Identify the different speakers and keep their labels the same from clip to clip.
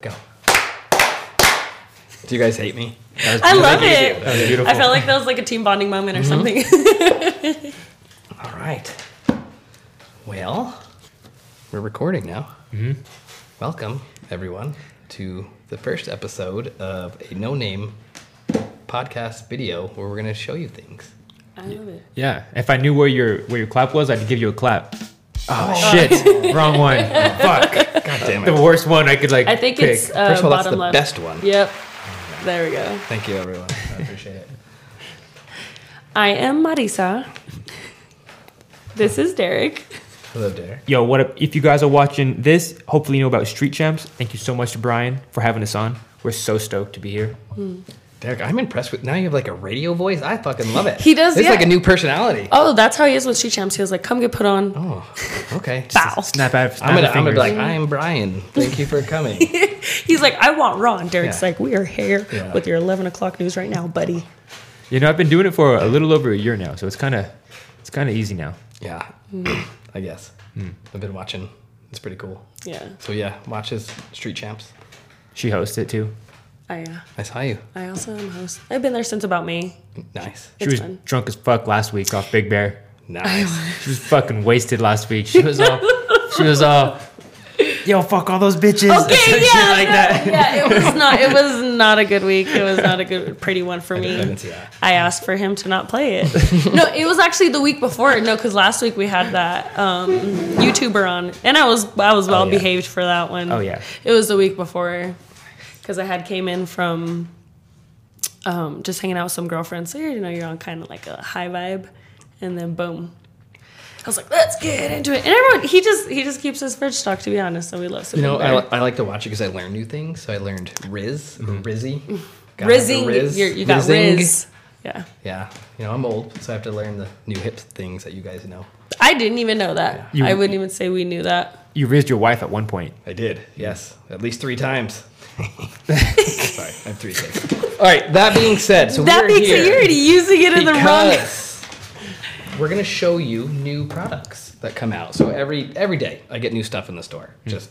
Speaker 1: Go. Do you guys hate me? That was
Speaker 2: I love
Speaker 1: beautiful.
Speaker 2: it.
Speaker 1: That was beautiful. Mm-hmm.
Speaker 2: I felt like that was like a team bonding moment or something.
Speaker 1: All right. Well, we're recording now. Mm-hmm. Welcome, everyone, to the first episode of a no name podcast video where we're going to show you things.
Speaker 2: I love it.
Speaker 3: Yeah. If I knew where your where your clap was, I'd give you a clap. Oh, shit! Wrong one. Fuck.
Speaker 1: God damn
Speaker 3: The worst one I could like.
Speaker 2: I think
Speaker 3: pick.
Speaker 2: it's uh,
Speaker 1: First of all,
Speaker 2: bottom
Speaker 1: that's the
Speaker 2: left.
Speaker 1: best one. Mm-hmm.
Speaker 2: Yep. There we go.
Speaker 1: Thank you, everyone. I appreciate it.
Speaker 2: I am Marisa. This is Derek.
Speaker 1: Hello, Derek.
Speaker 3: Yo, what up? If you guys are watching this, hopefully you know about Street Champs. Thank you so much to Brian for having us on. We're so stoked to be here.
Speaker 1: Derek, I'm impressed with now you have like a radio voice. I fucking love it.
Speaker 2: He does,
Speaker 1: It's
Speaker 2: yeah.
Speaker 1: like a new personality.
Speaker 2: Oh, that's how he is with She Champs. He was like, "Come get put on."
Speaker 1: Oh, okay.
Speaker 2: Bow.
Speaker 3: Snap out. Snap
Speaker 1: I'm gonna,
Speaker 3: of
Speaker 1: I'm gonna be
Speaker 3: fingers.
Speaker 1: like, I am Brian. Thank you for coming.
Speaker 2: He's like, "I want Ron." Derek's
Speaker 1: Yeah.
Speaker 2: like, "We are here
Speaker 1: Yeah.
Speaker 2: with your 11 o'clock news right now, buddy."
Speaker 3: You know, I've been doing it for a little over a year now, so it's kind of it's kind of easy now.
Speaker 1: Yeah, I guess. Hmm. I've been watching. It's pretty cool.
Speaker 2: Yeah.
Speaker 1: So yeah, watch his Street Champs.
Speaker 3: She hosts it too.
Speaker 2: I uh,
Speaker 1: I saw you.
Speaker 2: I also am host. I've been there since about May.
Speaker 1: Nice,
Speaker 3: She
Speaker 2: It's
Speaker 3: was
Speaker 2: fun.
Speaker 3: drunk as fuck last week off Big Bear.
Speaker 1: nice.
Speaker 3: She was fucking wasted last week. She was all, she was all, yo, fuck all those bitches.
Speaker 2: Okay,
Speaker 3: Shit
Speaker 2: yeah,
Speaker 3: like
Speaker 2: no,
Speaker 3: that.
Speaker 2: yeah, it was not. It was not a good week. It was not a good, pretty one for me.
Speaker 1: I didn't see that.
Speaker 2: I asked for him to not play it. no, it was actually the week before. No, because last week we had that um, YouTuber on, and I was I was well
Speaker 1: Oh, yeah.
Speaker 2: behaved for that one.
Speaker 3: Oh, yeah.
Speaker 2: it was the week before because I had came in from um, just hanging out with some girlfriends. So you know you're on kind of like a high vibe, and then boom. I was like, let's get into it, and everyone he just he just keeps his fridge stocked. To be honest, so we love.
Speaker 1: You know,
Speaker 2: Superman.
Speaker 1: I, li- I like to watch it because I learn new things. So I learned Riz, or Rizzy. Mm-hmm. Got it,
Speaker 2: Rizzing.
Speaker 1: Riz,
Speaker 2: You're, you got
Speaker 1: Rizzing.
Speaker 2: Riz. Yeah.
Speaker 1: Yeah, you know I'm old, so I have to learn the new hip things that you guys know.
Speaker 2: I didn't even know that.
Speaker 3: You-
Speaker 2: I wouldn't even say we knew that.
Speaker 3: You raised your wife at one point.
Speaker 1: I did, yes, at least three times. Sorry, I have three things. All right. That being said, so
Speaker 2: that
Speaker 1: we're
Speaker 2: makes
Speaker 1: here.
Speaker 2: it, you're already using it in the wrong.
Speaker 1: because we're gonna show you new products that come out. So every every day I get new stuff in the store, just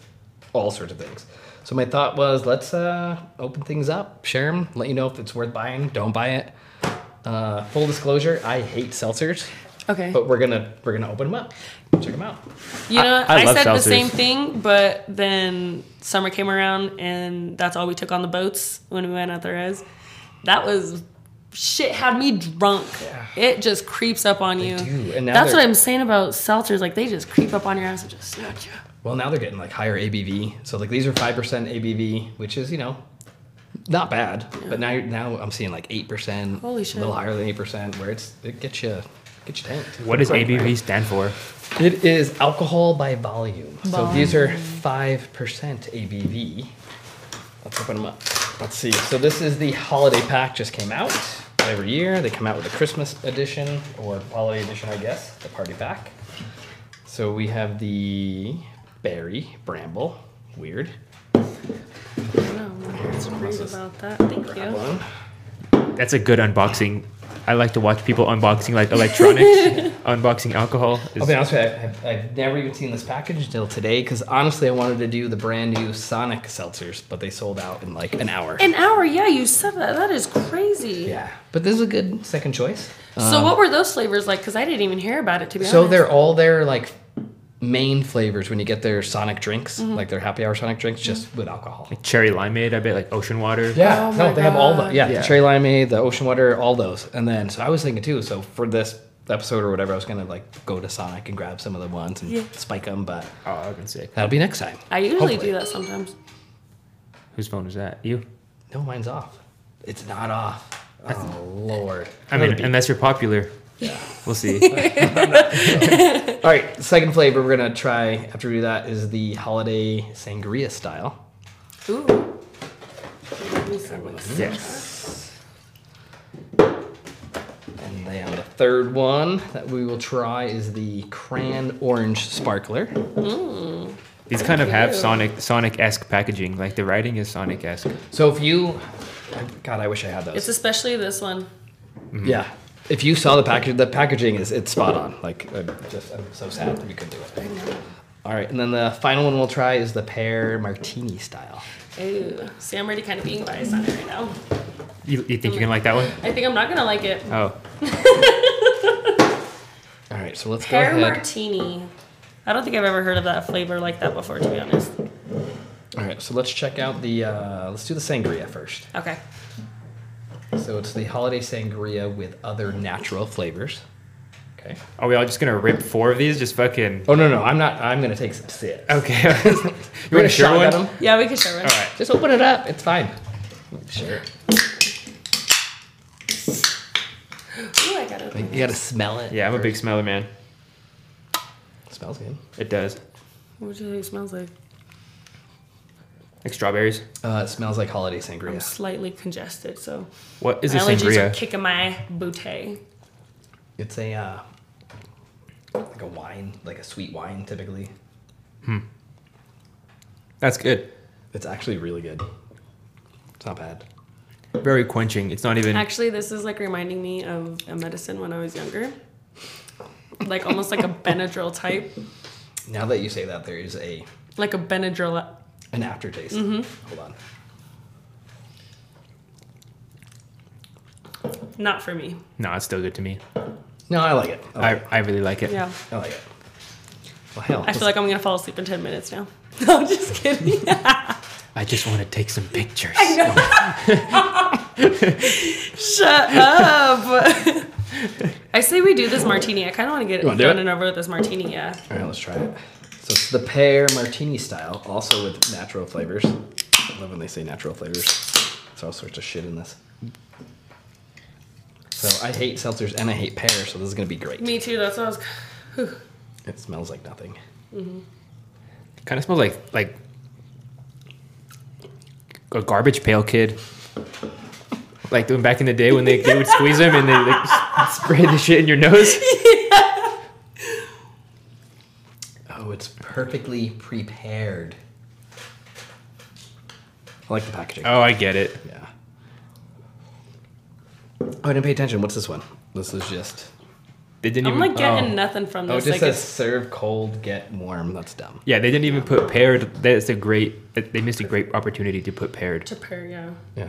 Speaker 1: all sorts of things. So my thought was, let's uh, open things up, share them, let you know if it's worth buying. Don't buy it. Uh, full disclosure, I hate seltzers,
Speaker 2: Okay.
Speaker 1: but we're gonna we're gonna open them up, check them out.
Speaker 2: You know,
Speaker 3: I
Speaker 2: I,
Speaker 3: love
Speaker 2: said the
Speaker 3: seltzers.
Speaker 2: same thing, but then summer came around and that's all we took on the boats when we went out there as. That was shit had me drunk. It just creeps up on you.
Speaker 1: do, and now
Speaker 2: That's what
Speaker 1: they're-
Speaker 2: I'm saying about seltzers. Like they just creep up on your ass and just snatch you.
Speaker 1: Well, now they're getting like higher ABV. So like these are five percent ABV, which is you know not bad. But now you're, now I'm seeing like eight percent,
Speaker 2: Holy shit.
Speaker 1: a little higher than eight percent, where it's it gets you get you tanked.
Speaker 3: What does ABV stand for?
Speaker 1: It is alcohol by volume. So
Speaker 2: Volume.
Speaker 1: these are five percent ABV. Let's open them up. Let's see. So this is the holiday pack. Just came out every year. They come out with a Christmas edition or holiday edition, I guess, the party pack. So we have the berry bramble. Weird.
Speaker 2: I don't know. It's weird about that. Thank
Speaker 1: That
Speaker 2: you.
Speaker 1: one.
Speaker 3: That's a good unboxing. I like to watch people unboxing like electronics, unboxing alcohol. is-
Speaker 1: I'll be honest with you, I- I've, I've never even seen this package until today because honestly, I wanted to do the brand new Sonic seltzers, but they sold out in like an hour.
Speaker 2: An hour, yeah, you said that. That is crazy.
Speaker 1: Yeah, but this is a good second choice.
Speaker 2: So what were those flavors like? Because I didn't even hear about it to be
Speaker 1: So
Speaker 2: honest.
Speaker 1: they're all their like main flavors when you get their Sonic drinks,
Speaker 2: Mm-hmm.
Speaker 1: like their happy hour Sonic drinks, just with alcohol.
Speaker 3: Cherry limeade, I bet like ocean water.
Speaker 1: Yeah, no,
Speaker 2: Oh Mm-hmm. my
Speaker 1: they have all the
Speaker 2: God.
Speaker 1: yeah,
Speaker 3: Yeah.
Speaker 1: the cherry limeade, the ocean water, all those. And then so I was thinking too. So for this episode or whatever, I was gonna like go to Sonic and grab some of the ones and
Speaker 2: Yeah.
Speaker 1: spike them, but
Speaker 3: Oh, I've been sick.
Speaker 1: that'll be next time.
Speaker 2: I usually
Speaker 1: Hopefully.
Speaker 2: do that sometimes.
Speaker 3: Whose phone was that? You?
Speaker 1: No, mine's off. It's not off. Oh lord.
Speaker 3: I mean, unless you're popular.
Speaker 1: Yeah.
Speaker 3: We'll see.
Speaker 1: All right, second flavor we're gonna try after we do that is the holiday sangria style.
Speaker 2: Ooh.
Speaker 3: yes.
Speaker 1: And then the third one that we will try is the Cran Orange Sparkler.
Speaker 3: These kind of have
Speaker 2: Ew.
Speaker 3: Sonic Sonic esque packaging. Like the writing is Sonic esque.
Speaker 1: So if you, God, I wish I had those. Mm-hmm.
Speaker 2: It's especially this one.
Speaker 1: yeah. If you saw the package, the packaging is it's spot on. Like I'm just I'm so sad that we couldn't do it. All right, and then the final one we'll try is the pear martini style.
Speaker 2: Ooh, see, I'm already kind of being biased on it right now.
Speaker 3: You, you think you're gonna like that one?
Speaker 2: I think I'm not gonna like it.
Speaker 3: Oh,
Speaker 1: All right, so let's go
Speaker 2: Pear
Speaker 1: ahead.
Speaker 2: martini. I don't think I've ever heard of that flavor like that before, to be honest.
Speaker 1: All right, so let's check out the. Uh, let's do the sangria first.
Speaker 2: Okay.
Speaker 1: So it's the holiday sangria with other natural flavors. Okay.
Speaker 3: are we all just gonna rip four of these? Just fucking.
Speaker 1: Oh no no, I'm not. I'm gonna take some sips.
Speaker 3: Okay. you
Speaker 1: We're
Speaker 3: want to
Speaker 1: gonna
Speaker 3: share
Speaker 1: shotgun
Speaker 3: one?
Speaker 1: them?
Speaker 3: All
Speaker 2: Yeah, we can share one.
Speaker 3: right.
Speaker 1: Just open it up. It's fine. Sure.
Speaker 2: Ooh, I got it.
Speaker 1: You gotta smell it.
Speaker 3: Yeah, I'm a big smeller man.
Speaker 1: Smells good.
Speaker 3: It does.
Speaker 2: What do you think it smells like?
Speaker 3: Like strawberries.
Speaker 1: Uh, it smells like holiday sangria.
Speaker 2: I'm slightly congested, so
Speaker 3: What is
Speaker 2: my
Speaker 3: a
Speaker 2: allergies are
Speaker 3: sangria?
Speaker 2: kicking my booty.
Speaker 1: It's a uh, like a wine, like a sweet wine typically.
Speaker 3: That's good.
Speaker 1: It's actually really good. It's not bad.
Speaker 3: Very quenching. It's not even.
Speaker 2: Actually, this is like reminding me of a medicine when I was younger, like almost like a Benadryl type,
Speaker 1: Now that you say that, there is a
Speaker 2: like a Benadryl.
Speaker 1: an aftertaste. Hold on.
Speaker 2: Not for me.
Speaker 3: No, it's still good to me.
Speaker 1: No, I like it. I like,
Speaker 3: I, I really like it.
Speaker 2: Yeah,
Speaker 1: it. I like it. Well, hell,
Speaker 2: I feel like I'm gonna fall asleep in ten minutes now. No, I'm just kidding.
Speaker 3: I just want to take some pictures.
Speaker 2: Shut up. I say we do this martini. I kind of want to get
Speaker 1: You wanna do
Speaker 2: done
Speaker 1: it?
Speaker 2: and over with this martini. Yeah.
Speaker 1: All right, let's try it. So it's the pear martini style, also with natural flavors. I love when they say natural flavors. It's all sorts of shit in this. So I hate seltzers and I hate pear, so this is gonna be great.
Speaker 2: Me too. That's what I was.
Speaker 1: It smells like nothing.
Speaker 3: kind of smells like like a garbage pail kid. Like when back in the day when they, they would squeeze them and they like s- spray the shit in your nose.
Speaker 1: Oh, it's perfectly prepared. I like the packaging.
Speaker 3: Oh, I get it.
Speaker 1: Yeah. Oh, I didn't pay attention. What's this one? This is just.
Speaker 3: They didn't
Speaker 2: I'm
Speaker 3: even.
Speaker 2: like getting
Speaker 3: oh.
Speaker 2: nothing from
Speaker 1: Oh, it
Speaker 2: this.
Speaker 1: just
Speaker 2: like
Speaker 1: says
Speaker 2: it's,
Speaker 1: serve cold, get warm. That's dumb.
Speaker 3: Yeah, they didn't even put paired. That's a great. that- They missed a great opportunity to put paired.
Speaker 2: to pair. Yeah.
Speaker 1: Yeah.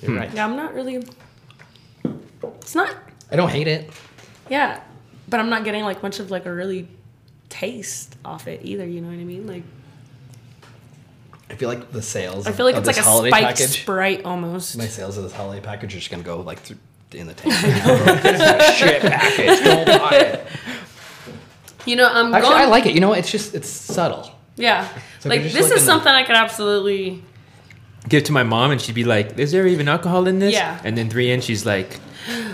Speaker 1: Hmm. You're right.
Speaker 2: Yeah. I'm not really. It's not.
Speaker 1: I don't hate it.
Speaker 2: Yeah, but I'm not getting like much of like a really taste off it either. You know what I mean? Like
Speaker 1: I feel like the sales.
Speaker 2: I feel like
Speaker 1: of
Speaker 2: it's
Speaker 1: this
Speaker 2: like a
Speaker 1: holiday
Speaker 2: spiked
Speaker 1: package.
Speaker 2: sprite almost.
Speaker 1: My sales of this holiday package are just gonna go like through in the tank. It's a shit package. Don't buy it.
Speaker 2: You know, I'm
Speaker 1: Actually,
Speaker 2: going.
Speaker 1: I like it. You know, it's just it's subtle.
Speaker 2: yeah,
Speaker 1: So
Speaker 2: like
Speaker 1: they're just
Speaker 2: this
Speaker 1: like
Speaker 2: is
Speaker 1: in the-
Speaker 2: something I could absolutely.
Speaker 3: Give it to my mom and she'd be like, "Is there even alcohol in this?"
Speaker 2: Yeah.
Speaker 3: And then three in, she's like,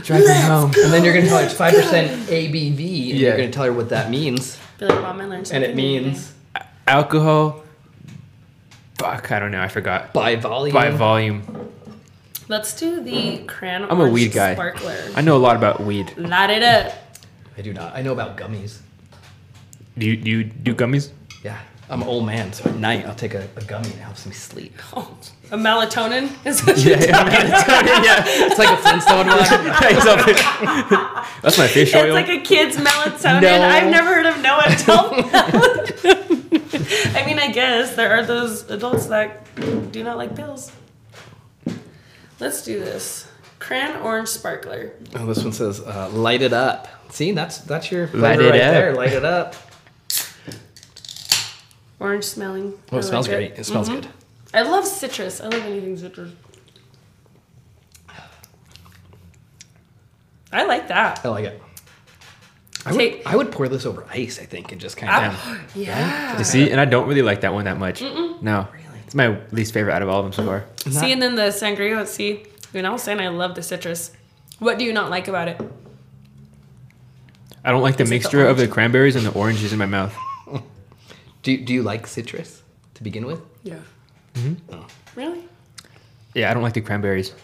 Speaker 3: "Driving home."
Speaker 1: And then you're gonna tell her it's five percent ABV, and
Speaker 3: Yeah.
Speaker 1: you're gonna tell her what that means,
Speaker 2: Be like, mom, I learned
Speaker 1: and
Speaker 2: something
Speaker 1: it
Speaker 2: new today."
Speaker 1: means
Speaker 3: Alcohol. Fuck, I don't know. I forgot.
Speaker 1: by volume.
Speaker 3: By
Speaker 2: Mm.
Speaker 3: volume.
Speaker 2: Let's do the crayon.
Speaker 3: I'm a
Speaker 2: orange
Speaker 3: weed guy.
Speaker 2: Sparkler.
Speaker 3: I know a lot about weed.
Speaker 2: Light it up.
Speaker 1: I do not. I know about gummies.
Speaker 3: Do you do, you do gummies?
Speaker 1: Yeah, I'm an old man, so at night I'll take a, a gummy and it helps me sleep.
Speaker 2: Oh, a melatonin is what you
Speaker 3: yeah, melatonin, yeah.
Speaker 1: It's like a Flintstone one.
Speaker 3: Exactly. That's my fish
Speaker 2: It's
Speaker 3: oil.
Speaker 2: like a kid's melatonin.
Speaker 1: No.
Speaker 2: I've never heard of no adult melatonin. I mean, I guess there are those adults that do not like pills. Let's do this. Cran orange sparkler.
Speaker 1: Oh, this one says uh, light it up. See, that's that's your flavor
Speaker 3: Light it
Speaker 1: right
Speaker 3: up.
Speaker 1: there. Light it up.
Speaker 2: Orange smelling.
Speaker 1: Oh,
Speaker 2: I
Speaker 1: it smells
Speaker 2: like Mm-hmm.
Speaker 1: great. It smells good.
Speaker 2: I love citrus. I love anything citrus. I like that.
Speaker 1: I like it. I would,
Speaker 2: Take- Ah.
Speaker 1: I would pour this over ice, I think, and just kind of.
Speaker 2: Apple. Yeah.
Speaker 3: You see, and I don't really like that one that much. No, it's my least favorite out of all of them so far.
Speaker 2: See, and then the sangria. See, when I was saying I love the citrus. What do you not like about it?
Speaker 3: I don't like the
Speaker 2: it the
Speaker 3: mixture of the cranberries and the oranges in my mouth.
Speaker 1: Do, do you like citrus to begin with?
Speaker 2: Yeah.
Speaker 1: Mm-hmm.
Speaker 2: Oh. Really?
Speaker 3: Yeah, I don't like the cranberries.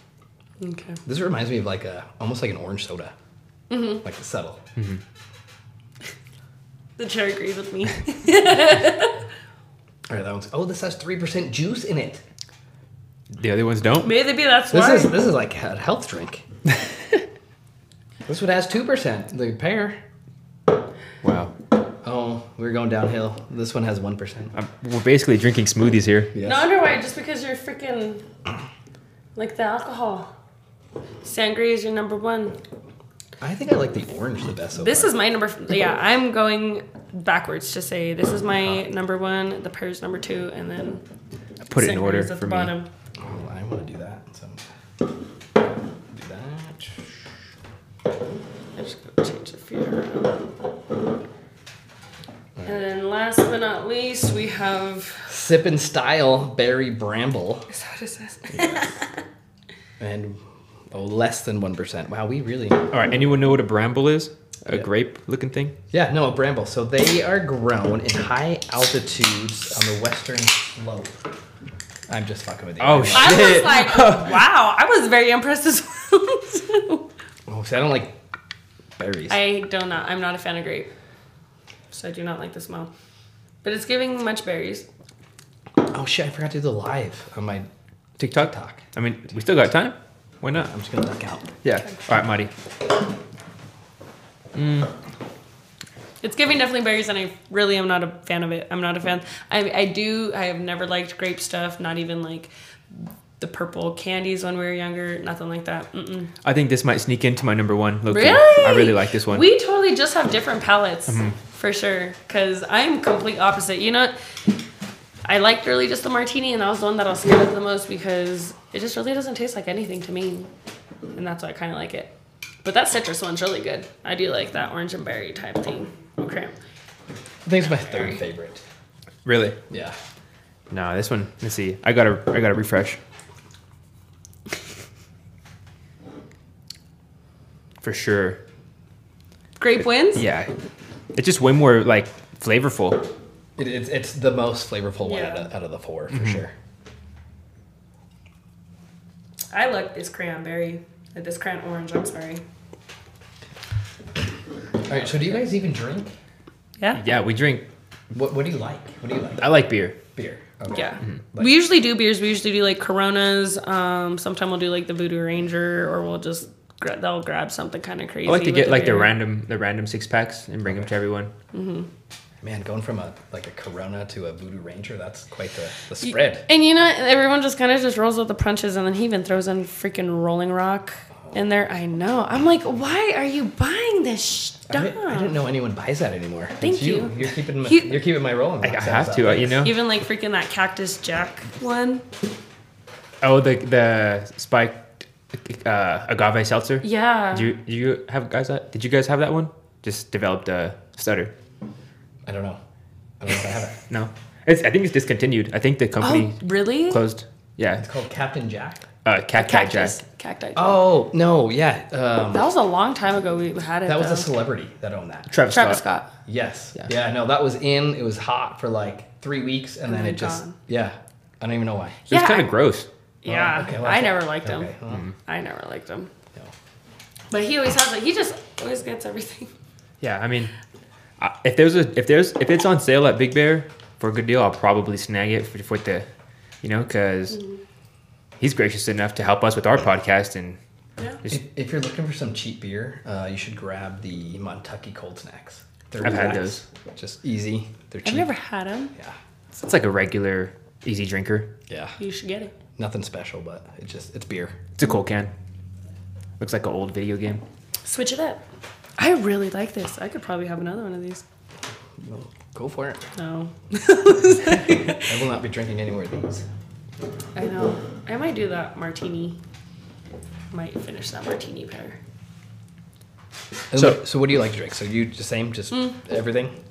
Speaker 2: Okay.
Speaker 1: This reminds me of like a almost like an orange soda,
Speaker 2: Mm-hmm.
Speaker 1: like the subtle.
Speaker 2: The chair agrees with me.
Speaker 1: All right, that one's. Oh, this has three percent juice in it.
Speaker 3: The other ones don't.
Speaker 2: Maybe that's
Speaker 1: This
Speaker 2: why.
Speaker 1: is this is like a health drink. this one has two percent. The pear.
Speaker 3: Wow.
Speaker 1: Oh, we're going downhill. This one has one percent.
Speaker 3: I'm, we're basically drinking smoothies here.
Speaker 1: Yeah.
Speaker 2: No underwear, just because you're freaking like the alcohol. Sangria is your number one.
Speaker 1: I think I like the orange the best. So
Speaker 2: This
Speaker 1: far.
Speaker 2: is my number. f- Yeah, I'm going backwards to say this is my number one, the pear's number two, and then
Speaker 3: Put it in
Speaker 2: sangria
Speaker 3: order
Speaker 2: is at
Speaker 3: for
Speaker 2: the
Speaker 3: me.
Speaker 2: bottom.
Speaker 1: Oh, I want to do that. So do that.
Speaker 2: I just gotta change the feet around. And then last but not least, we have.
Speaker 1: Sip and style Barry Bramble
Speaker 2: Is that what it says?
Speaker 1: and oh less than one percent. Wow, we really
Speaker 3: All right, anyone know what a bramble is? A
Speaker 1: Yeah.
Speaker 3: grape-looking thing?
Speaker 1: yeah no a bramble. So they are grown in high altitudes on the western slope. I'm just fucking with you.
Speaker 3: Oh,
Speaker 1: I know.
Speaker 3: shit.
Speaker 2: I was like, wow, I was very impressed as well. too.
Speaker 1: Oh, see, I don't like berries.
Speaker 2: I do not. I'm not a fan of grape, so I do not like the smell. But it's giving much berries.
Speaker 1: oh shit! I forgot to do the live on my
Speaker 3: TikTok?
Speaker 1: talk.
Speaker 3: I mean, we still got time. Why not?
Speaker 1: I'm just gonna duck out.
Speaker 3: Yeah. All right, Marty.
Speaker 2: It's giving definitely berries, and I really am not a fan of it. I'm not a fan. I, I do. I have never liked grape stuff. Not even like the purple candies when we were younger. Nothing like that. Mm-mm.
Speaker 3: I think this might sneak into my number one. Loki.
Speaker 2: Really?
Speaker 3: I really like this one. Mm-hmm.
Speaker 2: We totally just have different palettes for sure. Cause I'm complete opposite. You know, I liked really just the martini, and that was the one that I was scared of the most because it just really doesn't taste like anything to me, and that's why I kind of like it. But that citrus one's really good. I do like that orange and berry type thing. Okay.
Speaker 1: I think it's my third favorite.
Speaker 3: really?
Speaker 1: Yeah.
Speaker 3: No, this one. Let's see. I gotta. I gotta refresh. For sure.
Speaker 2: Grape wins.
Speaker 3: Yeah. It's just way more like flavorful.
Speaker 1: It, it's, it's the most flavorful one out, of,
Speaker 2: Yeah.
Speaker 1: out of the four for sure.
Speaker 2: I like this cranberry. uh, This crayon orange. I'm sorry.
Speaker 1: All right, so do you guys even drink?
Speaker 2: Yeah.
Speaker 3: Yeah, we drink.
Speaker 1: What What do you like? What do you like?
Speaker 3: I like beer.
Speaker 1: Beer. Okay.
Speaker 2: Yeah.
Speaker 1: Like-
Speaker 2: we usually do beers. We usually do like Coronas. Um, sometime we'll do like the Voodoo Ranger, or we'll just gra- they'll grab something kind of crazy.
Speaker 3: I like to
Speaker 2: with
Speaker 3: get like the
Speaker 2: beer.
Speaker 3: random the random six packs and bring them to everyone.
Speaker 1: Man, going from a like a Corona to a Voodoo Ranger, that's quite the, the spread.
Speaker 2: And you know, everyone just kind of just rolls with the punches, and then he even throws in freaking Rolling Rock in there. I know. I'm like, why are you buying this stuff?
Speaker 1: I, didn't, I didn't know anyone buys that anymore.
Speaker 2: Thank
Speaker 1: it's
Speaker 2: you.
Speaker 1: you. are keeping my,
Speaker 2: You-
Speaker 1: you, are keeping my rolling.
Speaker 3: I, I have to, uh, you know.
Speaker 2: Even like freaking that Cactus Jack one.
Speaker 3: Oh, the the spiked uh, agave seltzer.
Speaker 2: Yeah.
Speaker 3: Do you, do you have guys that? Did you guys have that one? Just developed a stutter.
Speaker 1: I don't know. I don't know if I have it.
Speaker 3: No, it's, I think it's discontinued. I think the
Speaker 2: oh,
Speaker 3: company
Speaker 2: really?
Speaker 3: closed. Yeah,
Speaker 1: It's called Captain Jack.
Speaker 3: uh, Cacti Jack.
Speaker 2: Cactus. Cacti. Jack.
Speaker 1: Oh no, yeah. Um,
Speaker 2: That was a long time ago we had it.
Speaker 1: that was
Speaker 2: though.
Speaker 1: a celebrity that owned that.
Speaker 3: Travis,
Speaker 2: Travis
Speaker 3: Scott.
Speaker 2: Scott.
Speaker 1: Yes.
Speaker 3: Yeah.
Speaker 1: Yeah. No, that was in. It was hot for like three weeks, and, then
Speaker 2: then
Speaker 1: it just
Speaker 2: gone.
Speaker 1: yeah. I don't even know why.
Speaker 3: It was
Speaker 2: Yeah,
Speaker 3: kind
Speaker 2: I-
Speaker 3: of gross.
Speaker 2: Yeah,
Speaker 1: okay, well,
Speaker 2: I
Speaker 1: okay.
Speaker 2: never liked him.
Speaker 1: Okay, well.
Speaker 2: I never liked him.
Speaker 1: No.
Speaker 2: But he always has it. He just always gets everything.
Speaker 3: Yeah, I mean, I- if there's a if there's if it's on sale at Big Bear for a good deal, I'll probably snag it for, for the, you know, because
Speaker 2: Mm.
Speaker 3: he's gracious enough to help us with our podcast and
Speaker 2: Yeah.
Speaker 3: just
Speaker 1: If, if you're looking for some cheap beer, uh, you should grab the Montucky Cold Snacks. They're
Speaker 3: I've had
Speaker 1: relaxed, Just easy. They're cheap.
Speaker 2: I've never had him.
Speaker 1: Yeah.
Speaker 3: it's like a regular easy drinker.
Speaker 1: Yeah.
Speaker 2: You should get it.
Speaker 1: Nothing special, but it's just it's beer.
Speaker 3: It's a cool can. Looks like an old video game.
Speaker 2: Switch it up. I really like this. I could probably have another one of these.
Speaker 1: Well, go for it.
Speaker 2: No.
Speaker 1: I will not be drinking any more of these.
Speaker 2: I know. I might do that martini. Might finish that martini pair.
Speaker 1: So, Mm. so what do you like to drink? So you the same, just everything?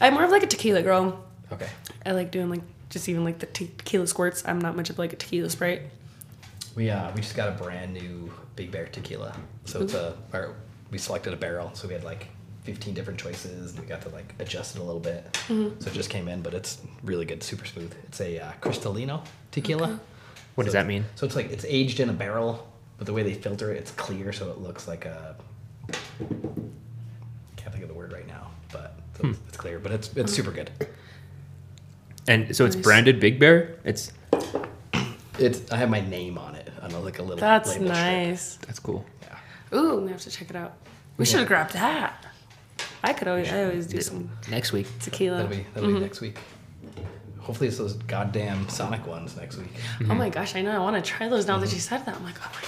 Speaker 2: I'm more of like a tequila girl.
Speaker 1: Okay.
Speaker 2: I like doing like just even like the te- tequila squirts. I'm not much of like a tequila sprite.
Speaker 1: We uh we just got a brand new Big Bear tequila. So it's a or we selected a barrel, so we had like 15 different choices and we got to like adjust it a little bit. So it just came in, but it's really good, super smooth. It's a uh, Cristalino tequila.
Speaker 3: What does
Speaker 1: So-
Speaker 3: that mean?
Speaker 1: So it's like it's aged in a barrel, but the way they filter it, it's clear, so it looks like a. Can't think of the word right now, but so it's- it's clear. But it's it's super good.
Speaker 3: And so it's
Speaker 2: Nice.
Speaker 3: branded Big Bear. It's
Speaker 1: It's I have my name on it on a, like a little.
Speaker 2: That's
Speaker 1: label strip.
Speaker 2: nice.
Speaker 3: that's cool.
Speaker 1: Yeah.
Speaker 2: Ooh, we have to check it out. We should have grabbed that. I could always, I always do some
Speaker 3: Next week.
Speaker 2: tequila.
Speaker 1: That'll be
Speaker 2: Mm-hmm.
Speaker 1: that'll be next week. Hopefully it's those goddamn Sonic ones next week.
Speaker 2: Oh my gosh, I know. I want to try those now that
Speaker 1: Mm-hmm.
Speaker 2: you said that. I'm like, oh my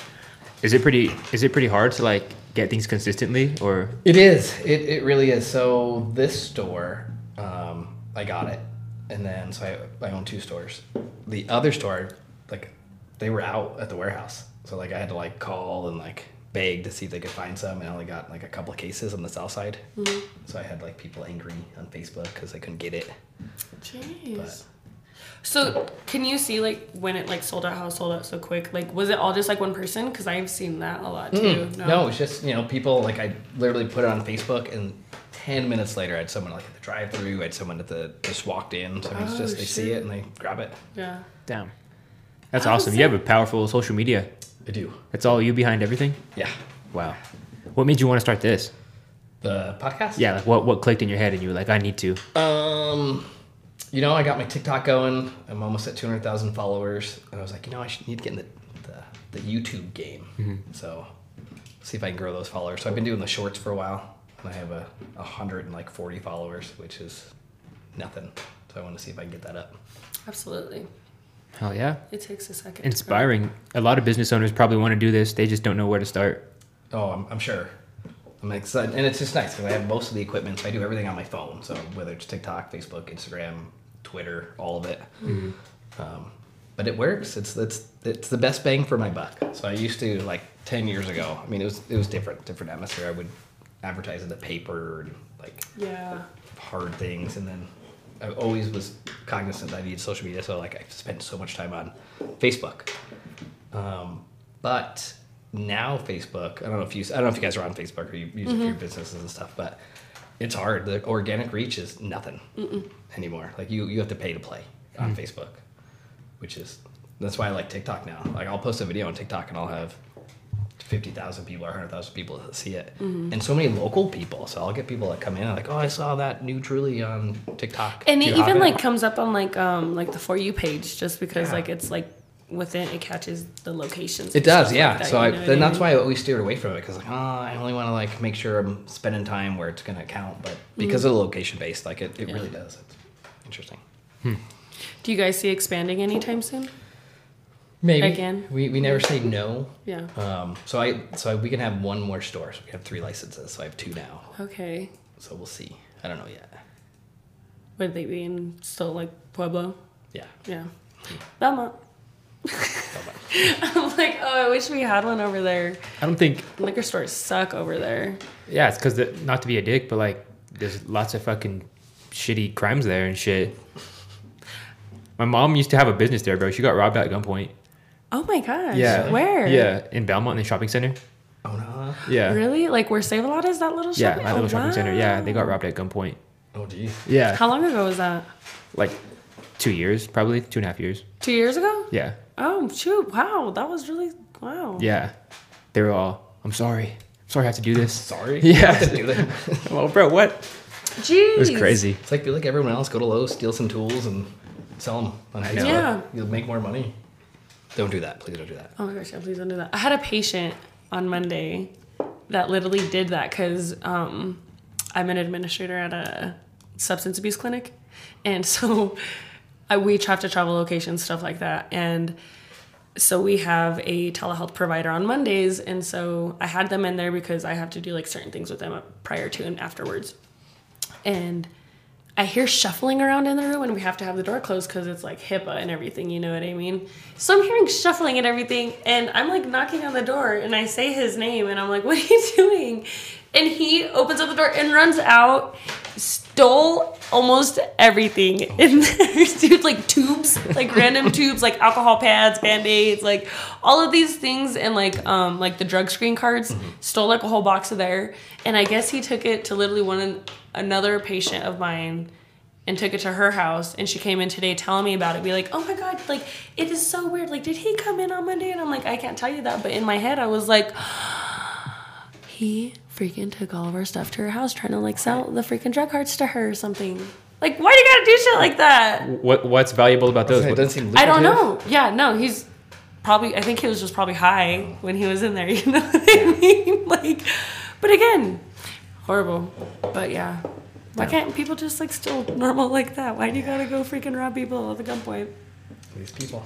Speaker 3: Is it pretty? Is it pretty hard to like get things consistently, or
Speaker 1: It is. It, it really is. So this store, um, I got it, and then so I, I own two stores. The other store, like, they were out at the warehouse, so like I had to like call and like beg to see if they could find some, and I only got like a couple of cases on the south side.
Speaker 2: Mm-hmm.
Speaker 1: So I had like people angry on Facebook because they couldn't get it.
Speaker 2: Jeez. So can you see like when it like sold out, how it sold out so quick? Like was it all just like one person? Because I've seen that a lot too.
Speaker 1: Mm-hmm. No, it's just you know people like I literally put it on Facebook and. Ten minutes later, I had someone like at the drive-through. I had someone at the just walked in. So I mean, it's
Speaker 2: Oh,
Speaker 1: just they see
Speaker 2: shit.
Speaker 1: it and they grab it.
Speaker 2: Yeah.
Speaker 3: damn? That's
Speaker 2: I would
Speaker 3: awesome.
Speaker 2: say-
Speaker 3: You have a powerful social media.
Speaker 1: I do.
Speaker 3: That's all you behind everything.
Speaker 1: Yeah.
Speaker 3: Wow. What made you want to start this?
Speaker 1: The podcast?
Speaker 3: Yeah, like what what clicked in your head and you were like, I need to.
Speaker 1: Um, you know, I got my TikTok going. I'm almost at 200,000 followers. And I was like, you know, I should need to get in the, the, the YouTube game. So see if I can grow those followers. So I've been doing the shorts for a while. And I have a 140 followers, which is nothing. So I want to see if I can get that up.
Speaker 2: Absolutely.
Speaker 3: Hell yeah.
Speaker 2: It takes a second. to grow.
Speaker 3: Inspiring. A lot of business owners probably want to do this. They just don't know where to start.
Speaker 1: Oh, I'm, I'm sure. I'm excited. And it's just nice because I have most of the equipment. So I do everything on my phone. So whether it's TikTok, Facebook, Instagram, Twitter, all of it. Um, but it works. It's, it's, it's the best bang for my buck. So I used to, like 10 years ago, I mean, it was, it was different, different atmosphere. I would advertise in the paper and like
Speaker 2: Yeah.
Speaker 1: hard things and then I always was cognizant that I needed social media so like I spent so much time on Facebook um, but now Facebook I don't know if you I don't know if you guys are on Facebook or you use it for your
Speaker 2: Mm-hmm.
Speaker 1: businesses and stuff but it's hard the organic reach is nothing anymore like you you have to pay to play on
Speaker 2: Mm-hmm.
Speaker 1: Facebook which is that's why I like TikTok now like I'll post a video on TikTok and I'll have 50,000 people or 100,000 people that see it.
Speaker 2: Mm-hmm.
Speaker 1: And so many local people. So I'll get people that come in and like, oh, I saw that new Truly on TikTok.
Speaker 2: And
Speaker 1: Do
Speaker 2: it
Speaker 1: you have
Speaker 2: even like comes up on like um like the for you page just because
Speaker 1: Yeah.
Speaker 2: like it's like within it catches the locations.
Speaker 1: It
Speaker 2: and stuff
Speaker 1: does,
Speaker 2: like
Speaker 1: yeah.
Speaker 2: that,
Speaker 1: so
Speaker 2: you
Speaker 1: I,
Speaker 2: know what
Speaker 1: then that's
Speaker 2: mean?
Speaker 1: why I always steered away from it because like, oh, I only want to like make sure I'm spending time where it's going to count. But
Speaker 2: Mm.
Speaker 1: because of the location based, like it, it really does. It's interesting.
Speaker 2: Do you guys see expanding anytime soon?
Speaker 1: Maybe
Speaker 2: Again.
Speaker 1: we, we never say no.
Speaker 2: Yeah.
Speaker 1: Um, so I so we can have one more store. So we have three licenses. So I have two now.
Speaker 2: Okay.
Speaker 1: So we'll see. I don't know yet.
Speaker 2: Would they be in still like Pueblo?
Speaker 1: Yeah.
Speaker 2: Yeah. Belmont.
Speaker 1: Belmont.
Speaker 2: I'm like, oh, I wish we had one over there.
Speaker 3: I don't think
Speaker 2: Liquor stores suck over there.
Speaker 3: yeah, it's cause the, not to be a dick, but like there's lots of fucking shitty crimes there and shit. My mom used to have a business there, bro. She got robbed at gunpoint.
Speaker 2: Oh my gosh.
Speaker 3: Yeah.
Speaker 2: Where?
Speaker 3: Yeah. In Belmont in the shopping center.
Speaker 1: Oh no.
Speaker 3: Yeah.
Speaker 2: Really? Like where Save a Lot is that little
Speaker 3: Yeah,
Speaker 2: shopping?
Speaker 3: my little
Speaker 2: Oh,
Speaker 3: shopping center. Yeah, they got
Speaker 2: wow.
Speaker 3: robbed at gunpoint.
Speaker 1: Oh geez.
Speaker 3: Yeah.
Speaker 2: How long ago was that?
Speaker 3: like two years, probably two and a half years.
Speaker 2: Two years ago?
Speaker 3: Yeah.
Speaker 2: Oh shoot! Wow, that was really wow.
Speaker 3: Yeah. They were all, I'm sorry. I'm sorry I have to do this.
Speaker 1: Sorry.
Speaker 3: Yeah.
Speaker 1: Do that.
Speaker 3: well, bro, what?
Speaker 2: Jeez.
Speaker 3: It was crazy.
Speaker 1: It's like be like everyone else. Go to Lowe's, steal some tools, and sell them on Facebook.
Speaker 2: Yeah.
Speaker 1: You'll make more money. Don't do that. Please don't do that.
Speaker 2: Oh my gosh! Yeah, please don't do that. I had a patient on Monday that literally did that because um, I'm an administrator at a substance abuse clinic, and so I, we have to travel locations, stuff like that, and. so we have a telehealth provider on Mondays, and so I had them in there because I have to do like certain things with them prior to and afterwards. And I hear shuffling around in the room, and we have to have the door closed because it's like HIPAA and everything. You know what I mean? So I'm hearing shuffling and everything, and I'm like knocking on the door, and I say his name, and I'm like, "What are you doing?" And he opens up the door and runs out, stole almost everything in there, dude. Like tubes, like random tubes, like alcohol pads, band aids, like all of these things, and like um like the drug screen cards. Stole like a whole box of there, and I guess he took it to literally one another patient of mine. And took it to her house, and she came in today telling me about it. Be like, oh my god, like it is so weird. Like, did he come in on Monday? And I'm like, I can't tell you that, but in my head, I was like, he freaking took all of our stuff to her house trying to like sell the freaking drug cards to her or something. Like, why do you gotta do shit like that?
Speaker 3: What What's valuable about those?
Speaker 1: It doesn't seem.
Speaker 2: I don't
Speaker 1: lucrative.
Speaker 2: know. Yeah, no, he's probably, I think he was just probably high when he was in there, you know what I mean? Like, but again, horrible. But yeah, why can't people just like still normal like that? Why do you gotta go freaking rob people at the gunpoint?
Speaker 1: These people.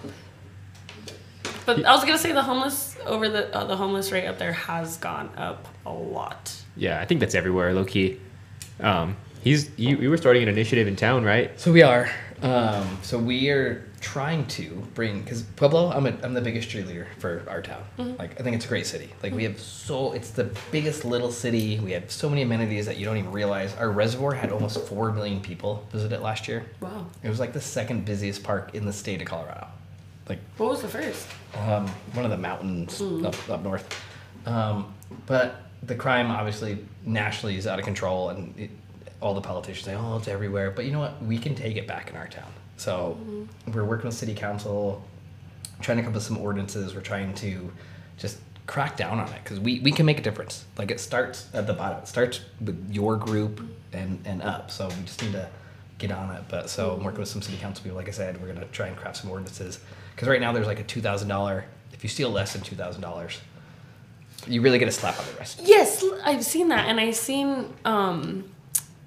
Speaker 2: But I was gonna say the homeless over the uh, the homeless rate up there has gone up a lot.
Speaker 3: Yeah, I think that's everywhere, low key. Um, he's you, you were starting an initiative in town, right?
Speaker 1: So we are. Um, so we are trying to bring because Pueblo, I'm, a, I'm the biggest cheerleader for our town. Like I think it's a great city. Like we have so it's the biggest little city. We have so many amenities that you don't even realize. Our reservoir had almost four million people visit it last year.
Speaker 2: Wow.
Speaker 1: It was like the second busiest park in the state of Colorado. Like
Speaker 2: What was the first?
Speaker 1: um, one of the mountains up, up north. Um, but the crime obviously nationally is out of control, and it, all the politicians say, "Oh, it's everywhere." But you know what? We can take it back in our town. So we're working with city council, trying to come up with some ordinances. We're trying to just crack down on it because we, we can make a difference. Like it starts at the bottom. It starts with your group and and up. So we just need to get on it. But so I'm working with some city council people. Like I said, we're gonna try and craft some ordinances because right now there's like a two thousand dollar. If you steal less than two thousand dollars, you really get a slap on the wrist.
Speaker 2: Yes, l- I've seen that, and I've seen um,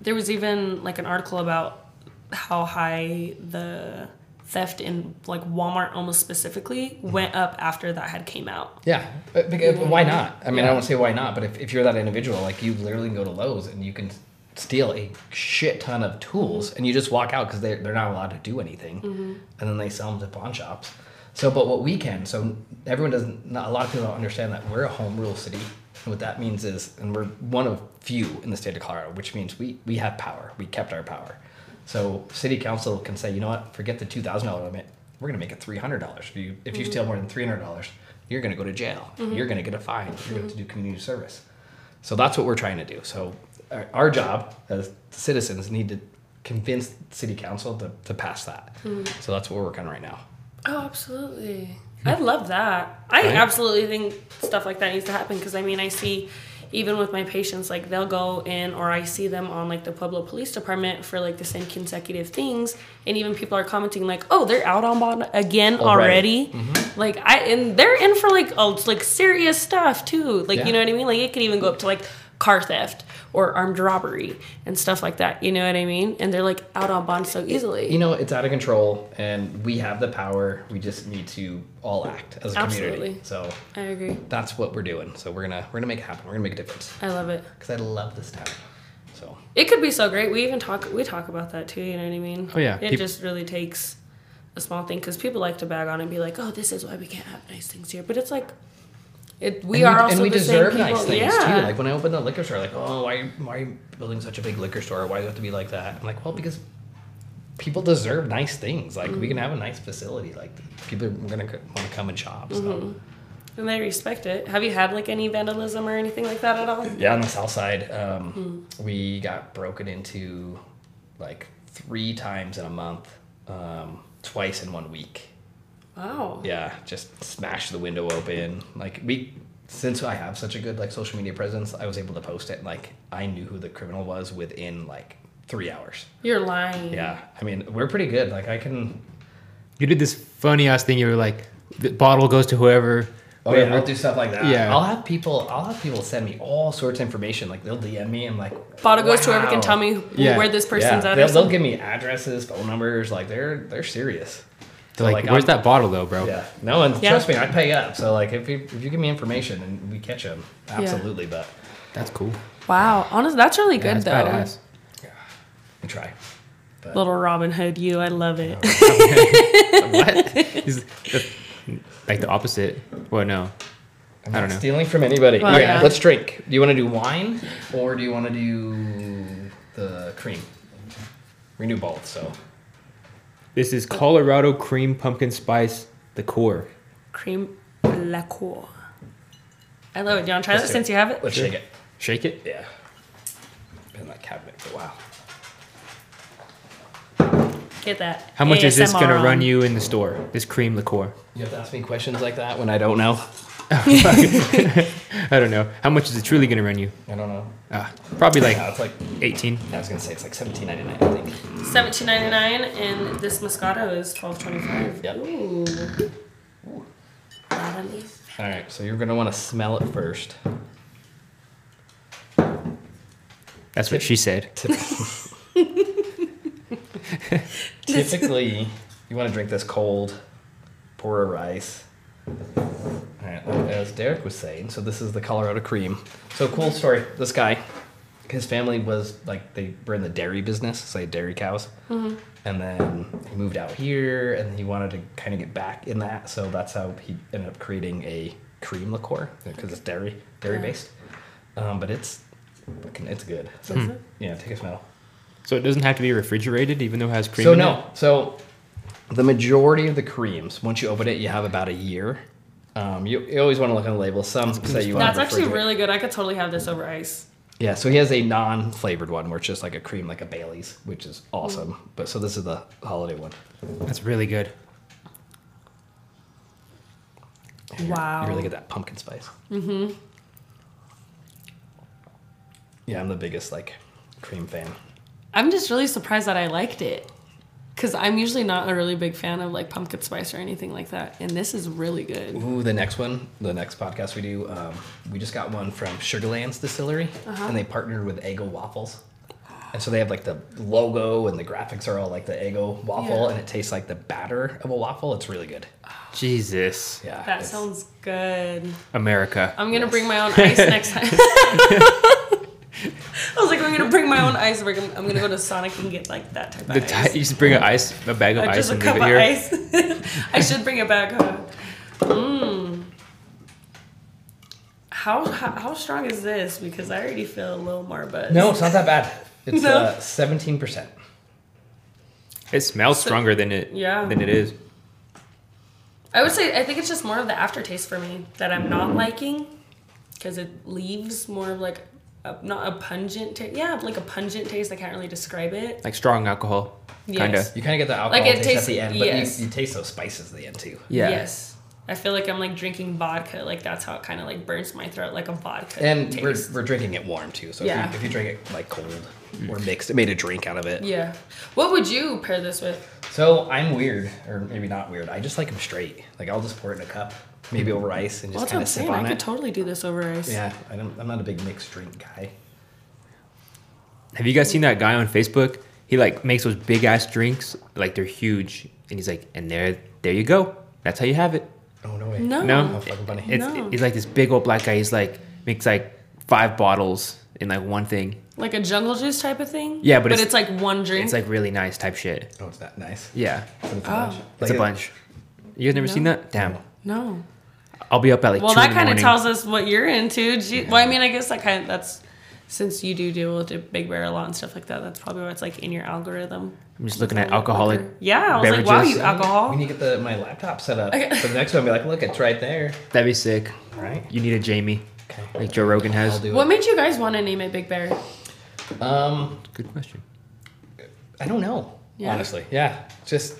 Speaker 2: there was even like an article about how high the theft in like Walmart almost specifically went up after that had came out.
Speaker 1: Yeah, but, because, why not? I mean, I don't say why not, but if, if you're that individual, like you literally can go to Lowe's and you can steal a shit ton of tools and you just walk out because they're, they're not allowed to do anything and then they sell them to pawn shops. So, but what we can, so everyone doesn't, not, a lot of people don't understand that we're a home rule city. And what that means is, and we're one of few in the state of Colorado, which means we, we have power. We kept our power. So city council can say, you know what, forget the two thousand dollar limit. We're gonna make it three hundred dollars. If you if you steal more than three hundred dollars, you're gonna go to jail. You're gonna get a fine. You're gonna have to do community service. So that's what we're trying to do. So our, our job as citizens need to convince city council to, to pass that. So that's what we're working on right now.
Speaker 2: Oh, absolutely. I love that. I
Speaker 1: Right?
Speaker 2: absolutely think stuff like that needs to happen because I mean, I see even with my patients, like they'll go in or I see them on like the Pueblo Police Department for like the same consecutive things. And even people are commenting, like, oh, they're out on bond again
Speaker 1: Already. Mm-hmm.
Speaker 2: already. Like, I, and they're in for like, oh, it's, like serious stuff too. Like,
Speaker 1: Yeah.
Speaker 2: you know what I mean? Like, it could even go up to like car theft or armed robbery and stuff like that. You know what I mean? And they're like out on bond so easily.
Speaker 1: You know, it's out of control and we have the power. We just need to all act as a community.
Speaker 2: Absolutely.
Speaker 1: So
Speaker 2: I agree.
Speaker 1: that's what we're doing. So we're gonna we're gonna make it happen. We're gonna make a difference.
Speaker 2: I love it.
Speaker 1: Because I love this town. So
Speaker 2: It could be so great. We even talk we talk about that too. You know what I mean?
Speaker 3: Oh, yeah.
Speaker 2: It
Speaker 3: Peop-
Speaker 2: just really takes a small thing because people like to bag on and be like, "Oh, this is why we can't have nice things here." But it's like, it we
Speaker 1: And
Speaker 2: are also
Speaker 1: and we
Speaker 2: the
Speaker 1: deserve
Speaker 2: same people.
Speaker 1: nice things
Speaker 2: yeah.
Speaker 1: too. Like when I opened the liquor store, like, oh, why, why are you building such a big liquor store? Why does it have to be like that? I'm like, well, because people deserve nice things. Like
Speaker 2: Mm-hmm.
Speaker 1: we can have a nice facility. Like people are gonna want to come and shop. So.
Speaker 2: Mm-hmm. and they respect it. Have you had like any vandalism or anything like that at all?
Speaker 1: Yeah, on the south side, um,
Speaker 2: Mm-hmm.
Speaker 1: we got broken into like three times in a month, um, twice in one week.
Speaker 2: Wow.
Speaker 1: yeah just smash the window open like we since i have such a good like social media presence i was able to post it and like i knew who the criminal was within like three hours
Speaker 2: You're lying.
Speaker 3: Mm-hmm.
Speaker 1: yeah i mean we're pretty good like i can
Speaker 3: You did this funny ass thing. You were like, the bottle goes to whoever.
Speaker 1: oh yeah i'll do stuff like that
Speaker 3: Yeah.
Speaker 1: i'll have people i'll have people send me all sorts of information like they'll dm me and like
Speaker 2: Bottle goes to whoever can
Speaker 1: wow.
Speaker 2: tell me wh-
Speaker 3: Yeah.
Speaker 2: where this
Speaker 1: yeah,
Speaker 2: person's at.
Speaker 1: they'll,
Speaker 2: or
Speaker 1: they'll
Speaker 2: something.
Speaker 1: give me addresses phone numbers like they're they're serious
Speaker 3: They're like,
Speaker 1: like,
Speaker 3: where's
Speaker 1: I'm-
Speaker 3: that bottle though, bro?
Speaker 1: yeah no and
Speaker 2: Yeah.
Speaker 1: trust me i pay up so like if you, if you give me information and we catch them absolutely but
Speaker 3: That's cool.
Speaker 2: Wow. Honestly, that's really
Speaker 3: Yeah,
Speaker 2: good
Speaker 3: that's
Speaker 2: though.
Speaker 3: badass.
Speaker 1: we try But-
Speaker 2: Little Robin Hood, you. I love it.
Speaker 3: what? He's the- like the opposite. Well, no.
Speaker 1: I'm
Speaker 3: I
Speaker 1: not
Speaker 3: don't know.
Speaker 1: stealing from anybody.
Speaker 2: Well,
Speaker 1: All right,
Speaker 2: yeah.
Speaker 1: let's drink. Do you want to do wine or do you want to do the cream? We do both, so
Speaker 3: This is Colorado cream pumpkin spice liqueur.
Speaker 2: Cream liqueur. I love it. Do you want to try that
Speaker 1: do
Speaker 2: since you have it?
Speaker 1: let's shake it.
Speaker 3: Shake it.
Speaker 1: Yeah, been in that cabinet for a while.
Speaker 2: Get that.
Speaker 3: How much is this
Speaker 2: ASMR
Speaker 3: gonna run
Speaker 2: on.
Speaker 3: you in the store? This cream liqueur.
Speaker 1: You have to ask me questions like that when I don't know.
Speaker 3: I don't know. How much is it truly gonna run you?
Speaker 1: I don't know.
Speaker 3: Uh, probably like
Speaker 1: Yeah, it's like
Speaker 3: 18.
Speaker 1: I was gonna say it's like seventeen ninety nine. I think.
Speaker 2: Seventeen ninety nine, and this Moscato is twelve twenty five.
Speaker 1: Yep.
Speaker 2: Ooh. Lot of these.
Speaker 1: All right, so you're gonna want to smell it first.
Speaker 3: That's what she said.
Speaker 1: Typically, you want to drink this cold, pour a rice. All right, well, as Derek was saying, so this is the Colorado cream. So cool story. This guy, his family was like they were in the dairy business, so they had dairy cows, and then he moved out here, and he wanted to kind of get back in that. So that's how he ended up creating a cream liqueur because it's dairy, dairy based. Um, but it's, fucking- it's good. So yeah, take a smell.
Speaker 3: So it doesn't have to be refrigerated, even though it has cream.
Speaker 1: So
Speaker 3: in
Speaker 1: no.
Speaker 3: it?
Speaker 1: So the majority of the creams, once you open it, you have about a year. Um, you, you always want to look on the label. Some say you want
Speaker 2: That's
Speaker 1: to
Speaker 2: actually
Speaker 1: refrigerate.
Speaker 2: really good. I could totally have this over ice.
Speaker 1: yeah. So he has a non-flavored one, where it's just like a cream, like a Bailey's, which is awesome. But so this is the holiday one.
Speaker 3: That's really good.
Speaker 2: Wow.
Speaker 1: You really get that pumpkin spice. Mm-hmm. Yeah, I'm the biggest like cream fan.
Speaker 2: I'm just really surprised that I liked it. Cause I'm usually not a really big fan of like pumpkin spice or anything like that, and this is really good.
Speaker 1: Ooh, the next one, the next podcast we do, um, we just got one from Sugarlands Distillery,
Speaker 2: Uh-huh.
Speaker 1: and they partnered with Eggo waffles. And so they have like the logo and the graphics are all like the Eggo waffle,
Speaker 2: Yeah.
Speaker 1: and it tastes like the batter of a waffle. It's really good.
Speaker 3: Jesus,
Speaker 1: Yeah,
Speaker 2: That
Speaker 1: it's-
Speaker 2: sounds good.
Speaker 3: America.
Speaker 2: I'm gonna bring my own ice next time. I was like, I'm gonna bring my own ice. Like, I'm, I'm gonna go to Sonic and get like that type of
Speaker 3: the
Speaker 2: ice.
Speaker 3: ti- you just bring a ice, a bag of
Speaker 2: Uh,
Speaker 3: ice,
Speaker 2: just a
Speaker 3: and
Speaker 2: cup
Speaker 3: leave
Speaker 2: of
Speaker 3: it here.
Speaker 2: ice. I should bring it back. Huh? Mm. How, how how strong is this? Because I already feel a little more buzz.
Speaker 1: no, it's not that bad. It's
Speaker 2: No.
Speaker 1: uh seventeen percent.
Speaker 3: It smells stronger than it.
Speaker 2: Yeah.
Speaker 3: Than it is.
Speaker 2: I would say I think it's just more of the aftertaste for me that I'm not liking because it leaves more of like a, not a pungent taste. Yeah, like a pungent taste. I can't really describe it.
Speaker 3: Like strong alcohol. Kinda.
Speaker 2: Yes.
Speaker 1: You kind of get the alcohol
Speaker 2: Like, it
Speaker 1: taste
Speaker 2: tastes-
Speaker 1: at the end, but
Speaker 2: yes.
Speaker 1: you, you taste those spices at the end too.
Speaker 3: Yeah.
Speaker 2: Yes. I feel like I'm like drinking vodka. Like that's how it kind of like burns my throat, like a vodka.
Speaker 1: And
Speaker 2: taste.
Speaker 1: we're, we're drinking it warm too. So
Speaker 2: Yeah.
Speaker 1: if, you, if you drink it like cold or mixed, it made a drink out of it.
Speaker 2: yeah. What would you pair this with?
Speaker 1: So I'm weird, or maybe not weird. I just like them straight. Like I'll just pour it in a cup, maybe over ice, and just
Speaker 2: Well, that's
Speaker 1: kind
Speaker 2: what I'm
Speaker 1: of sip
Speaker 2: saying.
Speaker 1: on
Speaker 2: I could
Speaker 1: it.
Speaker 2: totally do this over ice.
Speaker 1: yeah, I don't, I'm not a big mixed drink guy.
Speaker 3: Have you guys seen that guy on Facebook? He like makes those big ass drinks, like they're huge, and he's like, and there, there you go. That's how you have it.
Speaker 1: Oh no way.
Speaker 2: No.
Speaker 3: No,
Speaker 1: How fucking funny.
Speaker 3: It's,
Speaker 2: No.
Speaker 3: he's like this big old black guy. He's like makes like five bottles in like one thing.
Speaker 2: Like a jungle juice type of thing?
Speaker 3: Yeah, but
Speaker 2: but
Speaker 3: it's-
Speaker 2: it's, like one drink.
Speaker 3: It's like really nice type shit.
Speaker 1: oh, it's that nice.
Speaker 3: Yeah,
Speaker 1: But It's a
Speaker 2: Oh.
Speaker 1: bunch.
Speaker 3: it's a bunch. You guys never seen that? Damn,
Speaker 2: no.
Speaker 3: I'll be up at like
Speaker 2: Well,
Speaker 3: two
Speaker 2: that
Speaker 3: kind of
Speaker 2: tells us what you're into. Gee, Well, I mean, I guess that kind of that's since you do deal with the Big Bear a lot and stuff like that. That's probably why it's like in your algorithm.
Speaker 3: I'm just looking at alcoholic.
Speaker 2: Yeah, I was like, wow,
Speaker 3: beverages.
Speaker 2: you
Speaker 1: Mm-hmm. We
Speaker 2: alcohol.
Speaker 1: need to get the, my laptop set up
Speaker 2: Okay.
Speaker 1: for the next one. Be like, look, it's right there.
Speaker 3: That'd be sick.
Speaker 1: All right.
Speaker 3: You need a Jamie,
Speaker 1: Okay.
Speaker 3: like Joe Rogan
Speaker 1: I'll
Speaker 3: has.
Speaker 1: do
Speaker 2: What made you guys want to name it Big Bear?
Speaker 1: it. Um,
Speaker 3: Good question.
Speaker 1: I don't know.
Speaker 2: Yeah.
Speaker 1: Honestly, yeah. Just.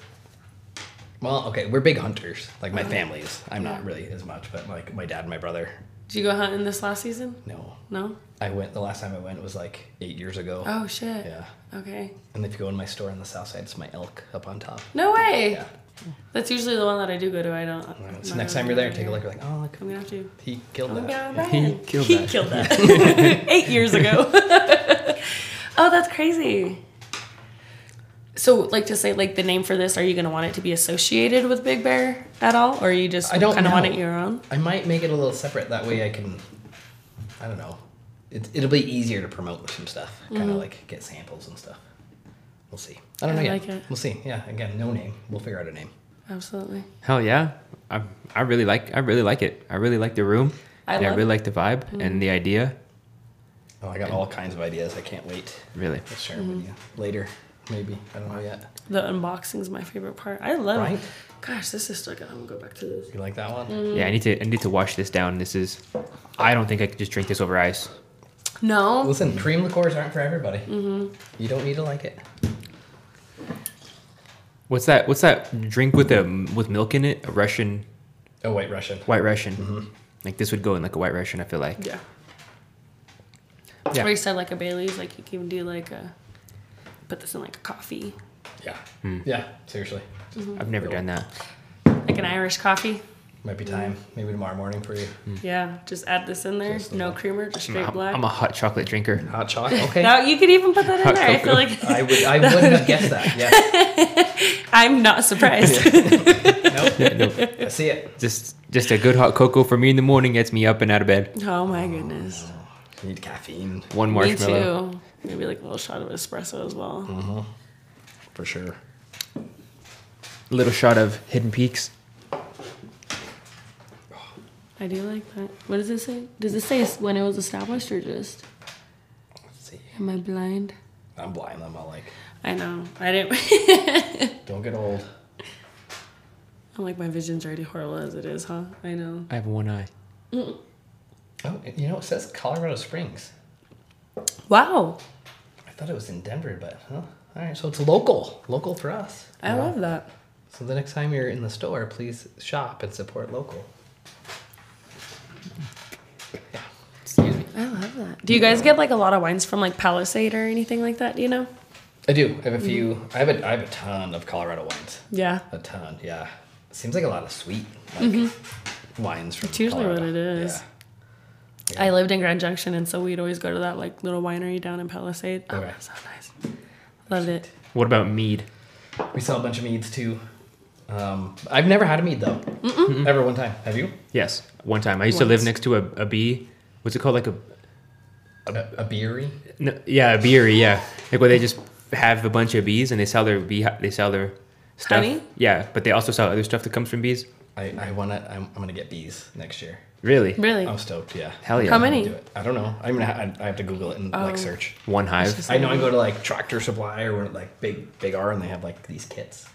Speaker 1: Well, okay, we're big hunters. Like
Speaker 2: Oh.
Speaker 1: my family is. I'm not really as much, but like my dad and my brother.
Speaker 2: Did you go hunting this last season?
Speaker 1: No,
Speaker 2: No.
Speaker 1: I went the last time I went was like eight years ago.
Speaker 2: Oh shit.
Speaker 1: Yeah.
Speaker 2: Okay.
Speaker 1: And if you go in my store on the south side, it's my elk up on top.
Speaker 2: No way.
Speaker 1: Yeah.
Speaker 2: That's usually the one that I do go to. I don't.
Speaker 1: All right,
Speaker 2: I'm
Speaker 1: So
Speaker 2: not
Speaker 1: next
Speaker 2: really
Speaker 1: time you're there,
Speaker 2: good
Speaker 1: take a
Speaker 2: at
Speaker 1: look.
Speaker 2: it.
Speaker 1: You're like, oh, look,
Speaker 2: I'm gonna have to.
Speaker 1: he killed
Speaker 2: Oh my
Speaker 1: that.
Speaker 2: God,
Speaker 3: He
Speaker 2: Ryan.
Speaker 3: killed
Speaker 2: he
Speaker 3: that.
Speaker 2: killed that. Eight years ago. oh, that's crazy. So, like to say, like the name for this, are you gonna want it to be associated with Big Bear at all, or you just
Speaker 1: I don't
Speaker 2: kind of want
Speaker 1: know.
Speaker 2: it your own?
Speaker 1: I might make it a little separate. That way I can, I don't know. It, it'll be easier to promote with some stuff. Kind of like get samples and stuff. We'll see. I don't know
Speaker 2: Mm-hmm. I
Speaker 1: yet.
Speaker 2: like it.
Speaker 1: We'll see. Yeah, again, no name. We'll figure out a name.
Speaker 2: Absolutely.
Speaker 3: Hell yeah, I I really like I really like it. I really like the room.
Speaker 2: I
Speaker 3: and I
Speaker 2: love-
Speaker 3: really like the vibe and the idea.
Speaker 1: Oh, I got all kinds of ideas. I can't wait
Speaker 3: Really,
Speaker 1: to share them
Speaker 2: Mm-hmm.
Speaker 1: with you later. Maybe. I don't know yet.
Speaker 2: The unboxing is my favorite part. I love.
Speaker 1: Right?
Speaker 2: Gosh, this is still good. I'm gonna go back to this.
Speaker 1: You like that one?
Speaker 2: Mm-hmm. Mm.
Speaker 3: yeah. I need to I need to wash this down. This is, I don't think I could just drink this over ice.
Speaker 2: No,
Speaker 1: Listen, cream liqueurs aren't for everybody. You don't need to like it.
Speaker 3: What's that? What's that drink with a with milk in it? A Russian
Speaker 1: Oh, White Russian.
Speaker 3: White Russian.
Speaker 1: Mm-hmm.
Speaker 3: Like this would go in like a White Russian. I feel like.
Speaker 2: yeah.
Speaker 3: Yeah.
Speaker 2: Or you said like a Bailey's, like you can do like a, put this in like a coffee,
Speaker 1: Hmm. Yeah. Yeah, seriously.
Speaker 2: Mm-hmm.
Speaker 3: I've never done that.
Speaker 2: like an Irish coffee.
Speaker 1: Might be time. Maybe tomorrow morning for you.
Speaker 2: Yeah, just add this in there.
Speaker 1: Just a
Speaker 2: No
Speaker 1: little-
Speaker 2: creamer, just straight
Speaker 3: I'm,
Speaker 2: black.
Speaker 3: I'm a hot chocolate drinker.
Speaker 1: Hot chocolate. Okay.
Speaker 2: Now, you could even put that in
Speaker 3: Hot
Speaker 2: there. I
Speaker 3: cocoa.
Speaker 2: feel like
Speaker 1: I would. I wouldn't have guessed that. Yeah.
Speaker 2: I'm not surprised.
Speaker 1: Nope.
Speaker 3: Yeah, no,
Speaker 1: I see it.
Speaker 3: just just a good hot cocoa for me in the morning gets me up and out of bed.
Speaker 2: oh my goodness.
Speaker 1: You need caffeine
Speaker 3: One
Speaker 2: Me
Speaker 3: marshmallow. Mm-hmm.
Speaker 2: too. Maybe like a little shot of espresso as well.
Speaker 1: for sure.
Speaker 3: Little shot of hidden peaks.
Speaker 2: I do like that. What does it say? Does it say s- when it was established or just?
Speaker 1: Let's see.
Speaker 2: Am I blind?
Speaker 1: I'm blind. I'm all like,
Speaker 2: I know. I didn't.
Speaker 1: don't get old.
Speaker 2: I'm like my vision's already horrible as it is, huh? I know.
Speaker 3: I have one eye.
Speaker 1: Oh, you know it says Colorado Springs.
Speaker 2: Wow,
Speaker 1: I thought it was in Denver, but huh? All right, so it's local, local for us.
Speaker 2: I love that.
Speaker 1: So the next time you're in the store, please shop and support local.
Speaker 3: Excuse me.
Speaker 2: I love that. Do you guys get like a lot of wines from like Palisade or anything like that? Do you know?
Speaker 1: I do. I have a few.
Speaker 2: Mm-hmm.
Speaker 1: I have a. I have a ton of Colorado wines.
Speaker 2: Yeah,
Speaker 1: A ton. Yeah. Seems like a lot of sweet like, wines from.
Speaker 2: Mm-hmm. It's usually what
Speaker 1: Colorado.
Speaker 2: it is.
Speaker 1: Yeah.
Speaker 2: I lived in Grand Junction, and so we'd always go to that like little winery down in Palisade. Oh,
Speaker 1: Okay.
Speaker 2: it was so nice. Loved it.
Speaker 3: What about mead?
Speaker 1: We sell a bunch of meads too. Um, I've never had a mead though. Ever one time. Have you?
Speaker 3: Yes. One time, I used to live
Speaker 2: Once.
Speaker 3: next to a, a bee. What's it called? Like a
Speaker 1: A, a beery.
Speaker 3: No, yeah, a beery, yeah. Like where they just have a bunch of bees and they sell their bee they sell their stuff.
Speaker 2: Honey?
Speaker 3: Yeah, but they also sell other stuff that comes from bees.
Speaker 1: I, I wanna. I'm, I'm gonna get bees next year.
Speaker 3: Really?
Speaker 2: Really?
Speaker 1: I'm stoked. Yeah.
Speaker 3: Hell yeah.
Speaker 2: How many?
Speaker 1: Do it. I don't know. I'm gonna. Ha- I I have to Google it and
Speaker 2: Oh.
Speaker 1: like search.
Speaker 3: One hive.
Speaker 1: I know I go to like Tractor Supply or one of, like Big Big R and they have like these kits.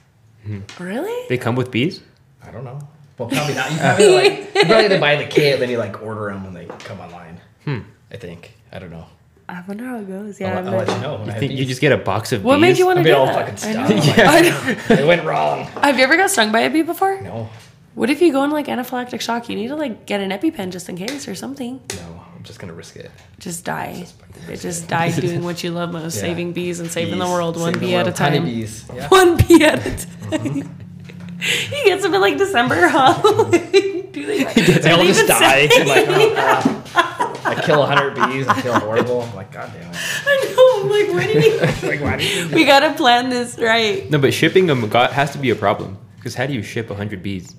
Speaker 2: Really?
Speaker 3: They come with bees?
Speaker 1: I don't know. Well, probably not. You probably like you probably they buy the kit, then you like order them when they come online. Hmm. I think. I don't know.
Speaker 2: I wonder how it goes.
Speaker 1: I'll,
Speaker 2: Yeah.
Speaker 1: I'll let you know. When I
Speaker 3: You
Speaker 1: have
Speaker 3: think you
Speaker 1: these.
Speaker 3: just get a box of
Speaker 2: What
Speaker 3: bees?
Speaker 2: made you want
Speaker 1: I'll
Speaker 2: to
Speaker 1: be
Speaker 2: do
Speaker 1: all
Speaker 2: that?
Speaker 1: fucking
Speaker 2: I know.
Speaker 1: stunned. I'm like,
Speaker 2: I know.
Speaker 1: it went wrong.
Speaker 2: Have you ever got stung by a bee before?
Speaker 1: No,
Speaker 2: What if you go in like anaphylactic shock? You need to like get an EpiPen just in case or something.
Speaker 1: no. I'm just gonna risk it.
Speaker 2: Just die. Just die doing what you love most,
Speaker 1: Yeah.
Speaker 2: saving bees and saving the
Speaker 1: Bees.
Speaker 2: world one
Speaker 1: Save the
Speaker 2: bee at a
Speaker 1: world. Tiny
Speaker 2: time.
Speaker 1: bees. Yeah.
Speaker 2: One bee at a time. He gets them in like December, huh? Do they?
Speaker 1: They all
Speaker 2: Leave
Speaker 1: just
Speaker 2: it
Speaker 1: die. I'm like, oh, God. I kill 100 bees. I feel horrible. I'm like, God damn it.
Speaker 2: I know. I'm like, what do you?
Speaker 1: Like, why do you do
Speaker 2: We gotta plan this right.
Speaker 3: No, but shipping them got, has to be a problem. Because how do you ship 100 bees?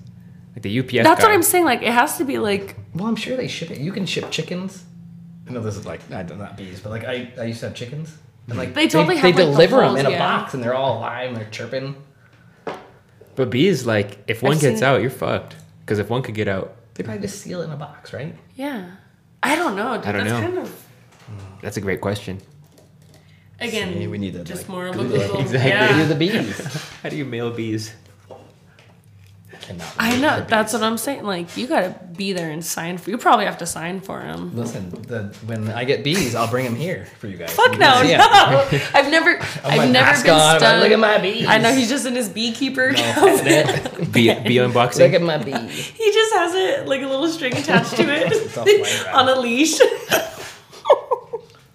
Speaker 3: Like the UPS
Speaker 2: That's
Speaker 3: guy.
Speaker 2: what I'm saying. Like, it has to be like
Speaker 1: Well, I'm sure they ship it. You can ship chickens. I know this is like I don't- not bees, but like I, I used to have chickens. And like
Speaker 2: They totally have, like, the
Speaker 1: deliver them
Speaker 2: holes,
Speaker 1: in a
Speaker 2: yeah.
Speaker 1: box, and they're all alive and they're chirping.
Speaker 3: But bees, like, if one
Speaker 2: I've
Speaker 3: gets
Speaker 2: seen-
Speaker 3: out, you're fucked. Because if one could get out,
Speaker 1: They probably just seal it in a box, right?
Speaker 2: Yeah. I don't know. Dude.
Speaker 3: I don't
Speaker 2: That's
Speaker 3: know.
Speaker 2: kind of
Speaker 3: that's a great question.
Speaker 2: again
Speaker 1: See, we need to,
Speaker 2: just
Speaker 1: like,
Speaker 2: more of a
Speaker 1: Google it.
Speaker 2: Google.
Speaker 3: Exactly.
Speaker 1: Maybe
Speaker 2: Yeah.
Speaker 1: the bees.
Speaker 3: How do you mail bees?
Speaker 1: Cannot
Speaker 2: I
Speaker 1: wait
Speaker 2: know.
Speaker 1: for
Speaker 2: That's
Speaker 1: bees.
Speaker 2: what I'm saying. Like you gotta be there and sign for. You probably have to sign for them.
Speaker 1: Listen, the, when I get bees, I'll bring them here for you guys.
Speaker 2: Fuck no,
Speaker 1: Yeah.
Speaker 2: no. I've never,
Speaker 1: I've my
Speaker 2: I've never
Speaker 1: mask
Speaker 2: been
Speaker 1: on, I'm like,
Speaker 2: stung.
Speaker 1: Look at my bees.
Speaker 2: I know he's just in his beekeeper.
Speaker 1: Oh, that-
Speaker 3: Bee, bee
Speaker 1: Look
Speaker 3: unboxing?
Speaker 1: at my bees.
Speaker 2: He just has it like a little string attached to
Speaker 1: It's all flying
Speaker 2: it
Speaker 1: around.
Speaker 2: on a leash.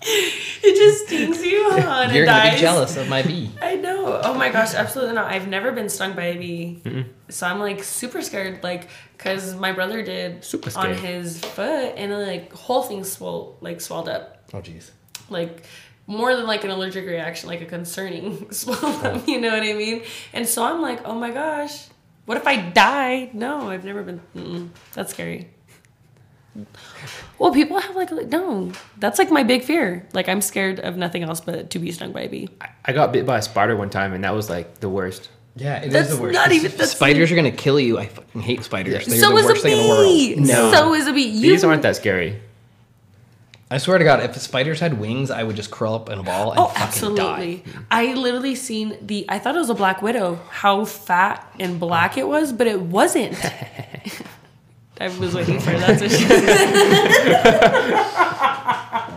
Speaker 2: it just stings you, huh? And it
Speaker 1: You're gonna be
Speaker 2: dies.
Speaker 1: jealous of my bee.
Speaker 2: I know. Oh my gosh, absolutely not. I've never been stung by a bee. So I'm like super scared, like, because my brother did
Speaker 3: Super
Speaker 2: on
Speaker 3: scared.
Speaker 2: his foot and like whole thing swole, like swelled up.
Speaker 1: Oh jeez.
Speaker 2: Like more than like an allergic reaction, like a concerning swell up, you know what I mean? And so I'm like, oh my gosh, what if I die? No, I've never been, mm-mm, that's scary. Well, people have like, no, that's like my big fear. Like, I'm scared of nothing else but to be stung by a bee.
Speaker 3: I got bit by a spider one time, and that was like the worst.
Speaker 1: Yeah, it is
Speaker 2: That's
Speaker 1: the worst.
Speaker 2: not
Speaker 1: It's
Speaker 2: even-
Speaker 1: just-
Speaker 2: that's-
Speaker 1: spiders are gonna kill you. I fucking hate spiders. They're
Speaker 2: so
Speaker 1: the
Speaker 2: is
Speaker 1: worst
Speaker 2: a
Speaker 1: thing in the world.
Speaker 2: bee. So is a bee. You,
Speaker 3: Bees aren't that scary.
Speaker 1: I swear to God, if spiders had wings, I would just curl up in a ball and
Speaker 2: Oh,
Speaker 1: fucking die.
Speaker 2: absolutely. I literally seen the. I thought it was a black widow. How fat and black it was, but it wasn't. I was waiting for that. To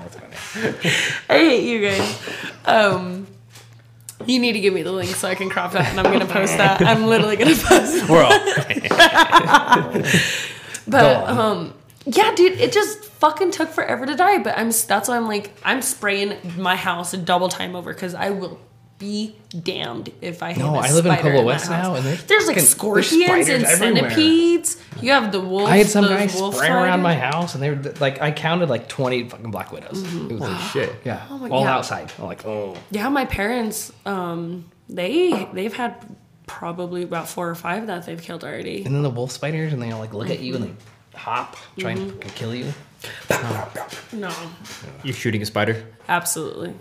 Speaker 2: I hate you guys. Um, you need to give me the link so I can crop that, and I'm gonna post that. I'm literally gonna post. it.
Speaker 3: We're all
Speaker 2: But
Speaker 1: Go on.
Speaker 2: um, yeah, dude, it just fucking took forever to die. But I'm s- that's why I'm like I'm spraying my house double time over because I will be damned if I have
Speaker 1: No,
Speaker 2: a
Speaker 1: I live in
Speaker 2: spider
Speaker 1: Pueblo
Speaker 2: my
Speaker 1: West
Speaker 2: house.
Speaker 1: now, and there's fucking-
Speaker 2: like
Speaker 1: there's
Speaker 2: scorpions and
Speaker 1: spiders everywhere.
Speaker 2: centipedes. You have the wolves.
Speaker 1: I had some
Speaker 2: those
Speaker 1: guy
Speaker 2: wolf
Speaker 1: spraying around my
Speaker 2: spiders. Mm-hmm.
Speaker 1: house, and they were like, I counted like 20 fucking black widows. It was
Speaker 3: Holy
Speaker 1: like,
Speaker 3: shit.
Speaker 1: yeah,
Speaker 2: Oh my
Speaker 1: all
Speaker 2: God.
Speaker 1: outside. I'm like, oh,
Speaker 2: Yeah, my parents, um, they they've had probably about four or five that they've killed already.
Speaker 1: and then the wolf spiders, and they all like look at you
Speaker 2: Mm-hmm.
Speaker 1: and they hop, try and fucking kill you.
Speaker 2: No,
Speaker 3: You're shooting a spider.
Speaker 2: absolutely.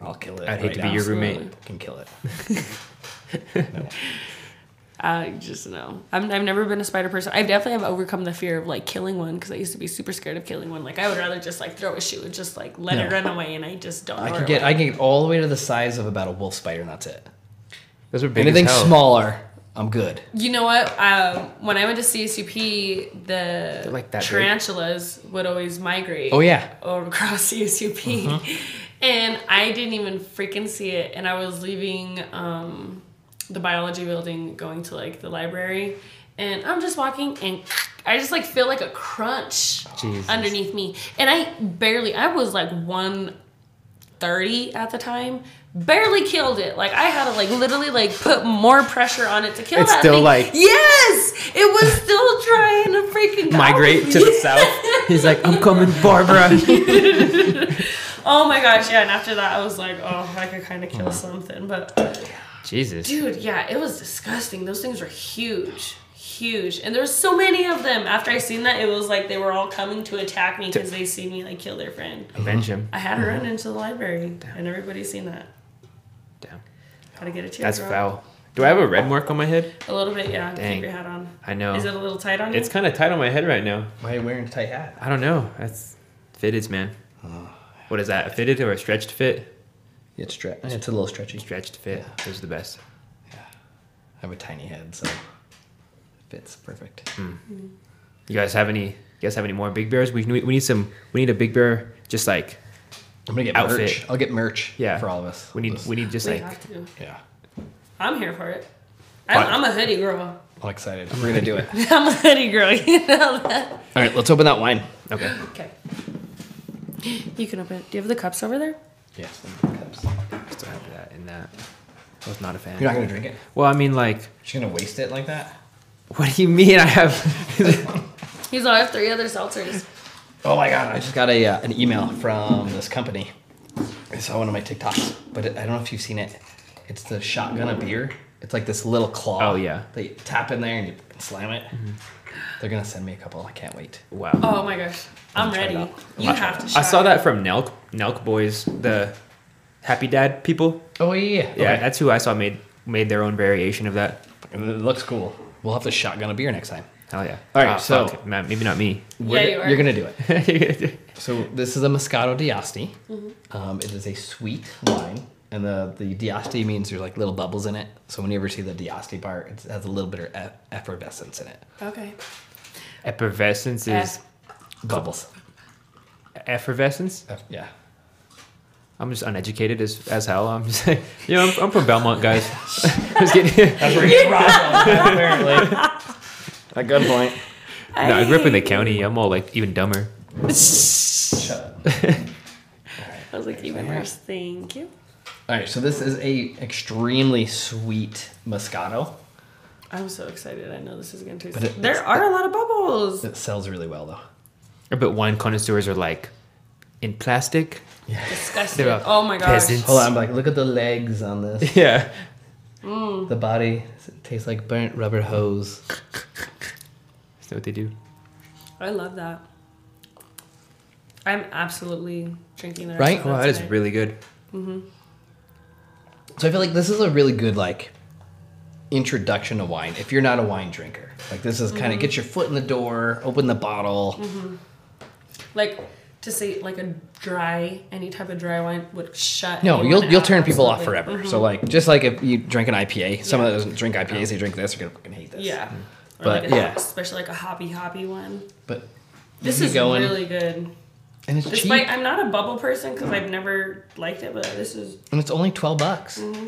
Speaker 1: I'll kill it.
Speaker 3: I'd hate
Speaker 1: right
Speaker 3: to
Speaker 1: now.
Speaker 3: be your roommate.
Speaker 2: Absolutely.
Speaker 1: Fucking kill it.
Speaker 2: I just know. I'm, I've never been a spider person. I definitely have overcome the fear of like killing one because I used to be super scared of killing one. Like I would rather just like throw a shoe and just like let
Speaker 1: No.
Speaker 2: it run away, and I just don't.
Speaker 1: I
Speaker 2: know
Speaker 1: can
Speaker 2: where
Speaker 1: get,
Speaker 2: it
Speaker 1: I
Speaker 2: went.
Speaker 1: can get all the way to the size of about a wolf spider, and that's it.
Speaker 3: Those are big.
Speaker 1: Anything
Speaker 3: as hell.
Speaker 1: smaller, I'm good.
Speaker 2: You know what? Um, when I went to CSUP, the
Speaker 3: like that big.
Speaker 2: tarantulas would always migrate.
Speaker 1: Oh, yeah.
Speaker 2: over across CSUP,
Speaker 3: Uh-huh.
Speaker 2: and I didn't even freaking see it. And I was leaving um, the biology building, going to like the library, and I'm just walking, and I just like feel like a crunch
Speaker 3: Jesus.
Speaker 2: underneath me, and I barely. I was like one 30 at the time barely killed it like i had to like literally like put more pressure on it to kill
Speaker 3: It's
Speaker 2: that
Speaker 3: still
Speaker 2: thing.
Speaker 3: like-
Speaker 2: yes it was still trying to freaking go.
Speaker 3: Migrate to the south. He's like, I'm coming, Barbara.
Speaker 2: oh my gosh yeah and after that i was like oh i could kind of
Speaker 3: Mm.
Speaker 2: kill something but
Speaker 3: Jesus.
Speaker 2: dude yeah it was disgusting those things were huge huge and there was so many of them after i seen that it was like they were all coming to attack me because they see me like kill their friend
Speaker 3: Avenge him.
Speaker 2: i had to run into the library and everybody's seen that
Speaker 3: Damn.
Speaker 2: gotta get a tear
Speaker 3: That's foul. Do I have a red mark on my head?
Speaker 2: A little bit, yeah.
Speaker 3: Dang.
Speaker 2: Keep your hat on.
Speaker 3: I know.
Speaker 2: Is it a little tight on you?
Speaker 3: It's kind of tight on my head right now.
Speaker 1: Why are you wearing a tight hat?
Speaker 3: I don't know. That's fitteds, man. What is that? A fitted or a stretched fit?
Speaker 1: It's stre- It's a little stretchy.
Speaker 3: Stretched fit. Those are the best.
Speaker 1: I have a tiny head, so it fits perfect.
Speaker 3: You guys have any? You guys have any more big bears? We we need some. We need a big bear. Just like
Speaker 1: I'm gonna get
Speaker 3: Outfit.
Speaker 1: merch. I'll get merch.
Speaker 3: yeah.
Speaker 1: for all of us.
Speaker 3: We need.
Speaker 1: Just-
Speaker 3: We need just
Speaker 2: we
Speaker 3: like.
Speaker 2: have to.
Speaker 1: yeah,
Speaker 2: I'm here for it. I'm,
Speaker 3: Fine.
Speaker 2: I'm a hoodie girl.
Speaker 1: I'm excited. We're gonna do it. all
Speaker 2: I'm a hoodie girl. You know that.
Speaker 1: right, let's open that wine.
Speaker 3: Okay.
Speaker 2: Okay. You can open it. Do you have the cups over there?
Speaker 1: Yes.
Speaker 3: Still have that in that. I was not a fan.
Speaker 1: You're not gonna drink it.
Speaker 3: well, I mean, like,
Speaker 1: She's gonna waste it like that.
Speaker 3: what do you mean? I have.
Speaker 2: He's all, I have three other seltzers.
Speaker 1: Oh my god! I just got a uh, an email from this company. I saw one of my TikToks, but it, I don't know if you've seen it. It's the shotgun of beer. It's like this little claw.
Speaker 3: Oh, yeah.
Speaker 1: They tap in there and you slam it. They're gonna send me a couple. I can't wait.
Speaker 3: wow.
Speaker 2: Oh my gosh. I'm
Speaker 1: try it
Speaker 2: ready.
Speaker 1: out.
Speaker 2: You have to
Speaker 3: I
Speaker 2: shot
Speaker 3: saw
Speaker 2: it.
Speaker 3: that from Nelk Nelk Boys, the Happy Dad people.
Speaker 1: Oh yeah.
Speaker 3: Yeah, that's who I saw made made their own variation of that.
Speaker 1: It looks cool. We'll have to shotgun a beer next time.
Speaker 3: Hell yeah! Ah,
Speaker 1: All right, so-
Speaker 3: fuck. Ma- maybe not me.
Speaker 2: Yeah,
Speaker 1: We're-
Speaker 2: you are.
Speaker 1: You're gonna do it. So this is a Moscato d'Asti.
Speaker 2: Mm-hmm.
Speaker 1: Um, it is a sweet wine, and the the d'Asti means there's like little bubbles in it. So when you ever see the d'Asti part, it has a little bit of eff- effervescence in it.
Speaker 2: Okay.
Speaker 3: Effervescence is
Speaker 2: Eff-
Speaker 1: Bubbles.
Speaker 3: effervescence.
Speaker 2: Oh.
Speaker 1: Eff- yeah.
Speaker 3: I'm just uneducated as as hell. I'm just like, you know, I'm, I'm from Belmont, guys. just kidding.
Speaker 1: That's where you robbed apparently. At gunpoint.
Speaker 3: No, I grew up in the county. I'm all like even dumber.
Speaker 1: Shut up.
Speaker 2: I was like, even worse. Thank you.
Speaker 1: All right, so this is a extremely sweet Moscato.
Speaker 2: I'm so excited. I know this is going to taste.
Speaker 1: But it-
Speaker 2: there are a lot of bubbles.
Speaker 1: It sells really well though.
Speaker 3: But wine connoisseurs are like in plastic.
Speaker 2: Disgusting.
Speaker 3: They're all
Speaker 2: Oh my gosh.
Speaker 3: peasants.
Speaker 1: Hold on, I'm like, look at the legs on this.
Speaker 3: Yeah.
Speaker 2: Mm-hmm.
Speaker 1: The body tastes like burnt rubber hose.
Speaker 3: That's what they do.
Speaker 2: I love that. I'm absolutely drinking the rest
Speaker 1: Right?
Speaker 2: Of
Speaker 3: Wow, Oh, that is
Speaker 2: tonight.
Speaker 3: really good.
Speaker 1: So I feel like this is a really good like introduction to wine if you're not a wine drinker. Like this is
Speaker 2: Mm-hmm.
Speaker 1: kind of get your foot in the door, open the bottle.
Speaker 2: like to say like a dry any type of dry wine would shut.
Speaker 1: No,
Speaker 2: anyone
Speaker 1: you'll you'll
Speaker 2: out,
Speaker 1: turn people off
Speaker 2: absolutely.
Speaker 1: forever. So like just like if you drink an IPA, someone that doesn't drink IPAs, they drink this, you're gonna fucking hate this.
Speaker 2: Yeah. Or
Speaker 1: But,
Speaker 2: like a,
Speaker 1: yeah.
Speaker 2: especially like a hoppy hoppy one.
Speaker 1: But
Speaker 2: This
Speaker 1: you
Speaker 2: is
Speaker 1: go in-
Speaker 2: really good.
Speaker 1: and it's cheap
Speaker 2: Despite I'm not a bubble person because I've never liked it, but this is
Speaker 1: and it's only twelve bucks.
Speaker 2: Mm-hmm.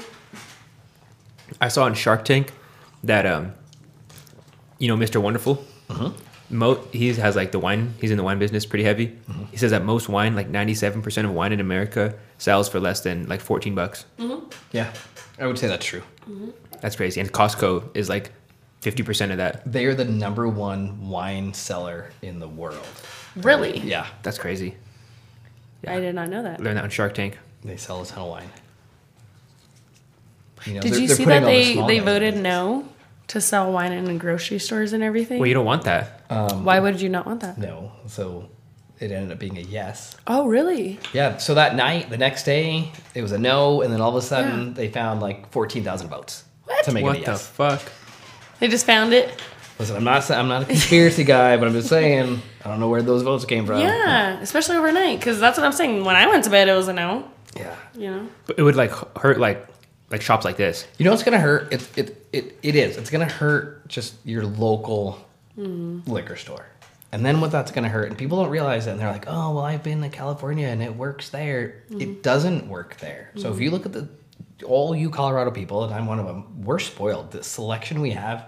Speaker 3: I saw on Shark Tank that um, you know, Mr. Wonderful. mo- he has like the wine. He's in the wine business pretty heavy. He says that most wine, like ninety-seven percent of wine in America, sells for less than like fourteen bucks.
Speaker 1: Yeah, I would say that's true.
Speaker 3: That's crazy. And Costco is like fifty percent of that.
Speaker 1: They are the number one wine seller in the world.
Speaker 2: Really?
Speaker 1: Yeah,
Speaker 3: That's crazy.
Speaker 2: I did not know that.
Speaker 3: I learned that on Shark Tank.
Speaker 1: they sell a ton of wine. know,
Speaker 2: Did
Speaker 1: they're-
Speaker 2: you
Speaker 1: they're
Speaker 2: see
Speaker 1: putting
Speaker 2: that
Speaker 1: all the
Speaker 2: they,
Speaker 1: small
Speaker 2: they
Speaker 1: guys in
Speaker 2: voted
Speaker 1: business.
Speaker 2: no to sell wine in grocery stores and everything?
Speaker 3: Well, you don't want that.
Speaker 2: Why would you not want that?
Speaker 1: No, so it ended up being a yes.
Speaker 2: Oh, really?
Speaker 1: Yeah. So that night, the next day, it was a no, and then all of a sudden, they found like fourteen thousand votes
Speaker 2: What?
Speaker 1: to make
Speaker 3: what
Speaker 1: it a
Speaker 3: the
Speaker 1: yes.
Speaker 3: fuck?
Speaker 2: They just found it?
Speaker 1: Listen, I'm not sa- I'm not a conspiracy guy, but I'm just saying I don't know where those votes came from.
Speaker 2: yeah, especially overnight, because that's what I'm saying. When I went to bed, it was a no,
Speaker 1: Yeah.
Speaker 2: you know?
Speaker 3: But it would like h- hurt like like shops like this.
Speaker 1: You know it's gonna hurt. It it it, it is. It's gonna hurt just your local liquor store. And then what that's gonna hurt, and people don't realize that, and they're like, "Oh, well, I've been to California and it works there." It doesn't work there. So if you look at the all you Colorado people, and I'm one of them, we're spoiled. The selection we have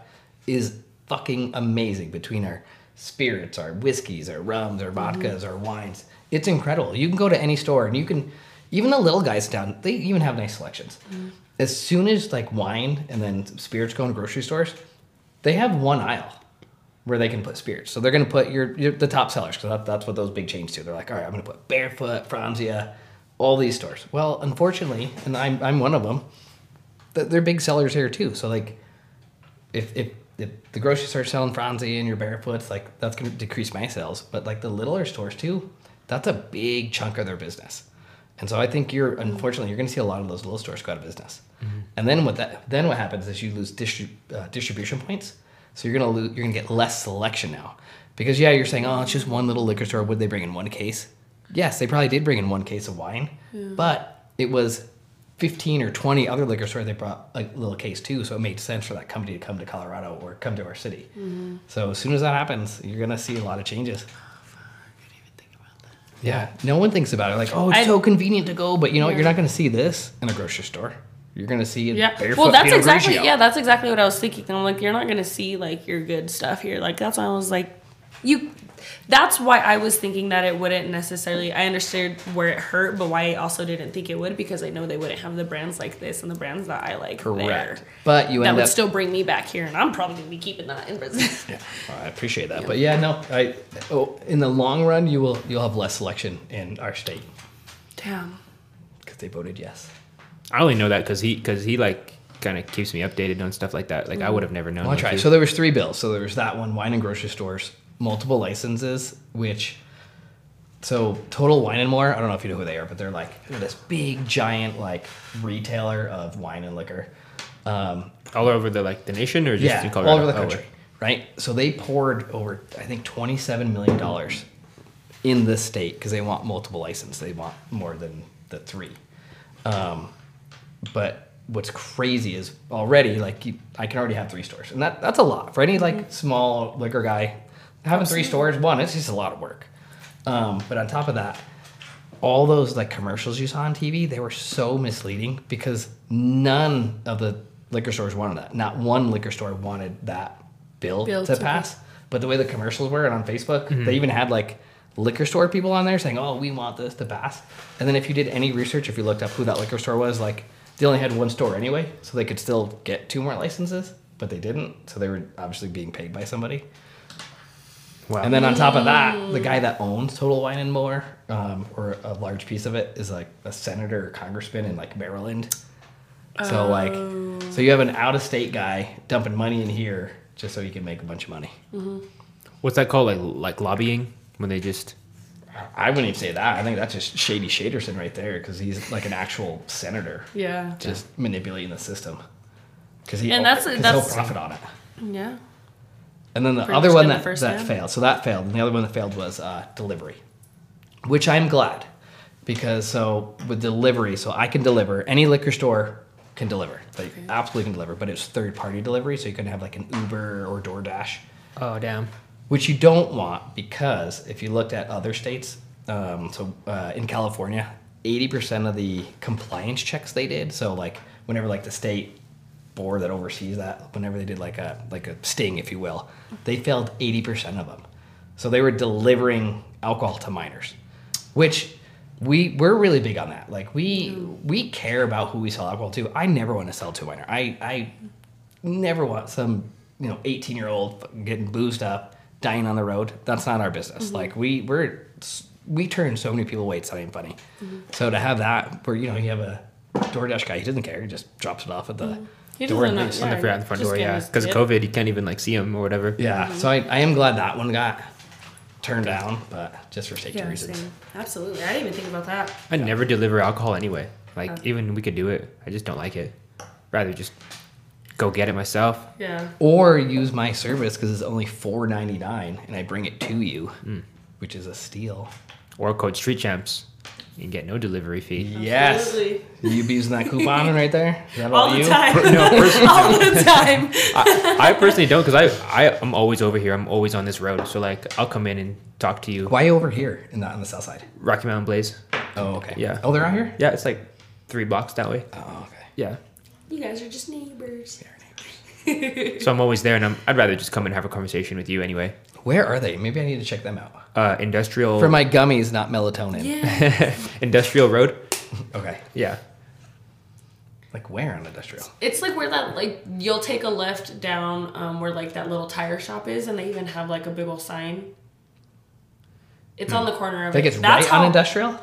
Speaker 1: is fucking amazing between our spirits, our whiskeys, our rums, our vodkas, our wines. It's incredible. You can go to any store and you can, even the little guys down, they even have nice selections. As soon as like wine and then spirits go into grocery stores, they have one aisle where they can put spirits. So they're going to put your, your the top sellers because that, that's what those big chains do. They're like, all right, I'm going to put Barefoot, Franzia, all these stores. Well, unfortunately, and I'm, I'm one of them. th- They're big sellers here too. So like, if if, if the grocery store selling Franzia and your Barefoots, like that's going to decrease my sales. But like the littler stores too, that's a big chunk of their business. And so I think you're unfortunately you're going to see a lot of those little stores go out of business. And then what that then what happens is you lose distri- uh, distribution points. So you're going to lose you're going to get less selection now. Because yeah, you're saying, "Oh, it's just one little liquor store, would they bring in one case?" Yes, they probably did bring in one case of wine. But it was 15 or 20 other liquor stores they brought a little case too so it made sense for that company to come to colorado or come to our city
Speaker 2: Mm-hmm.
Speaker 1: so as soon as that happens you're gonna see a lot of changes yeah no one thinks about it like oh it's
Speaker 2: I-
Speaker 1: so convenient to go but you know what? you're
Speaker 2: Yeah.
Speaker 1: not gonna see this in a grocery store you're gonna see it
Speaker 2: Yeah.
Speaker 1: barefoot
Speaker 2: well, that's
Speaker 1: Pinot
Speaker 2: exactly
Speaker 1: Grigio.
Speaker 2: yeah, that's exactly what I was thinking. I'm like, you're not gonna see like your good stuff here. Like that's why I was like, you. That's why I was thinking that it wouldn't necessarily. I understood where it hurt, but why I also didn't think it would because I know they wouldn't have the brands like this and the brands that I like
Speaker 1: correct
Speaker 2: there.
Speaker 1: but you
Speaker 2: That
Speaker 1: end
Speaker 2: would
Speaker 1: up
Speaker 2: still bring me back here, and I'm probably gonna be keeping that in business.
Speaker 1: Yeah, well, Oh, I appreciate that. But yeah, no, I oh, in the long run, you will you'll have less selection in our state
Speaker 2: Damn.
Speaker 1: because they voted yes.
Speaker 3: I only know that because he because he like kind of keeps me updated on stuff like that. Like I would have never known.
Speaker 1: Well, I
Speaker 3: like
Speaker 1: tried.
Speaker 3: you.
Speaker 1: So there was three bills. So there was that one, wine and grocery stores, multiple licenses, which so Total Wine and More. I don't know if you know who they are, but they're like they're this big giant like retailer of wine and liquor. Um,
Speaker 3: all over the like the nation or just
Speaker 1: yeah,
Speaker 3: in
Speaker 1: all
Speaker 3: Colorado?
Speaker 1: over the
Speaker 3: Oh,
Speaker 1: country, right? So they poured over, I think, twenty-seven million dollars in this state because they want multiple license. They want more than the three. Um, but what's crazy is already like you, I can already have three stores, and that that's a lot for any like small liquor guy. Having three stores, one, it's just a lot of work. Um, but on top of that, all those like commercials you saw on TV, they were so misleading because none of the liquor stores wanted that. Not one liquor store wanted that bill,
Speaker 2: Bill
Speaker 1: to
Speaker 2: to
Speaker 1: pass. But the way the commercials were and on Facebook, they even had like liquor store people on there saying, "Oh, we want this to pass." And then if you did any research, if you looked up who that liquor store was, like they only had one store anyway, so they could still get two more licenses, but they didn't. So they were obviously being paid by somebody.
Speaker 3: Wow.
Speaker 1: And then on top of
Speaker 2: Mm.
Speaker 1: that, the guy that owns Total Wine and More, um, or a large piece of it, is like a senator or congressman in like Maryland. So like, so you have an out-of-state guy dumping money in here just so he can make a bunch of money.
Speaker 3: What's that called? Like like lobbying when they just
Speaker 1: I wouldn't even say that. I think that's just shady Shaderson right there because he's like an actual senator,
Speaker 2: Yeah.
Speaker 1: just manipulating the system. Because he
Speaker 2: And that's-
Speaker 1: 'cause
Speaker 2: that's-
Speaker 1: he'll profit on it.
Speaker 2: Yeah.
Speaker 1: And then the
Speaker 2: Pretty
Speaker 1: other
Speaker 2: much
Speaker 1: one
Speaker 2: did the
Speaker 1: that,
Speaker 2: first
Speaker 1: that
Speaker 2: one.
Speaker 1: failed. So that failed. And the other one that failed was uh, delivery, which I'm glad because so with delivery, so I can deliver, any liquor store can deliver. They absolutely can deliver, but it's third party delivery. So you can have like an Uber or DoorDash,
Speaker 3: oh damn
Speaker 1: which you don't want because if you looked at other states, um, so uh, in California, 80% of the compliance checks they did, so like whenever like the state board that oversees that, whenever they did like a like a sting, if you will, they failed 80% of them. So they were delivering alcohol to minors, which we we're really big on that. Like we we care about who we sell alcohol to. I never want to sell to a minor. I I never want some you know 18 year old getting boozed up dying on the road that's not our business
Speaker 2: Mm-hmm.
Speaker 1: like we we're we turn so many people away it's not even funny
Speaker 2: Mm-hmm.
Speaker 1: so to have that where you know you have a DoorDash guy he doesn't care he just drops it off at the
Speaker 2: He
Speaker 1: door and
Speaker 2: doesn't
Speaker 1: leaves.
Speaker 2: know-
Speaker 3: I
Speaker 2: Yeah,
Speaker 3: never out the front
Speaker 2: just
Speaker 3: door, yeah.
Speaker 2: kinda
Speaker 3: Because of
Speaker 2: dip.
Speaker 3: COVID, you can't even like see them or whatever.
Speaker 1: yeah
Speaker 2: Mm-hmm.
Speaker 1: so I, I am glad that one got turned down but just for safety
Speaker 2: Yeah,
Speaker 1: reasons
Speaker 2: same. Absolutely. I didn't even think about that.
Speaker 3: I never deliver alcohol anyway. Like
Speaker 2: Oh.
Speaker 3: even we could do it. I just don't like it. Rather just go get it myself.
Speaker 2: Yeah.
Speaker 1: or use my service because it's only 4.99 and I bring it to you which is a steal
Speaker 3: Or code Street Champs and get no delivery fee.
Speaker 1: yes
Speaker 2: Absolutely.
Speaker 1: you be using that coupon right there is that
Speaker 2: All the
Speaker 1: you
Speaker 2: time.
Speaker 3: No, personally,
Speaker 2: All the time.
Speaker 3: I, I personally don't because I, I I'm always over here. I'm always on this road. So like I'll come in and talk to you.
Speaker 1: Why over here and not on the south side?
Speaker 3: Rocky Mountain Blaze.
Speaker 1: Oh, okay.
Speaker 3: Yeah.
Speaker 1: Oh, they're out here.
Speaker 3: Yeah, it's like three blocks that way.
Speaker 1: Oh, okay.
Speaker 3: Yeah.
Speaker 2: You guys are just neighbors.
Speaker 3: So I'm always there, and I'm, I'd rather just come and have a conversation with you anyway.
Speaker 1: Where are they? Maybe I need to check them out.
Speaker 3: Uh, industrial
Speaker 1: For my gummies, not melatonin.
Speaker 2: Yeah.
Speaker 3: industrial road.
Speaker 1: Okay.
Speaker 3: Yeah.
Speaker 1: Like where on industrial?
Speaker 2: It's like where that like you'll take a left down um, where like that little tire shop is, and they even have like a big old sign. It's on the corner
Speaker 1: I
Speaker 2: of
Speaker 1: think
Speaker 2: it.
Speaker 1: it's right on industrial.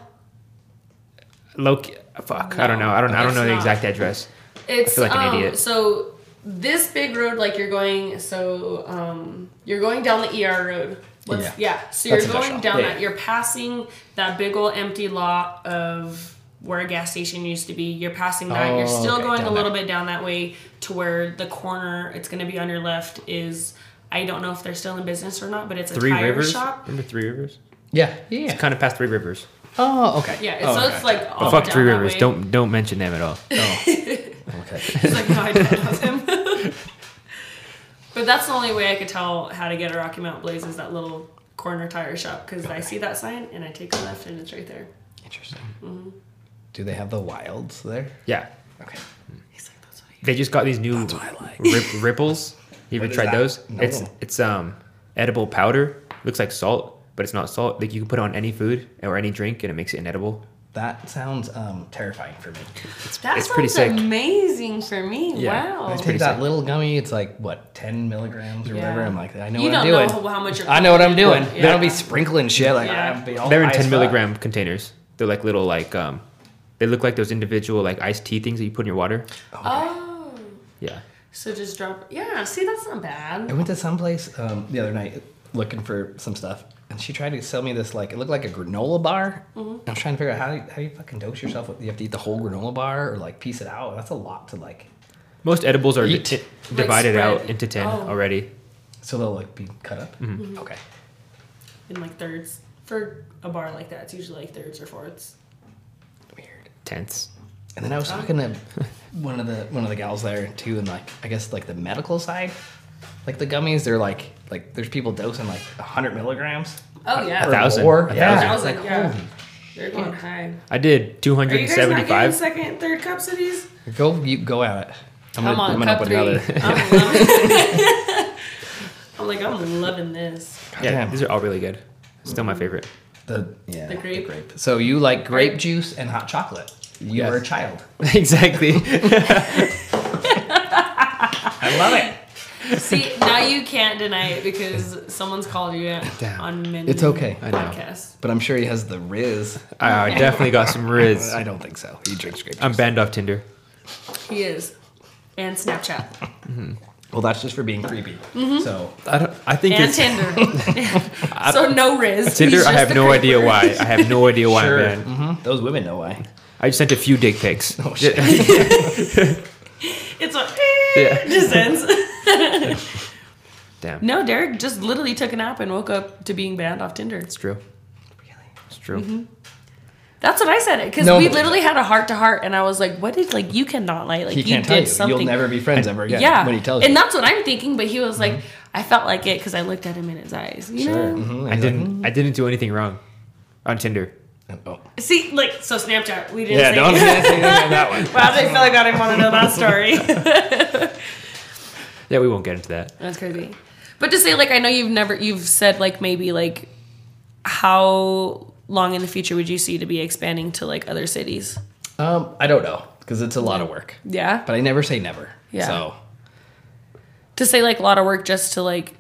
Speaker 3: Loc. Fuck. I don't know. I don't. I don't
Speaker 2: It's
Speaker 3: know the
Speaker 2: not.
Speaker 3: exact address.
Speaker 2: It's
Speaker 3: feel like an
Speaker 2: um,
Speaker 3: idiot.
Speaker 2: So this big road, like you're going, so um, you're going down the ER road. What's,
Speaker 1: Yeah.
Speaker 2: yeah. So
Speaker 1: That's
Speaker 2: you're
Speaker 1: industrial.
Speaker 2: going down
Speaker 1: Yeah,
Speaker 2: that.
Speaker 1: yeah.
Speaker 2: You're passing that big old empty lot of where a gas station used to be. You're passing that. you're
Speaker 1: Oh,
Speaker 2: still
Speaker 1: okay,
Speaker 2: going
Speaker 1: down
Speaker 2: a little
Speaker 1: that.
Speaker 2: bit down that way to where the corner. It's going to be on your left is. I don't know if they're still in business or not, but it's a
Speaker 3: Three
Speaker 2: tire
Speaker 3: Rivers.
Speaker 2: shop.
Speaker 3: Remember Three Rivers?
Speaker 1: Yeah. Yeah.
Speaker 3: It's kind of past Three Rivers.
Speaker 1: Oh, okay.
Speaker 2: Yeah,
Speaker 1: Oh,
Speaker 2: so
Speaker 1: okay.
Speaker 2: it's like
Speaker 3: But
Speaker 2: all
Speaker 3: fuck
Speaker 2: down
Speaker 3: Three
Speaker 2: that
Speaker 3: Rivers.
Speaker 2: way.
Speaker 3: Don't don't mention them at all.
Speaker 1: Okay.
Speaker 2: He's like, no, I don't know them. but that's the only way I could tell how to get a Rocky Mountain Blaze is that little corner tire shop because I see that sign and I take a left and it's right there.
Speaker 1: Interesting. Do they have the wilds there?
Speaker 3: Yeah.
Speaker 1: Okay.
Speaker 2: He's like, that's what I
Speaker 3: They just got these new
Speaker 1: what I like.
Speaker 3: rip, ripples. You
Speaker 1: What
Speaker 3: ever
Speaker 1: is
Speaker 3: tried
Speaker 1: that?
Speaker 3: those?
Speaker 1: No.
Speaker 3: It's it's um edible powder. Looks like salt, but it's not salt. Like you can put it on any food or any drink, and it makes it inedible.
Speaker 1: That sounds um, terrifying for me.
Speaker 2: That
Speaker 3: it's pretty
Speaker 2: sounds
Speaker 3: sick.
Speaker 2: amazing for me.
Speaker 1: I
Speaker 3: Yeah.
Speaker 2: Wow.
Speaker 1: take
Speaker 3: pretty
Speaker 1: that
Speaker 3: sick.
Speaker 1: little gummy. It's like what ten milligrams or
Speaker 2: Yeah.
Speaker 1: whatever. I'm like, I know
Speaker 2: You
Speaker 1: what I'm
Speaker 2: don't
Speaker 1: doing.
Speaker 2: know how much you're.
Speaker 1: I know what I'm doing.
Speaker 2: Yeah.
Speaker 1: That'll be sprinkling shit. Like
Speaker 2: Yeah.
Speaker 1: I'll be all
Speaker 3: They're in
Speaker 1: high as
Speaker 3: ten
Speaker 1: fuck.
Speaker 3: milligram containers. They're like little like um, they look like those individual like iced tea things that you put in your water.
Speaker 2: Oh.
Speaker 3: Yeah.
Speaker 2: So just drop. Yeah. See, that's not bad.
Speaker 1: I went to someplace um, the other night looking for some stuff, and she tried to sell me this like it looked like a granola bar.
Speaker 2: Mm-hmm.
Speaker 1: And I was trying to figure out how do you, how do you fucking dose yourself? With, you have to eat the whole granola bar or like piece it out. That's a lot to like.
Speaker 3: Most edibles are
Speaker 1: Eat.
Speaker 3: di-
Speaker 2: Like
Speaker 3: divided out
Speaker 2: spread.
Speaker 3: into ten
Speaker 2: Oh.
Speaker 3: already.
Speaker 1: So they'll like be cut up.
Speaker 3: Mm-hmm.
Speaker 2: Mm-hmm.
Speaker 1: Okay.
Speaker 2: In like thirds for a bar like that, it's usually like thirds or fourths.
Speaker 1: Weird.
Speaker 3: Tenths.
Speaker 1: And then I was talking to one of the one of the gals there too, and like I guess like the medical side, like the gummies, they're like like there's people dosing like hundred milligrams.
Speaker 2: Oh
Speaker 1: or
Speaker 2: yeah.
Speaker 3: thousand.
Speaker 1: More.
Speaker 3: A
Speaker 1: yeah.
Speaker 2: I
Speaker 1: It's
Speaker 2: was like,
Speaker 1: like,
Speaker 2: yeah.
Speaker 1: holy
Speaker 2: They're going high.
Speaker 3: I did two
Speaker 2: Are
Speaker 3: hundred
Speaker 2: you
Speaker 3: and
Speaker 2: guys not getting
Speaker 3: seventy-five.
Speaker 2: second, third cups of these?
Speaker 1: Go you go at it. I'm
Speaker 2: I'm on
Speaker 1: I'm
Speaker 2: cup
Speaker 1: open
Speaker 2: three.
Speaker 1: another-
Speaker 2: I'm, loving- I'm like, I'm loving this.
Speaker 3: Yeah,
Speaker 1: Goddamn.
Speaker 3: these are all really good. Still my favorite.
Speaker 1: The yeah.
Speaker 2: The grape.
Speaker 1: So you like grape juice and hot chocolate. You
Speaker 3: Yes.
Speaker 1: were a child.
Speaker 3: exactly.
Speaker 1: I love it.
Speaker 2: See, now you can't deny it because someone's called you out
Speaker 3: Damn.
Speaker 2: on many
Speaker 1: It's okay. I
Speaker 3: know.
Speaker 2: podcasts.
Speaker 1: But I'm sure he has the riz.
Speaker 3: I definitely got some Riz.
Speaker 1: I don't think so. He drinks grape juice.
Speaker 3: I'm banned off Tinder.
Speaker 2: He is. And Snapchat.
Speaker 1: well, that's just for being creepy.
Speaker 2: Mm-hmm.
Speaker 1: So
Speaker 3: I don't. I think
Speaker 2: And
Speaker 3: it's
Speaker 2: Tinder. so no Riz.
Speaker 3: Tinder.
Speaker 2: He's
Speaker 3: I
Speaker 2: just
Speaker 3: have
Speaker 2: the
Speaker 3: no
Speaker 2: creeper.
Speaker 3: idea why. I have no idea why
Speaker 1: sure,
Speaker 3: I'm banned.
Speaker 1: mhm, those women know why.
Speaker 3: I just sent a few dick pics.
Speaker 1: Oh, shit.
Speaker 2: It's a
Speaker 3: Yeah.
Speaker 2: just ends.
Speaker 3: Damn.
Speaker 2: No, Derek just literally took a nap and woke up to being banned off Tinder.
Speaker 3: It's true. It's true.
Speaker 2: Mm-hmm. That's what I said it because
Speaker 1: No.
Speaker 2: we literally had a heart to heart, and I was like, "What did like you cannot lie? Like
Speaker 1: He
Speaker 2: you
Speaker 1: can't
Speaker 2: did
Speaker 1: tell you.
Speaker 2: something.
Speaker 1: You'll never be friends ever
Speaker 2: yeah,
Speaker 1: again. When he tells
Speaker 2: and
Speaker 1: you. Mm-hmm.
Speaker 2: that's what I'm thinking. But he was like, "I felt like it because I looked at him in his eyes." You know,
Speaker 1: Mhm,
Speaker 3: I
Speaker 1: he's like,
Speaker 3: didn't. I didn't do anything wrong on Tinder.
Speaker 1: "Mm, oh."
Speaker 2: see, like so Snapchat. We didn't.
Speaker 1: Yeah,
Speaker 2: say
Speaker 1: don't say
Speaker 2: it.
Speaker 1: anything about that one.
Speaker 2: Wow, I feel like I didn't want to know that story.
Speaker 3: Yeah, we won't get into that.
Speaker 2: that's crazy. But to say like I know you've never you've said like maybe like how long in the future would you see to be expanding to like other cities?
Speaker 1: Um, I don't know because it's a lot of work,
Speaker 2: Yeah.
Speaker 1: but I never say never.
Speaker 2: Yeah.
Speaker 1: So
Speaker 2: to say like a lot of work just to like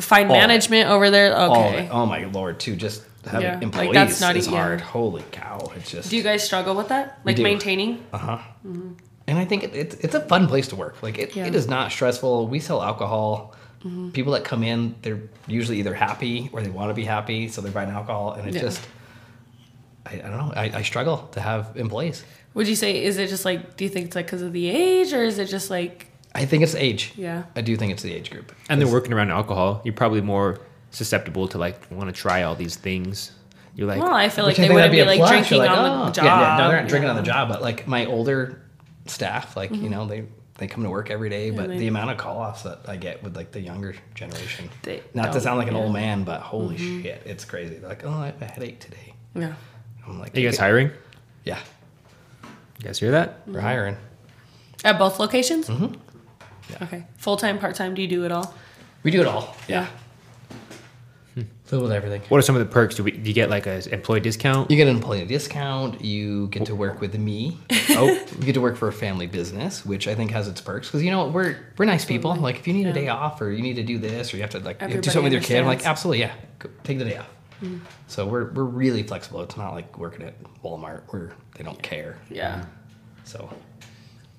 Speaker 2: find
Speaker 1: all of it.
Speaker 2: management over there.
Speaker 1: all of
Speaker 2: Okay.
Speaker 1: it. Oh my lord, too. Just having
Speaker 2: Yeah, like,
Speaker 1: employees
Speaker 2: that's not
Speaker 1: is
Speaker 2: e- yeah.
Speaker 1: hard. Holy cow! It's just.
Speaker 2: Do you guys struggle with that? Like
Speaker 1: do. Uh.
Speaker 2: maintaining?
Speaker 1: and I think it, it's it's a fun place to work. Like it,
Speaker 2: Yeah.
Speaker 1: it is not stressful. We sell alcohol. People that come in, they're usually either happy or they want to be happy, so they're buying alcohol, and it
Speaker 2: Yeah.
Speaker 1: just. I, I don't know. I, I struggle to have employees.
Speaker 2: Would you say is it just like do you think it's like because of the age or is it just like
Speaker 1: I think it's age.
Speaker 2: Yeah.
Speaker 1: I do think it's the age group.
Speaker 3: and they're working around alcohol. You're probably more susceptible to like want to try all these things. You're like,
Speaker 2: well I feel
Speaker 1: Which
Speaker 2: like they
Speaker 1: I think that'd
Speaker 2: wouldn't
Speaker 1: be
Speaker 2: be
Speaker 1: a
Speaker 2: like
Speaker 1: plus. You're
Speaker 2: drinking
Speaker 1: like,
Speaker 2: on
Speaker 1: "Oh."
Speaker 2: the job.
Speaker 1: Yeah, yeah, no, they're not drinking on the
Speaker 2: Yeah.
Speaker 1: job,
Speaker 2: Mm-hmm.
Speaker 1: but like my older staff, like you know, they they come to work every day, but
Speaker 2: they-
Speaker 1: the amount of call offs that I get with like the younger generation,
Speaker 2: They
Speaker 1: not to
Speaker 2: don't,
Speaker 1: sound like an
Speaker 2: yeah. Mm-hmm.
Speaker 1: old man, but holy shit, it's crazy. They're like, oh, I have a headache today.
Speaker 2: Yeah.
Speaker 1: I'm like,
Speaker 3: are you guys
Speaker 1: "Okay."
Speaker 3: hiring?
Speaker 1: Yeah,
Speaker 3: You guys hear that?
Speaker 2: Mm. Mm-hmm.
Speaker 1: we're hiring.
Speaker 2: At both locations? Mm-hmm. Okay. Full time, part time, do you do it all?
Speaker 1: We do it all. Yeah,
Speaker 2: Yeah.
Speaker 1: a little bit everything.
Speaker 3: What are some of the perks? Do, we, do you get like a employee discount?
Speaker 1: You get an employee discount. You get to work with me.
Speaker 3: oh,
Speaker 1: you get to work for a family business, which I think has its perks. Because you know we're we're nice people. Like if you need a day off or you need to do this or you have to like do
Speaker 2: Everybody Mm-hmm.
Speaker 1: something with your kid, I'm like
Speaker 2: understands.
Speaker 1: absolutely yeah, go, take the day off. So we're we're really flexible. It's not like working at Walmart where they don't care.
Speaker 2: Yeah.
Speaker 1: So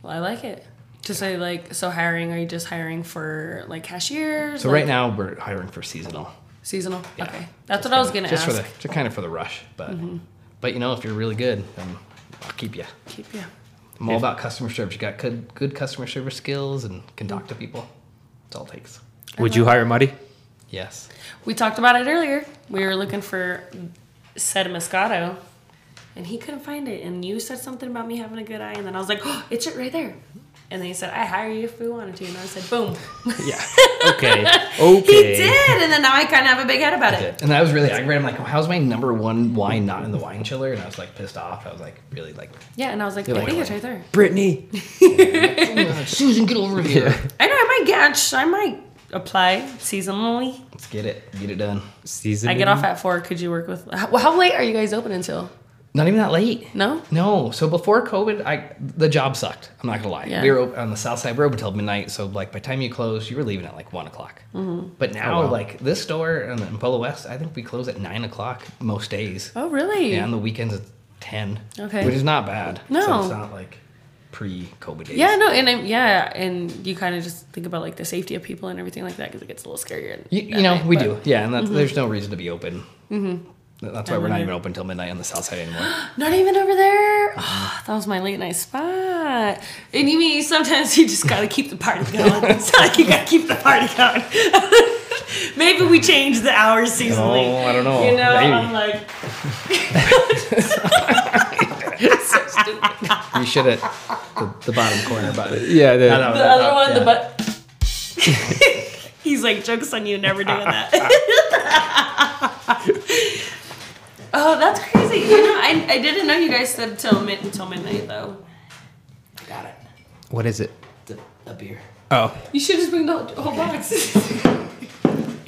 Speaker 2: Well, I like it. To say like so hiring, are you just hiring for like cashiers?
Speaker 1: so
Speaker 2: like,
Speaker 1: right now we're hiring for seasonal.
Speaker 2: seasonal.
Speaker 1: Yeah.
Speaker 2: Okay. That's what I was gonna
Speaker 1: just
Speaker 2: ask. Mm-hmm.
Speaker 1: for the just kind of for the rush, but but you know if you're really good, then I'll keep you.
Speaker 2: Keep yeah.
Speaker 1: I'm all about customer service. You got good good customer service skills and can talk to people. It's all it takes.
Speaker 3: would you hire Muddy?
Speaker 1: Yes.
Speaker 2: We talked about it earlier. We were looking for said Moscato, and he couldn't find it. And you said something about me having a good eye, and then I was like, oh, it's it right there. And then he said, I hire you if we wanted to. And I said, boom.
Speaker 1: Yeah.
Speaker 3: Okay.
Speaker 2: He
Speaker 3: Okay.
Speaker 2: did. And then now I kind of have a big head about it.
Speaker 1: did. And I was really aggravated. I'm like, how's my number one wine not in the wine chiller? And I was like pissed off. I was like, really like,
Speaker 2: Yeah. And I was like,
Speaker 1: You're
Speaker 2: I
Speaker 1: like-
Speaker 2: think it's right there.
Speaker 3: Brittany.
Speaker 1: "Ugh, Susan, get over here.
Speaker 2: I know. I might get, I might apply seasonally.
Speaker 1: Let's get it, get it done.
Speaker 3: Season.
Speaker 2: I get
Speaker 1: Mm-hmm.
Speaker 2: off at four. Could you work with, how, how late are you guys open until?
Speaker 1: Not even that late.
Speaker 2: No?
Speaker 1: No. So before COVID, I the job sucked. I'm not gonna lie.
Speaker 2: Yeah.
Speaker 1: We were op- on the South Side Road until midnight. So like by the time you closed, you were leaving at like one o'clock. But now
Speaker 3: Oh, wow.
Speaker 1: like this store in in Polo West, I think we close at nine o'clock most days.
Speaker 2: Oh, really?
Speaker 1: Yeah, on the weekends it's ten.
Speaker 2: Okay.
Speaker 1: Which is not bad. So
Speaker 2: No.
Speaker 1: it's not like pre-COVID days.
Speaker 2: Yeah, no, and I'm, yeah, and you kind of just think about like the safety of people and everything like that because it gets a little scarier. at
Speaker 1: You, you
Speaker 2: that
Speaker 1: know,
Speaker 2: night,
Speaker 1: we
Speaker 2: but-
Speaker 1: do. Yeah, and
Speaker 2: Mm-hmm.
Speaker 1: that's, there's no reason to be open. Mm-hmm. That's why we're not
Speaker 2: remember.
Speaker 1: even open till midnight on the south side anymore.
Speaker 2: Not even over there. Ah, that was my late night spot. And you mean sometimes you just gotta keep the party going. It's not like you gotta keep the party going. Maybe we change the hours seasonally.
Speaker 1: No, I don't know.
Speaker 2: You know,
Speaker 1: Maybe.
Speaker 2: I'm like, so stupid.
Speaker 1: you should at the, the bottom corner, but
Speaker 3: Yeah. The,
Speaker 1: No, no,
Speaker 2: The
Speaker 1: no,
Speaker 2: other
Speaker 1: no,
Speaker 2: one, the
Speaker 1: yeah.
Speaker 2: butt. He's like, jokes on you, never doing that. oh, that's crazy. You know, I, I didn't know you guys said till mid until midnight though. Got it.
Speaker 3: What is it?
Speaker 1: a beer.
Speaker 3: Oh,
Speaker 2: You should just bring the whole, whole box.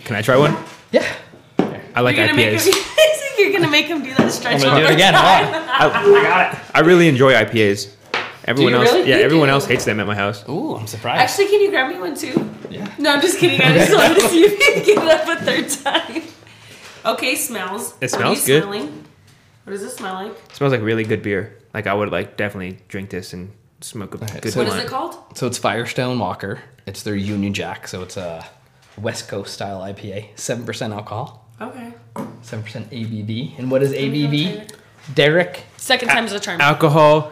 Speaker 3: can I try one?
Speaker 1: Yeah.
Speaker 3: I like
Speaker 2: you're gonna make
Speaker 3: IPAs.
Speaker 2: him. you're gonna make him do that stretch.
Speaker 1: I'm gonna do
Speaker 2: over
Speaker 1: it again.
Speaker 2: time.
Speaker 1: Why?
Speaker 3: I, got it. I really enjoy IPAs. Everyone
Speaker 1: you
Speaker 3: else,
Speaker 2: really?
Speaker 3: yeah,
Speaker 2: You
Speaker 3: everyone
Speaker 2: do.
Speaker 3: else hates them at my house.
Speaker 1: Ooh, I'm surprised.
Speaker 2: Actually, can you grab me one too?
Speaker 1: yeah.
Speaker 2: No, I'm just kidding. I just wanted to see if you could get it up a third time. Okay, smells.
Speaker 3: It
Speaker 2: What are
Speaker 3: smells
Speaker 2: you
Speaker 3: good.
Speaker 2: Smelling? What does it smell like?
Speaker 3: It smells like really good beer. Like I would like definitely drink this and smoke a
Speaker 1: right,
Speaker 3: good
Speaker 1: so-
Speaker 2: What
Speaker 3: one.
Speaker 2: is it called?
Speaker 1: So it's Firestone Walker. It's their Union Jack. So it's a West Coast style IPA, seven percent alcohol,
Speaker 2: Okay.
Speaker 1: seven percent ABV. And what is
Speaker 2: Taylor.
Speaker 1: ABV? Derek,
Speaker 2: Second time's a charm.
Speaker 3: Alcohol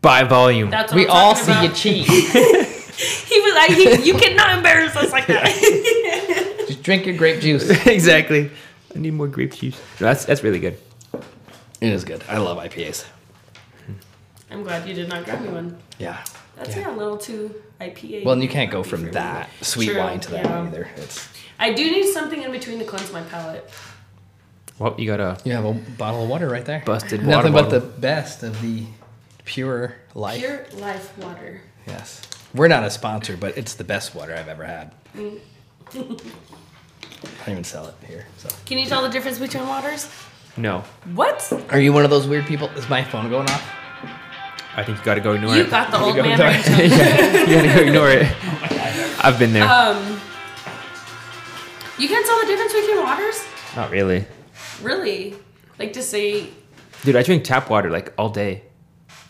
Speaker 3: by volume.
Speaker 2: That's what
Speaker 1: uh, we
Speaker 2: I'm
Speaker 1: all
Speaker 2: talking
Speaker 1: see
Speaker 2: about.
Speaker 1: you cheat.
Speaker 2: He was like, he, you cannot embarrass us like that.
Speaker 1: Just drink your grape juice. It
Speaker 3: exactly. I need more grape juice. No, that's that's really good.
Speaker 1: is good. I love IPAs.
Speaker 2: I'm glad you did not grab me one.
Speaker 1: Yeah.
Speaker 2: That's
Speaker 1: Yeah.
Speaker 2: yeah. a little too IPA.
Speaker 1: Well, and you can't go from that sweet
Speaker 2: True,
Speaker 1: wine to that
Speaker 2: yeah.
Speaker 1: either. It's
Speaker 2: I do need something in between to cleanse my palate.
Speaker 3: Well, you got a
Speaker 1: you have a bottle of water right there.
Speaker 3: busted water
Speaker 1: Nothing but
Speaker 3: bottle.
Speaker 1: the best of the pure life.
Speaker 2: Pure life water. Mm.
Speaker 1: Yes. We're not a sponsor, but it's the best water I've ever had. I don't even sell it here. So.
Speaker 2: Can you tell the difference between waters?
Speaker 3: No,
Speaker 2: What?
Speaker 1: Are you one of those weird people? Is my phone going off?
Speaker 3: I think you got to go ignore
Speaker 2: You
Speaker 3: it.
Speaker 2: got the old
Speaker 1: go
Speaker 2: man.
Speaker 1: down.
Speaker 2: right?
Speaker 3: you got to go ignore it. I've been there.
Speaker 2: Um, you can't tell the difference between waters,
Speaker 3: Not really,
Speaker 2: really. Like to say,
Speaker 3: dude. I drink tap water like all day.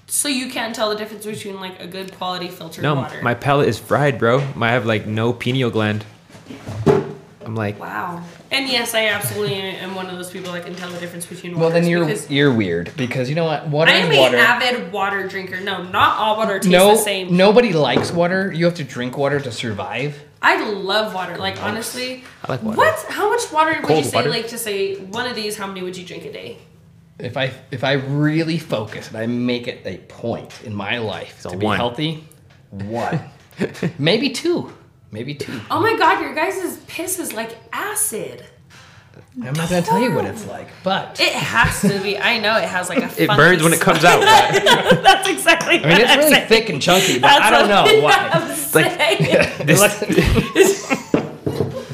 Speaker 2: so you can't tell the difference between like a good quality filtered
Speaker 3: No,
Speaker 2: water.
Speaker 3: my palate is fried, bro. I have like no pineal gland. I'm like,
Speaker 2: wow. And yes, I absolutely am one of those people that can tell the difference between waters.
Speaker 1: Well, then you're
Speaker 2: because
Speaker 1: you're weird because you know what? Water
Speaker 2: I am
Speaker 1: is water.
Speaker 2: an avid water drinker. No, not all water tastes
Speaker 1: no,
Speaker 2: the same.
Speaker 1: nobody likes water. You have to drink water to survive.
Speaker 2: I love water. Like honestly,
Speaker 3: I like water.
Speaker 2: What? How much water would
Speaker 3: Cold
Speaker 2: you say?
Speaker 3: water.
Speaker 2: Like to say one of these, how many would you drink a day?
Speaker 1: If I if I really focus and I make it a point in my life
Speaker 3: a
Speaker 1: to be
Speaker 3: one.
Speaker 1: healthy, one, maybe two, maybe two.
Speaker 2: Oh my god, your guys' piss is like acid.
Speaker 1: I'm not gonna tell you what it's like, but
Speaker 2: It has to be. I know it has like a.
Speaker 3: it burns when it comes out. right?
Speaker 2: That's exactly.
Speaker 1: I mean it's really thick and chunky. But I don't know why.
Speaker 2: It's
Speaker 3: like-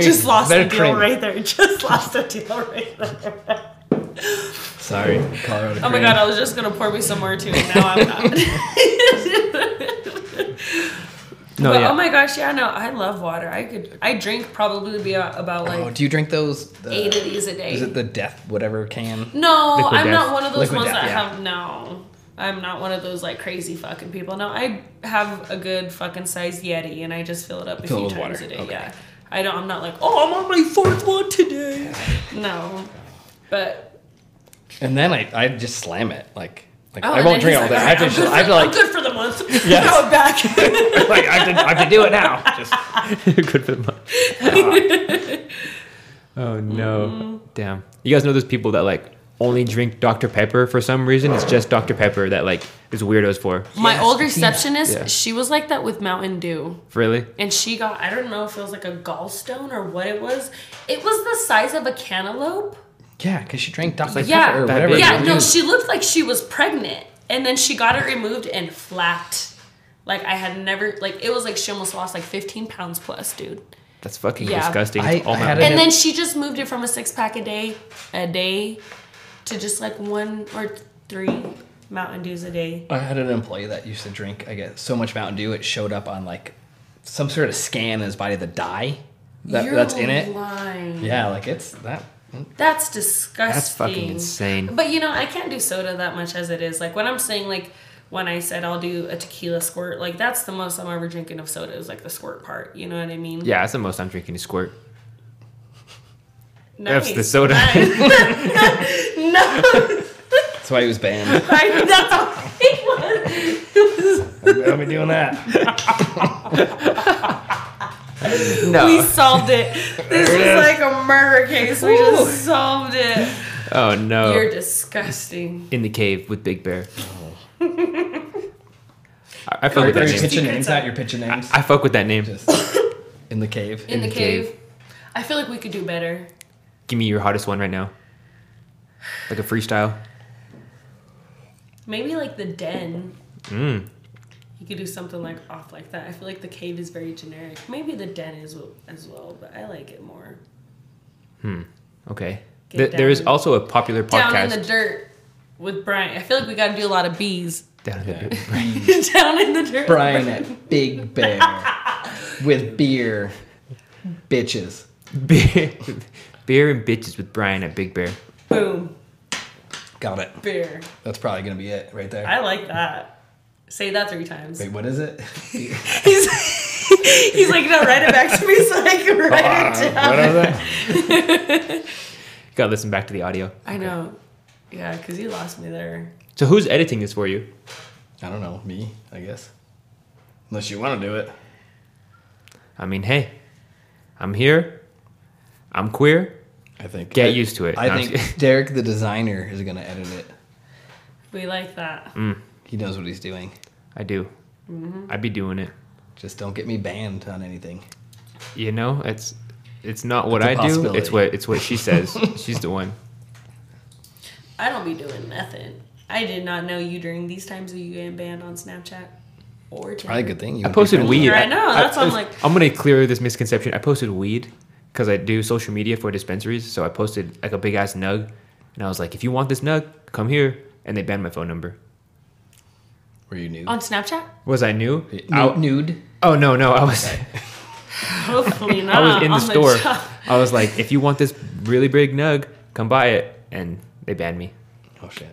Speaker 2: just lost
Speaker 1: very
Speaker 2: a deal
Speaker 1: creamy.
Speaker 2: right there. Just lost a deal right there.
Speaker 1: Sorry, Colorado.
Speaker 2: Oh my
Speaker 1: cream.
Speaker 2: god, I was just gonna pour me some more too, and now I'm not.
Speaker 3: No,
Speaker 2: but
Speaker 3: yeah.
Speaker 2: oh my gosh, yeah, no, I love water. I could, I drink probably be about, about like
Speaker 1: Oh, do you drink those? The,
Speaker 2: eight of these a day.
Speaker 1: Is it the death whatever can?
Speaker 2: No,
Speaker 3: Liquid
Speaker 2: I'm
Speaker 3: death.
Speaker 2: not one of those
Speaker 1: Liquid
Speaker 2: ones
Speaker 1: death,
Speaker 2: that
Speaker 1: yeah.
Speaker 2: have no. I'm not one of those like crazy fucking people. No, I have a good fucking size Yeti and I just fill it up a
Speaker 1: Fill it
Speaker 2: few
Speaker 1: with
Speaker 2: times
Speaker 1: water,
Speaker 2: a day.
Speaker 1: okay.
Speaker 2: Yeah. I don't I'm not like, "Oh, I'm on my fourth one today." No. But
Speaker 1: And then I, I just slam it like like
Speaker 2: oh,
Speaker 1: I
Speaker 2: and
Speaker 1: won't
Speaker 2: then
Speaker 1: drink
Speaker 2: he's
Speaker 1: all
Speaker 2: like,
Speaker 1: that. I have
Speaker 2: "Alright,
Speaker 1: to
Speaker 2: I'm good
Speaker 1: just, I
Speaker 2: for-
Speaker 1: have to
Speaker 2: I'm
Speaker 1: like
Speaker 2: good for the month.
Speaker 1: Yes.
Speaker 2: Throw it back.
Speaker 1: like I have, to, I have to do it now. Just
Speaker 3: Good for the month. oh no.
Speaker 2: Mm.
Speaker 3: Damn. You guys know those people that like only drink Dr. Pepper for some reason? It's just Dr. Pepper that like is weirdos for.
Speaker 2: my
Speaker 1: Yes,
Speaker 2: old
Speaker 1: I've seen that.
Speaker 2: receptionist,
Speaker 3: Yeah.
Speaker 2: she was like that with Mountain Dew.
Speaker 3: Really?
Speaker 2: and she got I don't know if it was like a gallstone or what it was. It was the size of a cantaloupe.
Speaker 1: yeah, because she drank Dr.
Speaker 3: like
Speaker 2: yeah,
Speaker 1: Pepper or
Speaker 3: that
Speaker 1: whatever.
Speaker 3: big.
Speaker 2: yeah.
Speaker 1: it
Speaker 2: No,
Speaker 1: is.
Speaker 2: she looked like she was pregnant, and then she got it removed and flat. Like I had never like it was like she almost lost like 15 pounds plus, dude.
Speaker 3: That's fucking
Speaker 2: Yeah.
Speaker 3: disgusting.
Speaker 1: I-
Speaker 3: It's all
Speaker 1: I
Speaker 3: my-
Speaker 1: had it-
Speaker 2: And then she just moved it from a six pack a day, a day, to just like one or three Mountain Dews a day.
Speaker 1: I had an employee that used to drink. I guess so much Mountain Dew it showed up on like some sort of scan in his body. The dye that,
Speaker 2: You're
Speaker 1: that's in it.
Speaker 2: lying.
Speaker 1: Yeah, like it's that.
Speaker 2: That's disgusting.
Speaker 3: That's fucking insane.
Speaker 2: But you know, I can't do soda that much as it is. Like when I'm saying like when I said I'll do a tequila squirt, like that's the most I'm ever drinking of soda is like the squirt part. You know what I mean?
Speaker 3: Yeah, that's the most I'm drinking is squirt.
Speaker 2: Nice.
Speaker 3: That's the soda.
Speaker 2: Nice. no,
Speaker 1: That's why he was banned.
Speaker 2: I, that's all it was. It was-
Speaker 1: I'll be doing that.
Speaker 2: We
Speaker 3: No.
Speaker 2: solved it. This
Speaker 1: There it
Speaker 2: is
Speaker 1: is.
Speaker 2: like a murder case. We just solved it.
Speaker 3: Oh no.
Speaker 2: You're disgusting.
Speaker 3: In the cave with Big Bear. I, I fuck with
Speaker 1: Are you
Speaker 3: that name.
Speaker 1: pitching
Speaker 2: Secrets
Speaker 1: names?
Speaker 2: are-
Speaker 1: Not your pitching names.
Speaker 3: I fuck with that name.
Speaker 1: Just in the cave.
Speaker 2: In, the,
Speaker 3: the
Speaker 2: cave.
Speaker 3: cave.
Speaker 2: I feel like we could do better.
Speaker 3: Give me your hottest one right now. Like a freestyle.
Speaker 2: Maybe like the den. You could do something like off like that. I feel like the cave is very generic. Maybe the den is w- as well, but I like it more.
Speaker 3: Okay.
Speaker 2: Get
Speaker 3: Th- there is
Speaker 2: down.
Speaker 3: also a popular podcast.
Speaker 2: Down in the dirt with Brian. I feel like we got to do a lot of bees.
Speaker 3: Down in the
Speaker 1: Yeah.
Speaker 3: dirt.
Speaker 2: Down in the dirt.
Speaker 1: Brian at Big Bear with beer, bitches.
Speaker 3: Beer, beer and bitches with Brian at Big Bear.
Speaker 2: Boom.
Speaker 1: Got it.
Speaker 2: Beer.
Speaker 1: That's probably gonna be it right there.
Speaker 2: I like that. Say that three times.
Speaker 1: Wait, what is it?
Speaker 2: He's, he's like, no, write it back to me so I can write it down.
Speaker 3: Gotta listen back to the audio.
Speaker 2: I know. Yeah, because you lost me there.
Speaker 3: So who's editing this for you?
Speaker 1: I don't know. Me, I guess. Unless you want to do it.
Speaker 3: I mean, hey, I'm here. I'm queer.
Speaker 1: I think.
Speaker 3: Get
Speaker 1: I-
Speaker 3: used to it. No,
Speaker 1: I
Speaker 3: I'm
Speaker 1: think
Speaker 3: just-
Speaker 1: Derek, the designer, is gonna edit it.
Speaker 2: We like that.
Speaker 3: Mm.
Speaker 1: He knows what he's doing.
Speaker 3: I do.
Speaker 2: Mm-hmm.
Speaker 3: I'd be doing it.
Speaker 1: Just don't get me banned on anything.
Speaker 3: You know, it's it's not what
Speaker 1: It's a
Speaker 3: I do. It's
Speaker 1: possibility.
Speaker 3: what it's what she says. She's the one.
Speaker 2: I don't be doing nothing. I did not know you during these times that you getting banned on Snapchat. or ten.
Speaker 1: Probably a good thing. You
Speaker 3: I posted weed.
Speaker 2: Right now, that's
Speaker 3: I,
Speaker 2: what I'm like-
Speaker 3: I'm gonna clear this misconception. I posted weed because I do social media for dispensaries. So I posted like a big ass nug, and I was like, if you want this nug, come here. And they banned my phone number.
Speaker 1: Were you nude?
Speaker 2: on Snapchat.
Speaker 3: Was I new?
Speaker 1: Nu-
Speaker 3: I-
Speaker 1: nude.
Speaker 3: oh no no I was
Speaker 2: Hopefully not.
Speaker 3: I was in the
Speaker 2: Ah, on
Speaker 3: store.
Speaker 2: job.
Speaker 3: I was like, if you want this really big nug, come buy it, and they banned me.
Speaker 1: Oh shit.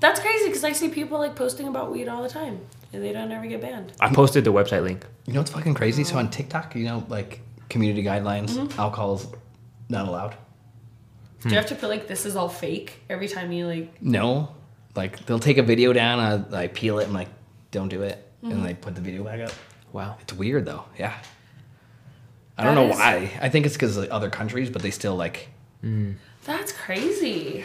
Speaker 2: That's crazy because I see people like posting about weed all the time, and they don't ever get banned.
Speaker 3: I posted the website link.
Speaker 1: You know what's fucking crazy? So on TikTok, you know, like community guidelines, alcohol's not allowed.
Speaker 3: Hmm.
Speaker 2: Do you have to put like this is all fake every time you like?
Speaker 1: No, like they'll take a video down, and I, I peel it, and like, don't do it, and they put the video back up.
Speaker 3: Wow.
Speaker 1: It's weird though. Yeah. I don't
Speaker 2: That
Speaker 1: know
Speaker 2: is-
Speaker 1: why. I think it's because like, other countries, but they still like.
Speaker 2: That's crazy.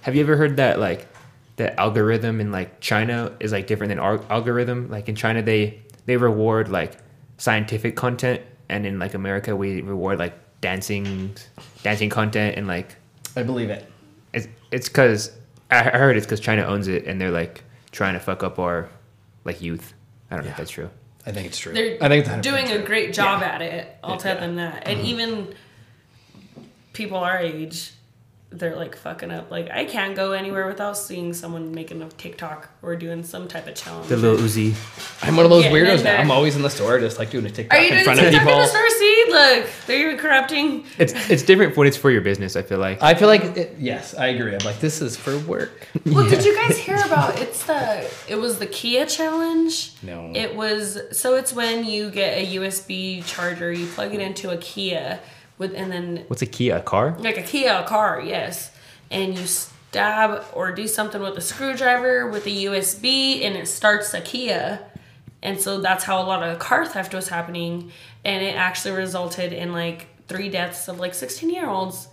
Speaker 3: Have you ever heard that like the algorithm in like China is like different than our algorithm? Like in China, they they reward like scientific content, and in like America, we reward like dancing, dancing content, and like
Speaker 1: I believe it.
Speaker 3: it's it's because I I heard it's because China owns it, and they're like trying to fuck up our like youth. I don't know
Speaker 1: Yeah.
Speaker 3: if that's true.
Speaker 1: I think it's true.
Speaker 2: They're
Speaker 1: I think it's
Speaker 2: doing
Speaker 1: 100%
Speaker 2: a
Speaker 1: true.
Speaker 2: great job at it. I'll tell
Speaker 1: Yeah.
Speaker 2: them that. And even people our age, they're like fucking up. Like I can't go anywhere without seeing someone making a TikTok or doing some type of challenge.
Speaker 3: The little Uzi.
Speaker 1: I'm one of those
Speaker 2: Yeah,
Speaker 1: weirdoos
Speaker 2: in
Speaker 1: now.
Speaker 2: there.
Speaker 1: I'm always in the store, just like doing a TikTok
Speaker 2: Are you
Speaker 1: in
Speaker 2: doing
Speaker 1: front of
Speaker 2: TikTok in
Speaker 1: people.
Speaker 2: the store seed? Look, they're even corrupting.
Speaker 3: It's it's different when it's for your business. I feel like
Speaker 1: I feel like it, yes, I agree. I'm like this is for work.
Speaker 2: Well, did you guys hear about it's the it was the Kia challenge?
Speaker 1: No.
Speaker 2: It was so it's when you get a USB charger, you plug it into a Kia with and then
Speaker 3: what's a Kia? A car?
Speaker 2: like a Kia a car, yes. And you stab or do something with a screwdriver with a USB and it starts a Kia. And so that's how a lot of car theft was happening and it actually resulted in like three deaths of like 16 year olds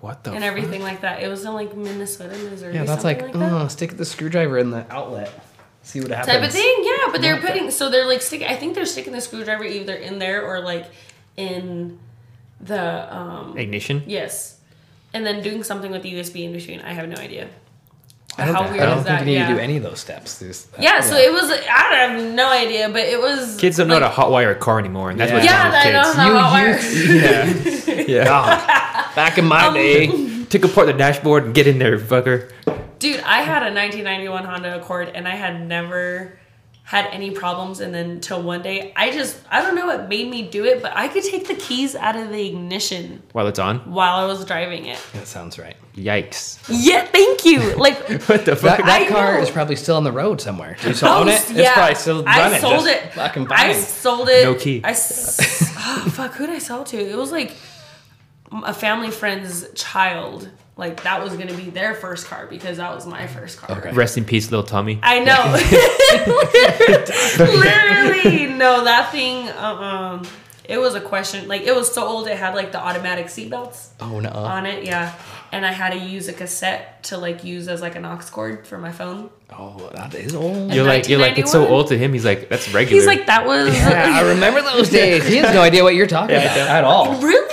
Speaker 3: What the?
Speaker 2: and everything like that. It was in like Minnesota, Missouri.
Speaker 1: Yeah,
Speaker 2: or
Speaker 1: that's
Speaker 2: something
Speaker 1: like,
Speaker 2: like, that.
Speaker 1: uh, stick the screwdriver in the outlet, see what happens.
Speaker 2: type of thing. Yeah, but they're putting so they're like sticking. I think they're sticking the screwdriver either in there or like in the um
Speaker 3: Ignition.
Speaker 2: yes, and then doing something with the USB in between. I have no idea.
Speaker 1: I don't,
Speaker 2: How
Speaker 1: think-
Speaker 2: weird
Speaker 1: I don't
Speaker 2: is
Speaker 1: think
Speaker 2: that?
Speaker 1: you need to do
Speaker 2: Yeah.
Speaker 1: any of those steps. There's- uh,
Speaker 2: Yeah, so it was. I have no idea, but it was.
Speaker 3: Kids don't know
Speaker 2: like,
Speaker 3: how to hotwire a car anymore, and that's
Speaker 1: Yeah.
Speaker 3: what's wrong
Speaker 2: Yeah,
Speaker 3: with
Speaker 2: I know
Speaker 3: kids.
Speaker 2: how
Speaker 1: You- you-
Speaker 2: hot wires.
Speaker 3: Yeah.
Speaker 1: Back in my
Speaker 2: Um,
Speaker 1: day,
Speaker 3: Take apart the dashboard and get in there, fucker.
Speaker 2: Dude, I had a 1991 Honda Accord and I had never had any problems. And then till one day, I just, I don't know what made me do it, but I could take the keys out of the ignition
Speaker 3: While it's on.
Speaker 2: while I was driving it.
Speaker 1: that sounds right.
Speaker 3: Yikes.
Speaker 2: Yeah, thank you. Like,
Speaker 3: What the
Speaker 1: That,
Speaker 3: fuck?
Speaker 1: that
Speaker 2: I
Speaker 1: car
Speaker 2: know.
Speaker 1: is probably still on the road somewhere. Do you still own
Speaker 2: Oh,
Speaker 1: it?
Speaker 2: s-
Speaker 1: It's probably still running.
Speaker 2: I sold
Speaker 1: just
Speaker 2: it.
Speaker 1: Fucking
Speaker 2: I
Speaker 1: buying.
Speaker 2: sold it.
Speaker 3: No key.
Speaker 2: I s- oh, fuck. Who did I sell to? It was like a family friend's child. Like that was gonna be their first car because that was my first car.
Speaker 1: Okay.
Speaker 3: Rest in peace, little Tommy.
Speaker 2: I know. Literally, no, that thing. Um, it was a question. Like it was so old, it had like the automatic seatbelts
Speaker 1: oh no.
Speaker 3: Uh-huh.
Speaker 2: on it. Yeah, and I had to use a cassette to like use as like an aux cord for my phone.
Speaker 1: Oh, that is old.
Speaker 3: You're like, you're like, it's so
Speaker 2: 1991.
Speaker 3: old to him. He's like, that's regular.
Speaker 2: He's like, that was
Speaker 1: Yeah, I remember those days. He has no idea what you're talking about at all.
Speaker 2: really.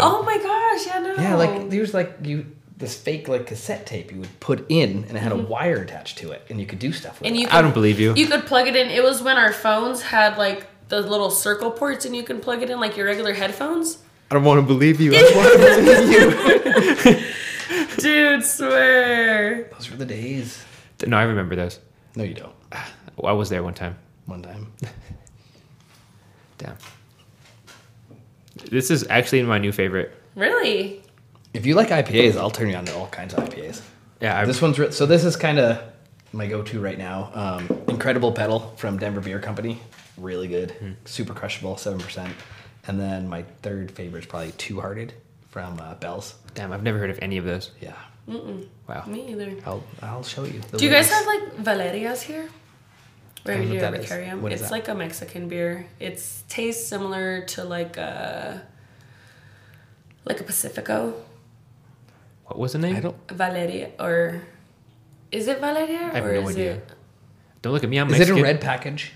Speaker 2: Oh my gosh! Yeah, no.
Speaker 1: Yeah, like there was like you this fake like cassette tape you would put in, and it had a wire attached to it, Mm-hmm. and you could do stuff with
Speaker 2: and you.
Speaker 3: I don't believe you.
Speaker 2: You could plug it in. It was when our phones had like the little circle ports, and you can plug it in like your regular headphones.
Speaker 3: I don't want to believe you. I don't wanna believe-
Speaker 2: Dude, swear.
Speaker 1: it. Those were the days.
Speaker 3: no, I remember those.
Speaker 1: No, you don't.
Speaker 3: I was there one time.
Speaker 1: One time.
Speaker 3: Damn. This is actually my new favorite.
Speaker 2: Really?
Speaker 1: If you like IPAs, I'll turn you on to all kinds of IPAs.
Speaker 3: Yeah, I,
Speaker 1: This one's re- so. This is kind of my go-to right now. Um, Incredible Pedal from Denver Beer Company, really good, super crushable, seven percent. And then my third favorite is probably Two Hearted from uh, Bell's.
Speaker 3: damn, I've never heard of any of those.
Speaker 1: Yeah,
Speaker 3: Wow.
Speaker 2: Me either.
Speaker 1: I'll I'll show you. the
Speaker 2: Do you guys
Speaker 1: links.
Speaker 2: have like Valerias here? Where
Speaker 1: I don't know
Speaker 2: you
Speaker 1: what
Speaker 2: ever
Speaker 1: that is.
Speaker 2: carry 'em?
Speaker 1: What is
Speaker 2: It's
Speaker 1: that?
Speaker 2: like a Mexican beer. It's tastes similar to like a like a Pacifico
Speaker 3: What was the name?
Speaker 1: I don't.
Speaker 2: Valeria or is it Valeria
Speaker 3: I have
Speaker 2: or
Speaker 3: no
Speaker 2: is
Speaker 3: idea.
Speaker 2: it
Speaker 3: Don't look at me. I'm
Speaker 1: Is it a
Speaker 3: Mexican.
Speaker 1: red package?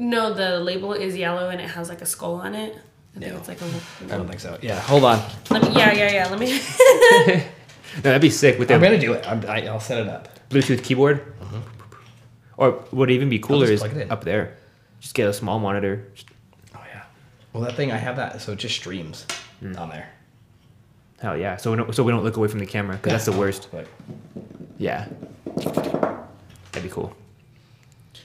Speaker 2: no? The label is yellow and it has like a skull on it. I think
Speaker 1: No.
Speaker 2: it's like
Speaker 1: I
Speaker 2: a.
Speaker 1: don't think so. Yeah, hold on.
Speaker 2: Let me, yeah, yeah, yeah. Let me.
Speaker 3: No, that'd be sick with
Speaker 1: I'm
Speaker 3: the
Speaker 1: gonna do it. I'm, I, I'll set it up.
Speaker 3: Bluetooth keyboard. Or what would even be cooler
Speaker 1: just
Speaker 3: is
Speaker 1: plug it in.
Speaker 3: up there. Just get a small monitor. Just-
Speaker 1: Oh yeah. Hmm. Well, that thing I have that, so it just streams on there.
Speaker 3: hell yeah. So we don't, so we don't look away from the camera because that's the worst.
Speaker 1: Like,
Speaker 3: Yeah. That'd be cool.
Speaker 1: I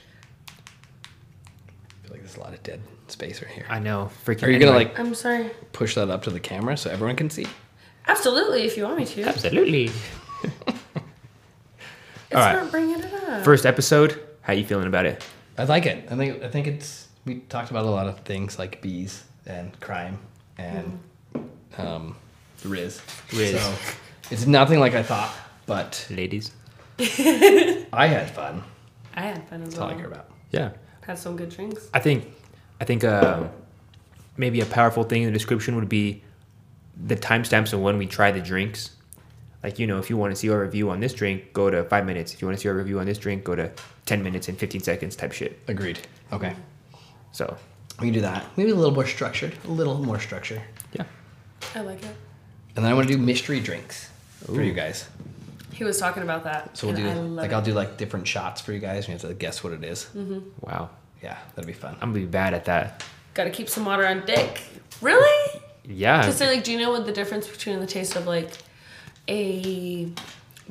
Speaker 1: feel like there's a lot of dead space right here.
Speaker 3: I know. Freaking.
Speaker 1: Are you gonna
Speaker 3: anyway.
Speaker 1: like
Speaker 2: I'm sorry.
Speaker 1: push that up to the camera so everyone can see?
Speaker 2: Absolutely, if you want me to. It's
Speaker 3: Absolutely. right.
Speaker 2: not bringing it up.
Speaker 3: First episode. How you feeling about it?
Speaker 1: I like it. I think I think it's we talked about a lot of things like bees and crime and um, Riz.
Speaker 3: Riz.
Speaker 1: So it's nothing like I thought, but
Speaker 3: Ladies.
Speaker 1: I had fun.
Speaker 2: I had fun as
Speaker 1: That's all
Speaker 2: well.
Speaker 1: I care about.
Speaker 3: Yeah.
Speaker 2: Had some good drinks.
Speaker 3: I think, I think um, maybe a powerful thing in the description would be the timestamps of when we try the drinks. Like you know, if you want to see our review on this drink, go to five minutes. If you want to see our review on this drink, go to ten minutes and fifteen seconds type shit.
Speaker 1: Agreed. Okay.
Speaker 3: So
Speaker 1: We can do that. Maybe a little more structured. A little more structure.
Speaker 3: yeah,
Speaker 2: I like it.
Speaker 1: And then I want to do mystery drinks for you guys.
Speaker 2: He was talking about that.
Speaker 1: So we'll
Speaker 2: and I
Speaker 1: do
Speaker 2: love
Speaker 1: like
Speaker 2: it. Mm-hmm.
Speaker 1: I'll do like different shots for you guys. and You have to guess what it is.
Speaker 3: wow,
Speaker 1: Yeah, that'll be fun.
Speaker 3: I'm gonna be bad at that.
Speaker 2: Gotta keep some water on deck. Really?
Speaker 3: Yeah,
Speaker 2: Because like, do you know what the difference between the taste of like a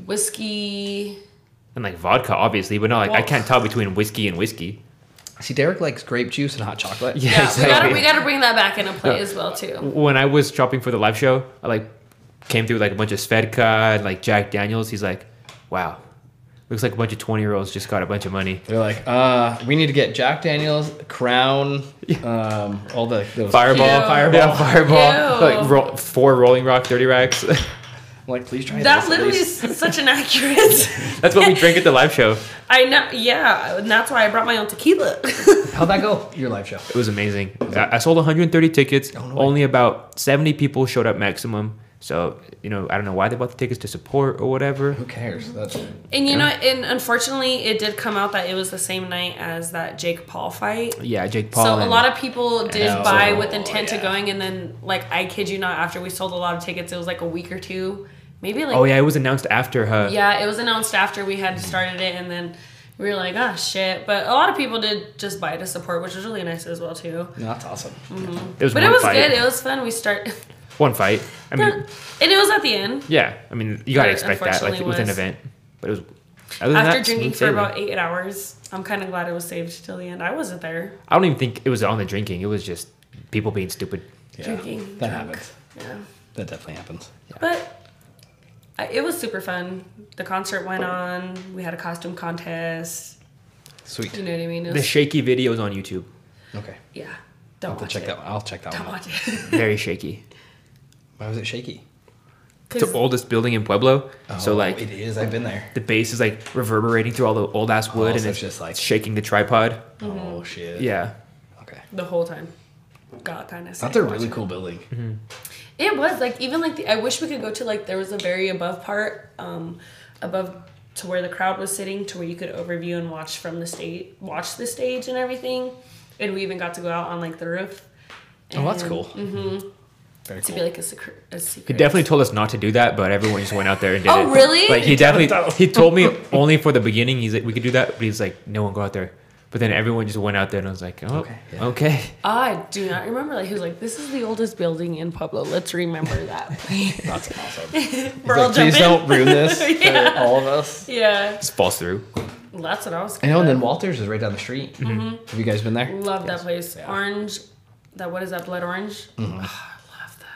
Speaker 2: whiskey?
Speaker 3: and like vodka, obviously, but not like I
Speaker 2: Well-
Speaker 3: can't tell between whiskey and whiskey.
Speaker 1: See, Derek likes grape juice and hot chocolate.
Speaker 3: Yeah,
Speaker 2: Yeah, we
Speaker 3: exactly.
Speaker 2: gotta we gotta bring that back into play as well too.
Speaker 3: when I was shopping for the live show, I like came through with, like a bunch of Svedka and like Jack Daniels. He's like, wow, looks like a bunch of 20 year olds just got a bunch of money.
Speaker 1: They're like, uh, we need to get Jack Daniels, Crown, um, all the those.
Speaker 3: Fireball,
Speaker 2: Ew.
Speaker 3: fireball, yeah, fireball.
Speaker 2: Ew.
Speaker 3: Like ro- four Rolling Rock 30 racks.
Speaker 1: I'm like, please try
Speaker 2: That
Speaker 1: this.
Speaker 2: literally
Speaker 1: please."
Speaker 2: is such an accurate.
Speaker 3: That's what we drink at the live show.
Speaker 2: I know. Yeah, and that's why I brought my own tequila.
Speaker 1: How'd that go? Your live show.
Speaker 3: It was amazing. I, I sold 130 tickets.
Speaker 2: Oh,
Speaker 1: no way.
Speaker 3: Only about 70 people showed up maximum. So, you know, I don't know why they bought the tickets to support or whatever.
Speaker 1: Who cares? That's
Speaker 2: and you know, and unfortunately, it did come out that it was the same night as that Jake Paul fight.
Speaker 3: Yeah, Jake Paul.
Speaker 2: so a
Speaker 3: and-
Speaker 2: lot of people did
Speaker 1: Oh,
Speaker 2: buy with intent
Speaker 1: yeah.
Speaker 2: to going, and then like I kid you not, after we sold a lot of tickets, it was like a week or two, maybe like
Speaker 3: Oh, yeah, it was announced after her.
Speaker 2: Yeah, it was announced after we had started it, and then we were like, ah, shit. But a lot of people did just buy to support, which was really nice as well too.
Speaker 1: no, that's awesome.
Speaker 2: Mm,
Speaker 3: It was
Speaker 2: But it
Speaker 3: one
Speaker 2: was
Speaker 3: fight.
Speaker 2: good. It was fun. We start,
Speaker 3: One fight. I mean,
Speaker 2: and it was at the end
Speaker 3: Yeah, I mean, you gotta
Speaker 2: There
Speaker 3: expect that. Like
Speaker 2: unfortunately
Speaker 3: with an
Speaker 2: was.
Speaker 3: event, but it was other than
Speaker 2: after
Speaker 3: that, smooth
Speaker 2: drinking for
Speaker 3: sailing.
Speaker 2: about eight hours. I'm kind of glad it was saved till the end. I wasn't there
Speaker 3: I don't even think it was on the drinking. It was just people being stupid.
Speaker 1: Yeah,
Speaker 2: drinking.
Speaker 1: that
Speaker 2: drunk.
Speaker 1: happens.
Speaker 2: Yeah.
Speaker 1: That definitely happens.
Speaker 2: But I, it was super fun. The concert went on. We had a costume contest.
Speaker 1: Sweet.
Speaker 2: You know what I mean? It
Speaker 3: The
Speaker 2: was,
Speaker 3: shaky videos on YouTube,
Speaker 1: Okay,
Speaker 2: yeah. Don't
Speaker 1: I'll
Speaker 2: watch
Speaker 1: check
Speaker 2: it.
Speaker 1: that. One. I'll check that
Speaker 2: Don't
Speaker 1: one. Out.
Speaker 2: watch it.
Speaker 3: very shaky.
Speaker 1: Why was it shaky?
Speaker 3: It's
Speaker 2: 'Cause-
Speaker 3: the oldest building in Pueblo, so
Speaker 1: Oh,
Speaker 3: like
Speaker 1: it is. I've been there.
Speaker 3: the bass is like reverberating through all the old ass wood,
Speaker 1: so
Speaker 3: and
Speaker 1: it's
Speaker 3: Oh, it's
Speaker 1: just, like-
Speaker 3: shaking the tripod.
Speaker 2: Mm-hmm.
Speaker 1: Oh shit.
Speaker 3: Yeah,
Speaker 1: Okay.
Speaker 2: the whole time. Got kind of.
Speaker 1: That's a really cool building.
Speaker 2: It was like even like the, I wish we could go to like there was a very above part, um, above to where the crowd was sitting, to where you could overview and watch from the stage, watch the stage and everything, and we even got to go out on like the roof.
Speaker 1: Oh, that's
Speaker 2: and-
Speaker 1: cool. Mm-hmm. Very
Speaker 2: To
Speaker 1: cool.
Speaker 2: be like a secret, a secret.
Speaker 3: he definitely told us not to do that, but everyone just went out there and did
Speaker 2: Oh,
Speaker 3: it.
Speaker 2: really?
Speaker 3: Like he definitely he told me only for the beginning. He's like, we could do that, but he's like, no one go out there. But then everyone just went out there, and I was like, oh,
Speaker 1: Okay,
Speaker 3: okay.
Speaker 1: yeah.
Speaker 2: I do not remember. Like he was like, "This is the oldest building in Pueblo. Let's remember that." please."
Speaker 1: that's awesome.
Speaker 2: We're all
Speaker 1: Like, Please
Speaker 2: jumping.
Speaker 1: don't ruin this for all of us.
Speaker 2: Yeah,
Speaker 3: Just falls through.
Speaker 2: Well, that's what I was.
Speaker 1: I know, and then Walters is right down the street. Have you guys been there?
Speaker 2: Mm-hmm. Love that place. Orange, that what is that? Blood orange.
Speaker 1: Mm.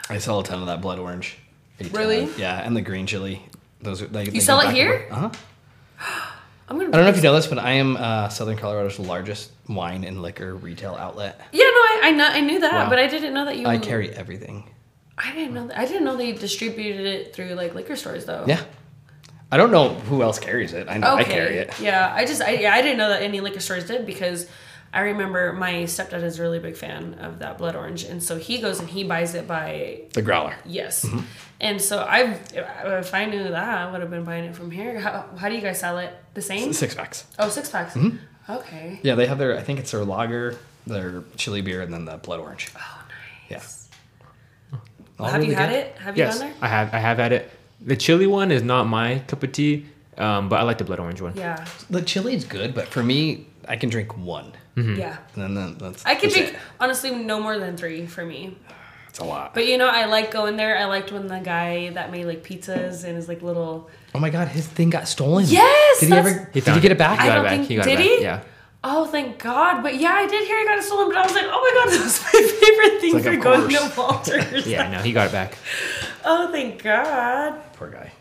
Speaker 1: I sell a ton of that blood orange. A
Speaker 2: Really?
Speaker 1: ton. Yeah, and the green chili. Those are like you
Speaker 2: sell it here?
Speaker 1: Uh huh.
Speaker 2: I'm gonna.
Speaker 1: I don't know if you know this, but I am uh, Southern Colorado's largest wine and liquor retail outlet.
Speaker 2: Yeah, no, I I, know, I knew that,
Speaker 1: Wow.
Speaker 2: but I didn't know that you.
Speaker 1: I carry everything.
Speaker 2: I didn't know. That, I didn't know they distributed it through like liquor stores though.
Speaker 1: Yeah. I don't know who else carries it. I know
Speaker 2: Okay.
Speaker 1: I carry it.
Speaker 2: Yeah, I just I yeah, I didn't know that any liquor stores did because I remember my stepdad is a really big fan of that blood orange, and so he goes and he buys it by
Speaker 1: The growler.
Speaker 2: yes.
Speaker 1: Mm-hmm.
Speaker 2: And so I've if I knew that, I would have been buying it from here. How, how do you guys sell it? The same?
Speaker 1: Six packs.
Speaker 2: Oh, six packs. Okay.
Speaker 1: Mm-hmm. Yeah, they have their. I think it's their lager, their chili beer, and then the blood orange.
Speaker 2: Oh, nice.
Speaker 1: All
Speaker 2: Have you
Speaker 1: really
Speaker 2: had
Speaker 1: good.
Speaker 2: it? Have you
Speaker 3: Yes,
Speaker 2: gone there?
Speaker 3: I have. I have had it. The chili one is not my cup of tea. Um, but I like the blood orange one.
Speaker 2: Yeah.
Speaker 1: The chili's good, but for me, I can drink one.
Speaker 2: Yeah.
Speaker 1: And then that's
Speaker 2: I
Speaker 1: Mm-hmm.
Speaker 2: could
Speaker 1: that's
Speaker 2: drink
Speaker 1: it.
Speaker 2: honestly no more than three for me.
Speaker 1: It's a lot.
Speaker 2: But you know, I like going there. I liked when the guy that made like pizzas and his like little.
Speaker 1: oh my god, his thing got stolen.
Speaker 2: Yes,
Speaker 1: Did he
Speaker 2: that's-
Speaker 1: ever? did he get it back?
Speaker 2: I
Speaker 3: He got
Speaker 2: don't
Speaker 3: it back.
Speaker 2: think-
Speaker 3: he got
Speaker 2: did
Speaker 3: it back.
Speaker 2: he?
Speaker 3: Yeah.
Speaker 2: Oh, thank God! But yeah, I did hear he got it stolen. But I was like, oh my God, that was my favorite thing
Speaker 1: It's like,
Speaker 2: for
Speaker 1: of
Speaker 2: going to
Speaker 1: course.
Speaker 2: Walters.
Speaker 3: Yeah, no, he got it back.
Speaker 2: Oh, thank God.
Speaker 1: Poor guy.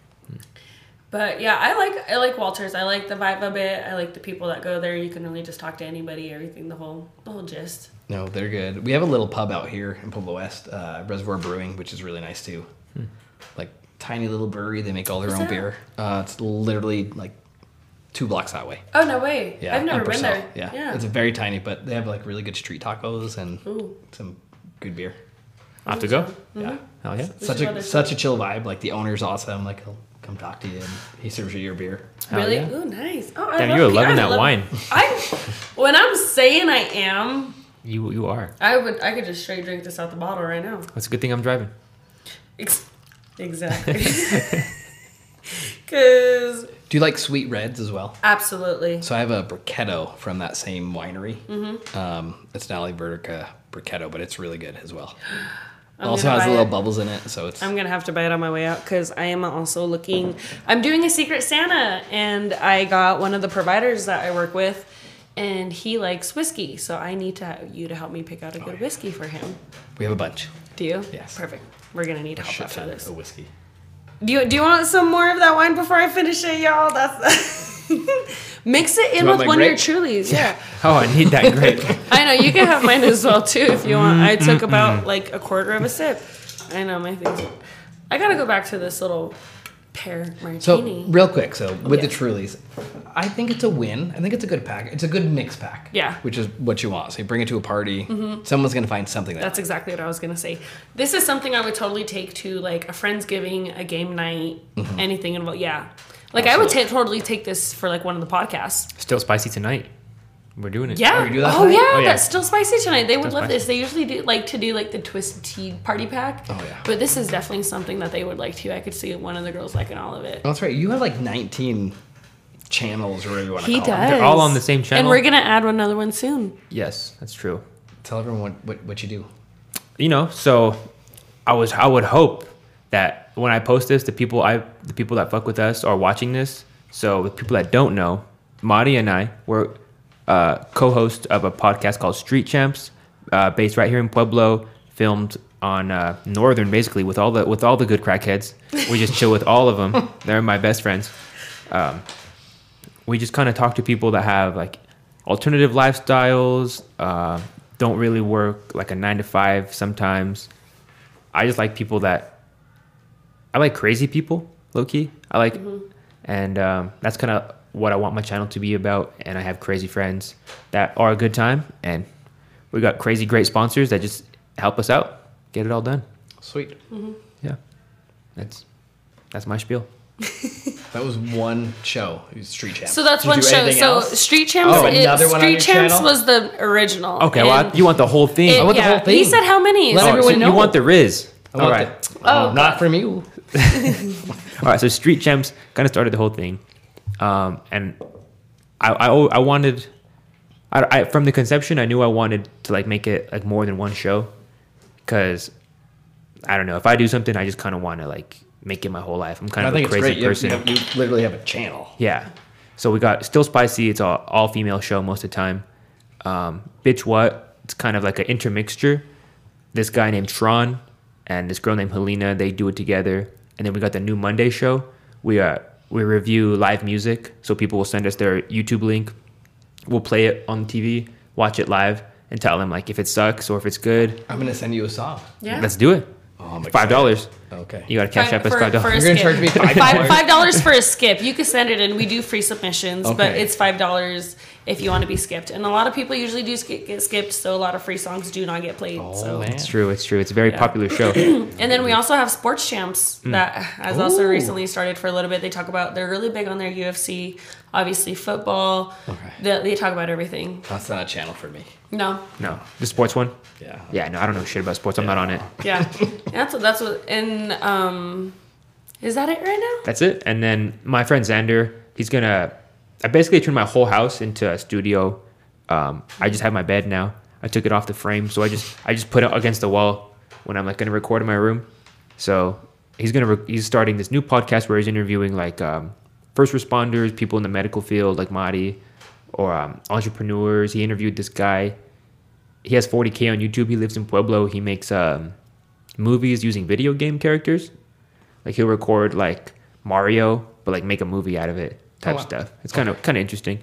Speaker 2: But yeah, I like I like Walters. I like the vibe of it. I like the people that go there. You can really just talk to anybody, everything, the whole the whole gist.
Speaker 1: No, they're good. We have a little pub out here in Pueblo West, uh, Reservoir Brewing, which is really nice too. Like tiny little brewery, they make all their
Speaker 2: Where's
Speaker 1: own
Speaker 2: that?
Speaker 1: beer. Uh, it's literally like two blocks that way.
Speaker 2: Oh no way!
Speaker 1: Yeah,
Speaker 2: I've never
Speaker 1: on
Speaker 2: been
Speaker 1: Purcell.
Speaker 2: there.
Speaker 1: Yeah.
Speaker 2: yeah.
Speaker 1: it's a very tiny, but they have like really good street tacos and
Speaker 2: Ooh.
Speaker 1: some good beer.
Speaker 3: I have to go.
Speaker 2: Mm-hmm.
Speaker 1: Yeah,
Speaker 3: Hell yeah.
Speaker 1: such
Speaker 2: should go there
Speaker 1: a such a chill vibe. Like the owner's awesome. Like he'll come talk to you and he serves you your beer.
Speaker 3: Hell
Speaker 2: Really?
Speaker 3: yeah.
Speaker 2: Ooh, nice. Oh, I
Speaker 3: Damn,
Speaker 2: love
Speaker 3: you're
Speaker 2: pe-
Speaker 3: loving
Speaker 2: I
Speaker 3: that
Speaker 2: love-
Speaker 3: wine.
Speaker 2: I when I'm saying I am,
Speaker 3: You you are.
Speaker 2: I would I could just straight drink this out the bottle right now.
Speaker 3: That's a good thing I'm driving.
Speaker 2: Ex- Exactly. Cause
Speaker 1: Do you like sweet reds as well?
Speaker 2: absolutely.
Speaker 1: So I have a briquetto from that same winery.
Speaker 2: Mm-hmm.
Speaker 1: Um, it's an Ali Vertica briquetto, but it's really good as well.
Speaker 2: I'm
Speaker 1: also
Speaker 2: gonna
Speaker 1: has
Speaker 2: buy
Speaker 1: little
Speaker 2: it.
Speaker 1: bubbles in it, so it's
Speaker 2: I'm gonna have to buy it on my way out because I am also looking. I'm doing a Secret Santa, and I got one of the providers that I work with, and he likes whiskey, so I need to have you to help me pick out a good whiskey for him.
Speaker 1: we have a bunch.
Speaker 2: Do you?
Speaker 1: Oh, Yes.
Speaker 2: Perfect. We're gonna need help
Speaker 1: Shit
Speaker 2: after
Speaker 1: ton
Speaker 2: this.
Speaker 1: of whiskey.
Speaker 2: Do you, do you want some more of that wine before I finish it, y'all? That's mix it in
Speaker 1: want
Speaker 2: with
Speaker 1: my
Speaker 2: one
Speaker 1: grape?
Speaker 2: of your Trulies. Yeah,
Speaker 3: Oh, I need that grape.
Speaker 2: I know you can have mine as well too if you want. I took about like a quarter of a sip. I know my things. I gotta go back to this little pear
Speaker 1: So
Speaker 2: martini.
Speaker 1: real quick, so with the
Speaker 2: Yeah.
Speaker 1: Trulies, I think it's a win. I think it's a good pack. It's a good mix pack.
Speaker 2: Yeah. Mm-hmm.
Speaker 1: Which is what you want. So you bring it to a party. Someone's gonna find something that
Speaker 2: That's exactly what I was gonna say. This is something I would totally take to like a friendsgiving, a game night,
Speaker 1: Mm-hmm.
Speaker 2: anything involved. Yeah, like I would ta totally take this for like one of the podcasts.
Speaker 3: Still spicy tonight. We're doing it.
Speaker 2: Yeah.
Speaker 1: Oh, you do that
Speaker 2: oh,
Speaker 1: tonight?
Speaker 2: yeah,
Speaker 3: Oh, yeah.
Speaker 2: That's still spicy tonight. They would
Speaker 3: Still
Speaker 2: love
Speaker 3: spicy.
Speaker 2: this. They usually do like to do like the twisted tea party pack.
Speaker 1: Oh, yeah.
Speaker 2: But this is definitely something that they would like too. I could see one of the girls liking all of it.
Speaker 1: That's right. You have like 19 channels or whatever you want to
Speaker 2: He
Speaker 1: call
Speaker 2: does.
Speaker 1: them.
Speaker 3: They're all on the same
Speaker 2: And
Speaker 3: channel.
Speaker 2: we're gonna add another one soon.
Speaker 3: Yes, that's true.
Speaker 1: Tell everyone what, what, what you do.
Speaker 3: you know, so I was I would hope that when I post this, the people I the people that fuck with us are watching this. So the people that don't know, Madi and I were uh, co-host of a podcast called Street Champs, uh, based right here in Pueblo, filmed on uh, Northern, basically with all the with all the good crackheads. We just chill with all of them. They're my best friends. Um, we just kind of talk to people that have like alternative lifestyles, uh, don't really work like a nine to five sometimes. I just like people that I like crazy people, low key. I like,
Speaker 1: Mm-hmm.
Speaker 3: and um, that's kind of what I want my channel to be about. And I have crazy friends that are a good time, and we got crazy great sponsors that just help us out, get it all done.
Speaker 1: Sweet.
Speaker 3: Yeah, that's that's my spiel.
Speaker 1: That was one show. It was Street Champs.
Speaker 2: So that's
Speaker 1: Did you
Speaker 2: one
Speaker 1: do
Speaker 2: show.
Speaker 1: anything
Speaker 2: So
Speaker 1: else?
Speaker 2: Street Champs.
Speaker 1: Oh,
Speaker 2: is-
Speaker 1: another one on your
Speaker 2: Street Champs
Speaker 1: channel?
Speaker 2: was the orial.
Speaker 3: Okay, well, I,
Speaker 2: And
Speaker 3: you want the whole thing. Oh,
Speaker 2: it-
Speaker 1: I want the
Speaker 2: yeah.
Speaker 1: whole thing.
Speaker 2: He said how many?
Speaker 1: Let
Speaker 2: So-
Speaker 1: everyone-
Speaker 3: so
Speaker 1: know.
Speaker 3: you want the Riz?
Speaker 1: I want
Speaker 3: All right.
Speaker 1: the-
Speaker 2: Oh,
Speaker 1: oh, not from you.
Speaker 3: All right, so Street Champs kind of started the whole thing, um, and I, I al- I wanted, I, I from the conception I knew I wanted to like make it like more than one show, because I don't know if I do something I just kind of want to like make it my whole life. I'm kind
Speaker 1: I
Speaker 3: of a
Speaker 1: think it's
Speaker 3: crazy
Speaker 1: great. You,
Speaker 3: person.
Speaker 1: you, you literally have a channel.
Speaker 3: Yeah. So we got Still Spicy. It's all all female show most of the time. Um, Bitch What? It's kind of like an intermixture. This guy named Tron and this girl named Helena. They do it together. And then we got the new Monday show. We uh we review live music. So people will send us their YouTube link. We'll play it on TV, watch it live, and tell them like if it sucks or if it's good.
Speaker 1: I'm gonna send you a song.
Speaker 2: Yeah.
Speaker 3: Let's do it.
Speaker 1: Oh, I'm
Speaker 3: Five dollars.
Speaker 1: Okay.
Speaker 3: You gotta cash
Speaker 2: Five-
Speaker 3: up us
Speaker 2: for-
Speaker 3: five dollars.
Speaker 2: for-
Speaker 1: You're gonna charge me five
Speaker 2: Five
Speaker 1: dollars.
Speaker 2: five dollars for a skip. You can send it, and we do free submissions, but
Speaker 1: Okay.
Speaker 2: it's five dollars if you want to be skipped. And a lot of people usually do sk- get skipped, so a lot of free songs do not get played. so,
Speaker 1: man.
Speaker 3: It's true. It's true. It's a very popular show.
Speaker 2: and then we also have Sports Champs that has also
Speaker 1: Mm. Ooh.
Speaker 2: recently started for a little bit. They talk about they're really big on their UFC, obviously football.
Speaker 1: Okay.
Speaker 2: They, they talk about everything.
Speaker 1: That's not a channel for me.
Speaker 2: No,
Speaker 3: No, the sports one.
Speaker 1: Yeah.
Speaker 3: Yeah, no, I don't know shit about sports. I'm not on it.
Speaker 2: yeah, that's what that's what. And um, is that it right now?
Speaker 3: That's it. And then my friend Xander, he's gonna. I basically turned my whole house into a studio. Um, I just have my bed now. I took it off the frame, so I just I just put it against the wall when I'm like gonna record in my room. So he's gonna re- he's starting this new podcast where he's interviewing like um, first responders, people in the medical field like Madi, or um, entrepreneurs. He interviewed this guy. He has 40k on YouTube. He lives in Pueblo. He makes um, movies using video game characters. Like he'll record like Mario, but like make a movie out of it type
Speaker 1: wow.
Speaker 3: stuff. It's kind of kind of interesting.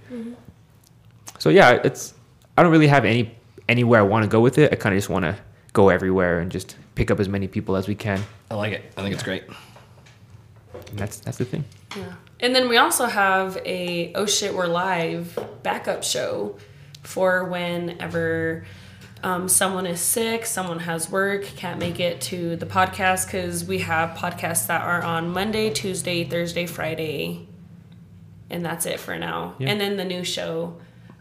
Speaker 3: So yeah, it's I don't really have any anywhere I want to go with it. I kind of just want to go everywhere and just pick up as many people as we can.
Speaker 1: I like it. I think it's great.
Speaker 3: And that's that's the thing.
Speaker 2: Yeah. And then we also have a oh shit we're live backup show for whenever um, someone is sick, someone has work, can't make it to the podcast because we have podcasts that are on Monday, Tuesday, Thursday, Friday, and that's it for now.
Speaker 3: Yeah.
Speaker 2: And then the new show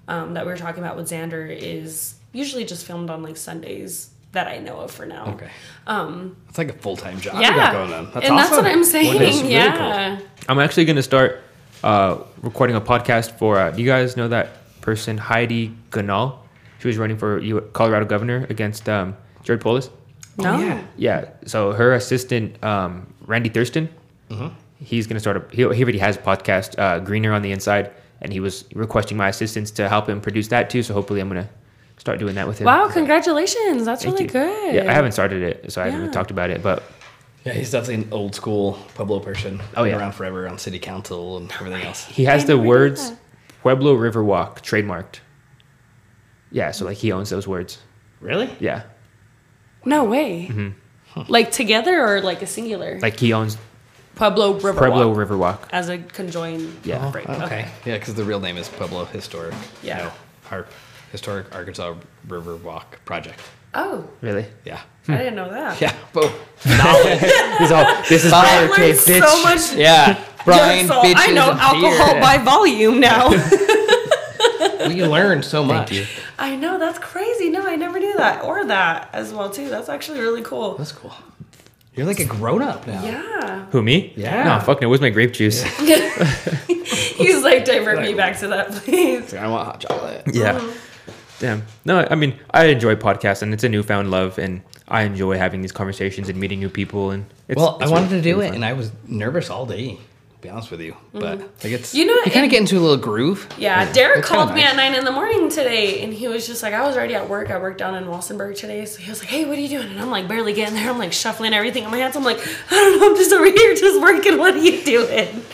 Speaker 2: um, that we were talking about with Xander is usually just filmed on like Sundays that I know of for now.
Speaker 1: Okay. Um, it's like a full time job you
Speaker 2: Yeah,
Speaker 1: got going on. That's
Speaker 2: and
Speaker 1: awesome.
Speaker 2: that's what I'm saying.
Speaker 1: Well, it is really
Speaker 2: yeah.
Speaker 3: I'm actually gonna start uh, recording a podcast for. Uh, do you guys know that person Heidi Ganahl? She was running for U- Colorado governor against um, Jared Polis.
Speaker 2: No.
Speaker 1: Oh, yeah.
Speaker 3: Yeah. So her assistant, um, Randy Thurston, he's gonna start a. He, he already has a podcast, uh, Greener on the Inside, and he was requesting my assistance to help him produce that too. So hopefully, I'm gonna start doing that with him.
Speaker 2: Wow, congratulations. That's
Speaker 3: Thank
Speaker 2: really
Speaker 3: you.
Speaker 2: good.
Speaker 3: Yeah, I haven't started it, so I
Speaker 2: Yeah.
Speaker 3: haven't talked about it. But
Speaker 1: Yeah, he's definitely an old school Pueblo person.
Speaker 3: Oh,
Speaker 1: Been
Speaker 3: yeah.
Speaker 1: around forever on city council and everything else.
Speaker 3: he has
Speaker 2: I
Speaker 3: the
Speaker 2: never knew
Speaker 3: words
Speaker 2: that.
Speaker 3: Pueblo River Walk trademarked. Yeah, so like he owns those words.
Speaker 1: Really?
Speaker 3: Yeah,
Speaker 2: No way. Like together or like a singular?
Speaker 3: Mm-hmm. like he owns
Speaker 2: Pueblo River.
Speaker 3: Pueblo
Speaker 2: Walk
Speaker 3: River Walk.
Speaker 2: As a conjoined
Speaker 3: Yeah. Oh,
Speaker 2: break.
Speaker 1: Okay. Uh, Yeah, because the real name is Pueblo Historic.
Speaker 2: Yeah.
Speaker 1: You know, HARP, Historic Arkansas River Walk Project.
Speaker 2: Oh,
Speaker 3: Really?
Speaker 1: Yeah.
Speaker 3: Hmm.
Speaker 2: I didn't know that.
Speaker 1: Yeah. Boom.
Speaker 3: This is all. This is
Speaker 2: I
Speaker 1: Fire
Speaker 2: learned
Speaker 3: okay, bitch.
Speaker 2: so much.
Speaker 1: Yeah. Brian,
Speaker 2: so
Speaker 1: bitches,
Speaker 2: I know
Speaker 1: and
Speaker 2: alcohol by volume now.
Speaker 1: beer. We learned so much.
Speaker 3: Thank you.
Speaker 2: I know that's crazy. No, I never knew that or that as well too. That's actually really cool.
Speaker 1: That's cool. You're like a grown up now.
Speaker 2: Yeah,
Speaker 3: Who me?
Speaker 1: Yeah.
Speaker 3: No, fuck no. Where's my grape juice?
Speaker 2: he's like divert me back to that place.
Speaker 1: I want hot chocolate.
Speaker 3: Yeah. Damn. No, I mean, I enjoy podcasts and it's a newfound love and I enjoy having these conversations and meeting new people and it's
Speaker 1: Well, I
Speaker 3: it's
Speaker 1: wanted
Speaker 3: really-
Speaker 1: to do
Speaker 3: really
Speaker 1: it,
Speaker 3: fun.
Speaker 1: and I was nervous all day. To be honest with you, but like it's
Speaker 2: Mm-hmm. You know,
Speaker 1: you kind
Speaker 2: it-
Speaker 1: of get into a little groove.
Speaker 2: Yeah, Derek
Speaker 1: It's kinda
Speaker 2: called me
Speaker 1: nice.
Speaker 2: at nine in the morning today, and he was just like, I was already at work. I worked down in Walsenburg today, so he was like, Hey, what are you doing? And I'm like, barely getting there. I'm like shuffling everything in my hands. I'm like, I don't know. I'm just over here just working. What are you doing?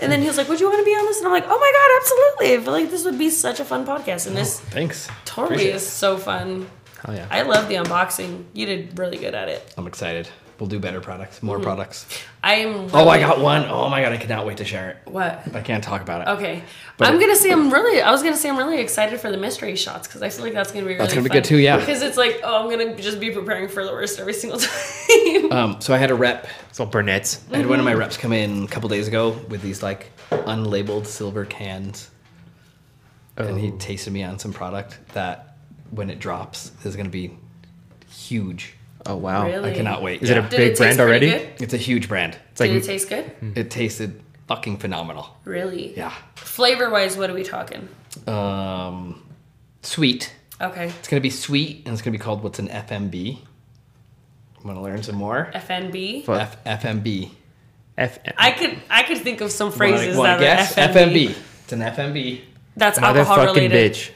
Speaker 2: And then he was like, Would you want to be on this? And I'm like, Oh my god, absolutely! I feel like this would be such a fun podcast, and this
Speaker 1: Thanks.
Speaker 2: totally
Speaker 1: Appreciate
Speaker 2: is so fun.
Speaker 1: Oh yeah,
Speaker 2: I love the unboxing. You did really good at it.
Speaker 1: I'm excited. We'll do better products, more
Speaker 2: Mm-hmm.
Speaker 1: products.
Speaker 2: I am.
Speaker 1: Oh, I
Speaker 2: really-
Speaker 1: got one. Oh my god, I cannot wait to share it.
Speaker 2: what?
Speaker 1: I can't talk about it.
Speaker 2: Okay,
Speaker 1: But-
Speaker 2: I'm gonna say I'm really. I was gonna say I'm really excited for the mystery shots because I feel like that's gonna be really.
Speaker 1: gonna be
Speaker 2: fun.
Speaker 1: good too, yeah.
Speaker 2: Because it's like, oh, I'm gonna just be preparing for the worst every single time.
Speaker 1: Um, so I had a rep.
Speaker 3: It's all Burnett's.
Speaker 1: I had one
Speaker 2: Mm-hmm.
Speaker 1: of my reps come in a couple days ago with these like unlabeled silver cans, and
Speaker 3: Oh.
Speaker 1: he tasted me on some product that, when it drops, is going to be huge.
Speaker 3: Oh, wow.
Speaker 2: Really?
Speaker 1: I cannot wait.
Speaker 3: Is it a
Speaker 2: Did
Speaker 3: big
Speaker 2: it taste
Speaker 3: brand
Speaker 2: pretty
Speaker 3: already?
Speaker 2: Good?
Speaker 1: It's a huge brand.
Speaker 3: It's like,
Speaker 2: Did it taste good?
Speaker 3: Mm.
Speaker 1: It tasted fucking phenomenal.
Speaker 2: Really?
Speaker 1: Yeah.
Speaker 2: Flavor wise, what are we talking?
Speaker 1: Um, sweet.
Speaker 2: Okay.
Speaker 1: It's gonna be sweet, and it's gonna be called what's an FMB. I'm gonna learn some more.
Speaker 2: FNB.
Speaker 3: Fuck.
Speaker 1: F- FMB.
Speaker 3: F-
Speaker 2: I could I could think of some
Speaker 1: Wanna-
Speaker 2: phrases
Speaker 1: wanna
Speaker 2: that
Speaker 1: guess?
Speaker 2: are FNB.
Speaker 1: FMB. It's an FMB.
Speaker 2: That's alcohol
Speaker 3: motherfucking
Speaker 2: related.
Speaker 3: bitch.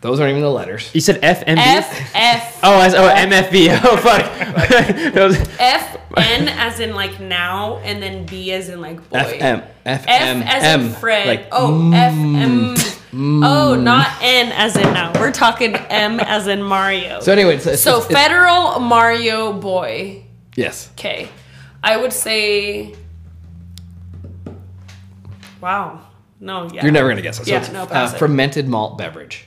Speaker 1: Those aren't even the letters.
Speaker 3: You said FMB?
Speaker 2: F F
Speaker 3: oh, I s- oh, MFB. Oh, fuck. That was-
Speaker 2: F N as in like now, and then B as in like boy.
Speaker 1: FM.
Speaker 2: F
Speaker 1: FM.
Speaker 2: as in
Speaker 1: M.
Speaker 2: Fred.
Speaker 1: Like, mm.
Speaker 2: oh, F M. Oh, not N as in now. We're talking M as in Mario.
Speaker 1: so
Speaker 2: So,
Speaker 1: anyway, it's, it's, it's- it's-
Speaker 2: federal Mario boy.
Speaker 1: yes.
Speaker 2: Okay, I would say. Wow. No. Yeah.
Speaker 1: You're never gonna guess it. So
Speaker 2: Yeah,
Speaker 1: it's,
Speaker 2: no,
Speaker 1: uh,
Speaker 2: pass it.
Speaker 1: fermented malt beverage.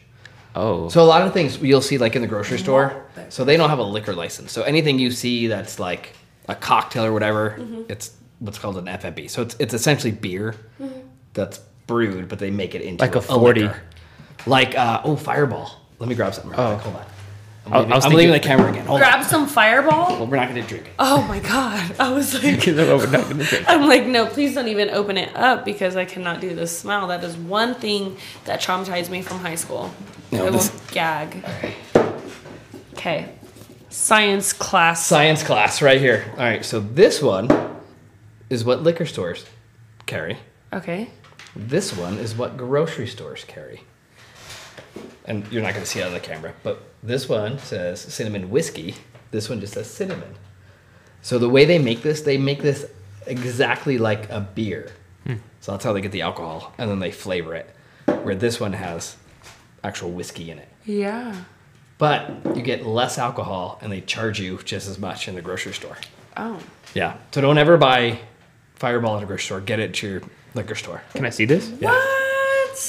Speaker 3: oh.
Speaker 1: So a lot of things you'll see like in the grocery store. So they don't have a liquor license. So anything you see that's like a cocktail or whatever,
Speaker 2: Mm-hmm.
Speaker 1: it's what's called an FMB. So it's it's essentially beer
Speaker 2: Mm-hmm.
Speaker 1: that's brewed, but they make it into
Speaker 3: Like a
Speaker 1: liquor.
Speaker 3: 40.
Speaker 1: Like uh, oh, Fireball. Let me grab something. Real quick. Hold on. I'm
Speaker 3: I- I
Speaker 1: leaving, I
Speaker 3: was
Speaker 1: am leaving the
Speaker 3: thinking-
Speaker 1: camera again. Hold on.
Speaker 2: Grab some fireball.
Speaker 1: Well, we're not gonna drink it.
Speaker 2: Oh my god. I was like
Speaker 3: we're not gonna drink.
Speaker 2: I'm like, no, please don't even open it up because I cannot do this smell. That is one thing that traumatized me from high school.
Speaker 1: No,
Speaker 2: I
Speaker 1: this-
Speaker 2: will gag. Okay. Science class.
Speaker 1: Science class right here. All right, so this one is what liquor stores carry.
Speaker 2: okay.
Speaker 1: This one is what grocery stores carry. And you're not going to see it on the camera, but this one says cinnamon whiskey. This one just says cinnamon. So the way they make this, they make this exactly like a beer. So that's how they get the alcohol, and then they flavor it. Where this one has actual whiskey in it.
Speaker 2: Yeah.
Speaker 1: But you get less alcohol, and they charge you just as much in the grocery store.
Speaker 2: Oh.
Speaker 1: Yeah. So don't ever buy Fireball at a grocery store. Get it to your liquor store.
Speaker 3: Can I see this?
Speaker 1: Yeah.
Speaker 2: What?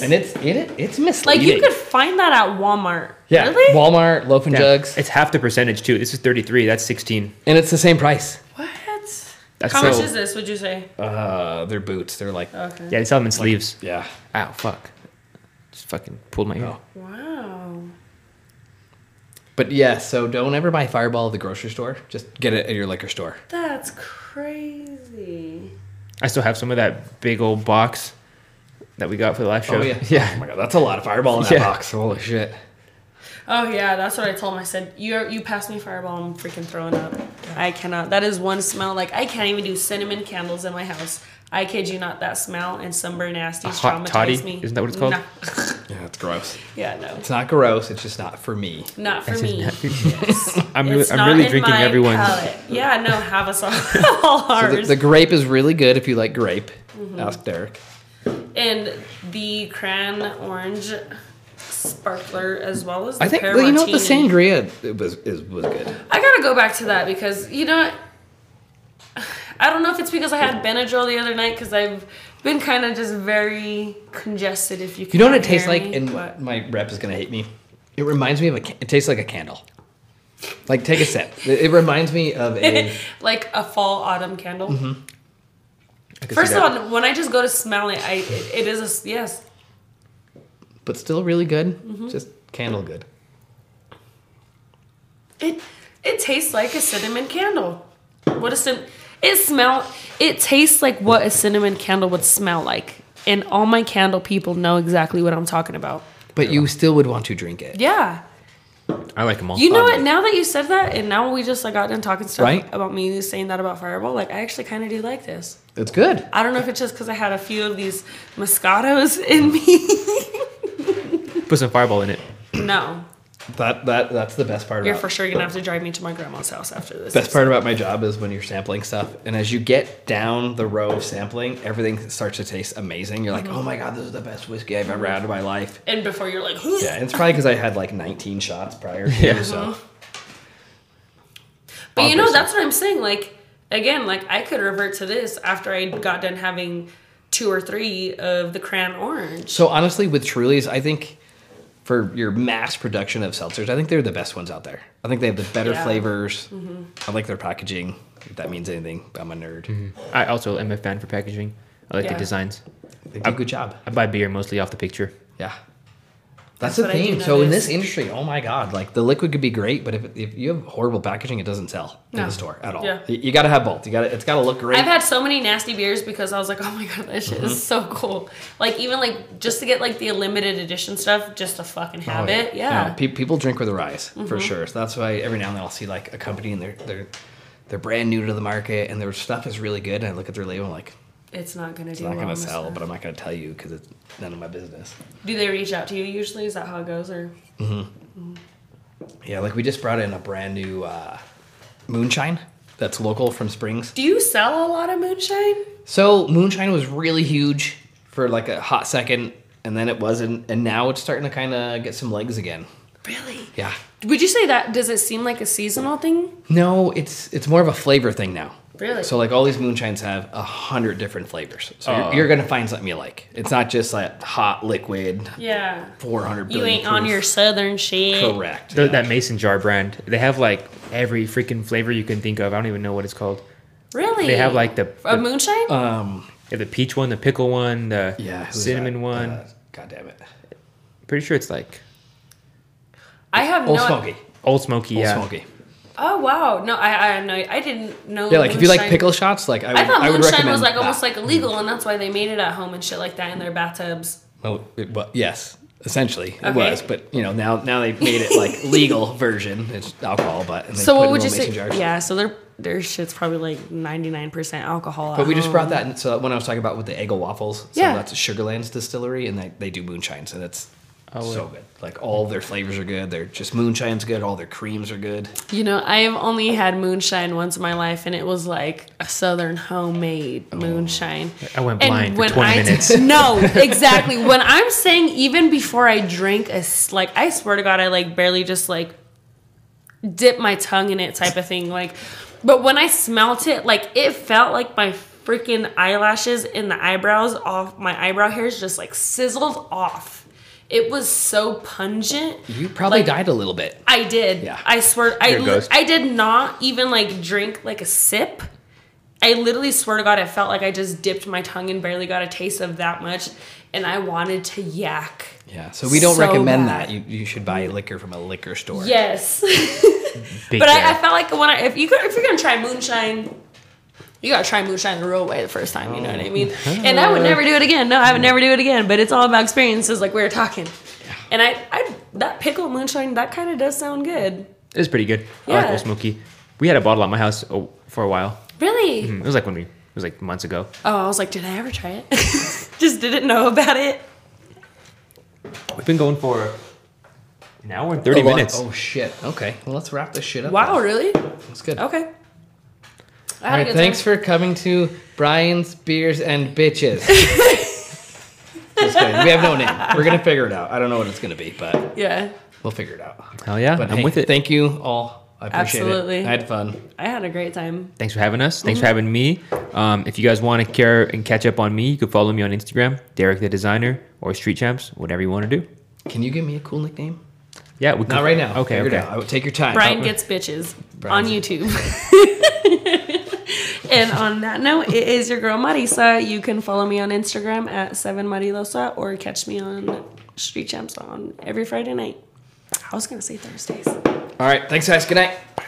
Speaker 1: And it's it, it's
Speaker 2: Like
Speaker 1: misleading.
Speaker 2: you could find that at Walmart.
Speaker 1: yeah,
Speaker 2: Really?
Speaker 1: Walmart loaf and
Speaker 3: Yeah.
Speaker 1: jugs,
Speaker 3: It's half the percentage too. This is 33. That's 16.
Speaker 1: and it's the same price.
Speaker 2: what?
Speaker 3: That's
Speaker 2: How
Speaker 3: so-
Speaker 2: much is this? Would you say?
Speaker 1: Uh, they're boots. They're like
Speaker 2: Okay.
Speaker 3: Yeah, they sell them in sleeves.
Speaker 1: yeah.
Speaker 3: Ow, fuck. Just fucking pulled my ear.
Speaker 1: Oh.
Speaker 2: Wow.
Speaker 1: But yeah, so don't ever buy Fireball at the grocery store. Just get it at your liquor store.
Speaker 2: That's crazy.
Speaker 3: I still have some of that big old box that we got for the live show.
Speaker 1: Oh yeah,
Speaker 3: Yeah.
Speaker 1: Oh my god, that's a lot of Fireball in that
Speaker 3: Yeah.
Speaker 1: box. Holy shit.
Speaker 2: Oh yeah, that's what I told him. I said, "You you passed me fireball. I'm freaking throwing up. I cannot. That is one smell. Like I can't even do cinnamon candles in my house. I kid you not. That smell and sunburn nasty
Speaker 3: A hot
Speaker 2: traumatized
Speaker 3: toddy?
Speaker 2: me.
Speaker 3: Isn't that what it's called?
Speaker 2: No.
Speaker 1: Yeah, it's gross.
Speaker 2: Yeah, no,
Speaker 1: It's not gross. It's just not for me.
Speaker 2: not for
Speaker 3: That's just
Speaker 2: me.
Speaker 3: not-
Speaker 2: Yes.
Speaker 3: I'm really-
Speaker 2: It's
Speaker 3: I'm
Speaker 2: not
Speaker 3: really
Speaker 2: in
Speaker 3: drinking
Speaker 2: my
Speaker 3: everyone's-
Speaker 2: palate. Yeah, no, have us all, all
Speaker 1: So the,
Speaker 2: ours. Mm-hmm.
Speaker 1: the grape is really good if you like grape. Ask Derek.
Speaker 2: and the cran orange sparkler as well as the
Speaker 1: I think
Speaker 2: Paramartini.
Speaker 1: well, you know what the sangria it was is, was good.
Speaker 2: I gotta go back to that because you know, I don't know if it's because I had Benadryl the other night because I've been kind of just very congested. If you can
Speaker 1: You know what it
Speaker 2: hear
Speaker 1: tastes like?
Speaker 2: me,
Speaker 1: And
Speaker 2: but-
Speaker 1: my rep is gonna hate me. It reminds me of a. ca- It tastes like a candle. Like take a sip. It it reminds me of a.
Speaker 2: like a fall autumn candle.
Speaker 1: Mm-hmm.
Speaker 3: I can see
Speaker 2: First of
Speaker 3: that.
Speaker 2: all, when I just go to smell it, I it, it is a s- yes.
Speaker 1: but still really good.
Speaker 2: Mm-hmm.
Speaker 1: Just candle good.
Speaker 2: It it tastes like a cinnamon candle. What a cin- it smell it tastes like what a cinnamon candle would smell like. And all my candle people know exactly what I'm talking about.
Speaker 1: But you still would want to drink it,
Speaker 2: Yeah.
Speaker 3: I like them all.
Speaker 2: You know what?
Speaker 1: Probably.
Speaker 2: Now that you said that, and now we just like got done talking stuff
Speaker 1: Right?
Speaker 2: about me saying that about Fireball, like I actually kind of do like this.
Speaker 1: It's good.
Speaker 2: I don't know if it's just because I had a few of these Moscatos in me.
Speaker 3: Put some fireball in it.
Speaker 2: no,
Speaker 1: That that that's the best part.
Speaker 2: you're
Speaker 1: about
Speaker 2: for sure gonna have to drive me to my grandma's house after this.
Speaker 1: Best part about my job is when you're sampling stuff, and as you get down the row of sampling, everything starts to taste amazing. You're like,
Speaker 2: Mm-hmm.
Speaker 1: oh my god, this is the best whiskey I've ever had in my life.
Speaker 2: And before you're like,
Speaker 1: Yeah, and it's probably because I had like 19 shots prior. To,
Speaker 3: Yeah.
Speaker 2: Uh-huh.
Speaker 1: So
Speaker 2: But you know,
Speaker 1: Obviously.
Speaker 2: that's what I'm saying. Like, again, like I could revert to this after I got done having two or three of the crayon orange.
Speaker 1: so honestly, with Truly's, I think for your mass production of seltzers, I think they're the best ones out there. I think they have the better
Speaker 2: Yeah. Mm-hmm.
Speaker 1: flavors. I like their packaging. If that means anything, I'm a nerd.
Speaker 3: I also am a fan for packaging. I like
Speaker 2: Yeah.
Speaker 3: the designs.
Speaker 1: They do a good job.
Speaker 3: I buy beer mostly off the picture.
Speaker 1: Yeah. That's, the
Speaker 2: That's what I do
Speaker 1: thing. So in
Speaker 2: notice.
Speaker 1: this industry, oh my god, like the liquid could be great, but if, if you have horrible packaging, it doesn't sell in
Speaker 2: No.
Speaker 1: the store at all.
Speaker 2: Yeah.
Speaker 1: You, you got to have both. You got to it's got to look great.
Speaker 2: I've had so many nasty beers because I was like, oh my god, that shit
Speaker 1: Mm-hmm.
Speaker 2: is so cool. Like even like just to get like the limited edition stuff, just to fucking have it. Yeah. Mm-hmm.
Speaker 1: No, Oh, pe- people drink with their eyes for sure. So that's why every now and then I'll see like a company and they're they're they're brand new to the market and their stuff is really good. And I look at their label, I'm like,
Speaker 2: it's not gonna
Speaker 1: it's
Speaker 2: do.
Speaker 1: not
Speaker 2: well
Speaker 1: gonna
Speaker 2: on this
Speaker 1: sell,
Speaker 2: one.
Speaker 1: but I'm not gonna tell you because it's none of my business.
Speaker 2: Do they reach out to you usually? Is that how it goes? Or
Speaker 1: Yeah, like we just brought in a brand new uh, moonshine that's local from Springs.
Speaker 2: do you sell a lot of moonshine?
Speaker 1: So moonshine was really huge for like a hot second, and then it wasn't, and now it's starting to kind of get some legs again.
Speaker 2: Really?
Speaker 1: Yeah.
Speaker 2: Would you say that? Does it seem like a seasonal thing?
Speaker 1: No, it's it's more of a flavor thing now.
Speaker 2: Really?
Speaker 1: So like all these moonshines have a hundred different flavors. So
Speaker 3: Oh.
Speaker 1: you're, you're gonna find something you like. It's not just like hot liquid,
Speaker 2: Yeah.
Speaker 1: four hundred.
Speaker 2: You ain't on your southern shit.
Speaker 1: correct.
Speaker 3: Th- That mason jar brand. They have like every freaking flavor you can think of. I don't even know what it's called.
Speaker 2: Really?
Speaker 3: They have like the
Speaker 2: a
Speaker 3: the,
Speaker 2: moonshine.
Speaker 1: Um.
Speaker 3: they have the peach one, the pickle one, the
Speaker 1: Yeah. who's
Speaker 3: cinnamon
Speaker 1: that?
Speaker 3: one.
Speaker 1: Uh, God damn it.
Speaker 3: Pretty sure it's like
Speaker 2: I have
Speaker 1: Old
Speaker 2: no.
Speaker 1: Smoky.
Speaker 3: Old Smoky,
Speaker 1: Old
Speaker 3: yeah.
Speaker 1: Smoky.
Speaker 2: Oh wow! No, I I know I didn't know.
Speaker 1: Yeah, like if you like
Speaker 2: moonshine-
Speaker 1: pickle shots, like I would,
Speaker 2: I thought
Speaker 1: I would
Speaker 2: moonshine
Speaker 1: recommend
Speaker 2: was like
Speaker 1: that.
Speaker 2: almost like illegal, and that's why they made it at home and shit like that in their bathtubs.
Speaker 1: Well, it, wa yes, essentially it
Speaker 2: Okay.
Speaker 1: was, but you know now now they've made it like legal version. It's alcohol, but and they
Speaker 2: So
Speaker 1: put
Speaker 2: what
Speaker 1: it
Speaker 2: would
Speaker 1: in
Speaker 2: you
Speaker 1: little
Speaker 2: say?
Speaker 1: mason jars.
Speaker 2: Yeah, so their their shit's probably like ninety nine percent alcohol.
Speaker 1: But
Speaker 2: at
Speaker 1: we just brought
Speaker 2: home.
Speaker 1: that, in, so when I was talking about with the Eggo waffles, so
Speaker 2: Yeah.
Speaker 1: that's Sugarlands Distillery, and they, they do moonshine, so that's
Speaker 3: would-
Speaker 1: so good. Like all their flavors are good. They're just moonshine's good. All their creams are good.
Speaker 2: You know, I have only had moonshine once in my life, and it was like a southern homemade moonshine.
Speaker 3: Oh. I went
Speaker 2: And
Speaker 3: blind for
Speaker 2: when
Speaker 3: 20
Speaker 2: I-
Speaker 3: minutes.
Speaker 2: No, exactly. when I'm saying even before I drink a s- like, I swear to God, I like barely just like dip my tongue in it type of thing. Like, but when I smelt it, like it felt like my freaking eyelashes and the eyebrows off my eyebrow hairs just like sizzled off. It was so pungent.
Speaker 1: You probably
Speaker 2: Like-
Speaker 1: died a little bit.
Speaker 2: I did.
Speaker 1: Yeah.
Speaker 2: I swear. I
Speaker 3: You're a
Speaker 2: li-
Speaker 3: ghost.
Speaker 2: I did not even like drink like a sip. I literally swear to God, it felt like I just dipped my tongue and barely got a taste of that much, and I wanted to yak.
Speaker 1: Yeah, so we don't
Speaker 2: So
Speaker 1: recommend
Speaker 2: bad.
Speaker 1: that. You, you should buy liquor from a liquor store.
Speaker 2: Yes,
Speaker 3: Big
Speaker 2: but
Speaker 3: Bear.
Speaker 2: I, I felt like when I if you could, if you're gonna try moonshine. You gotta try moonshine the real way the first time, you know what I mean?
Speaker 3: Oh.
Speaker 2: And I would never do it again. No, I would never do it again. But it's all about experiences, like we were talking. And I, I that pickle moonshine, that kind of does sound good.
Speaker 3: It was pretty good. I like
Speaker 2: Yeah.
Speaker 3: Old Smoky. We had a bottle at my house oh, for a while. Hmm,
Speaker 2: Really?
Speaker 3: It was like when we, it was like months ago.
Speaker 2: Oh, I was like, did I ever try it? Just didn't know about it.
Speaker 3: We've been going for an hour and 30
Speaker 1: A lot-
Speaker 3: minutes.
Speaker 1: Oh shit. Okay. Well, let's wrap this shit up.
Speaker 2: Wow, really?
Speaker 1: That's good.
Speaker 2: Okay. I
Speaker 1: All
Speaker 2: had a
Speaker 1: right.
Speaker 2: good
Speaker 1: Thanks
Speaker 2: time.
Speaker 1: for coming to Brian's Beers and Bitches. Just kidding. We have no name. We're gonna figure it out. I don't know what it's gonna be, but
Speaker 2: Yeah,
Speaker 1: we'll figure it out.
Speaker 3: Hell yeah.
Speaker 1: But
Speaker 3: I'm
Speaker 1: hey,
Speaker 3: with it.
Speaker 1: Thank you all. I appreciate
Speaker 2: Absolutely.
Speaker 1: it. I had fun.
Speaker 2: I had a great time.
Speaker 3: Thanks for having us. Thanks for
Speaker 2: Mm-hmm.
Speaker 3: having me. Um, if you guys want to care and catch up on me, you can follow me on Instagram, Derek the Designer, or Street Champs, whatever you want to do.
Speaker 1: Can you give me a cool nickname?
Speaker 3: Yeah, we
Speaker 1: Not right now.
Speaker 3: Okay,
Speaker 1: Figure
Speaker 3: okay.
Speaker 1: It out. I will take your time.
Speaker 2: Brian
Speaker 1: Oh,
Speaker 2: gets bitches
Speaker 1: Brian's-
Speaker 2: on YouTube. and on that note, it is your girl Marisa. You can follow me on Instagram at Seven Marilosa or catch me on Street Champs on every Friday night. I was gonna say Thursdays.
Speaker 1: All right. Thanks, guys. Good night.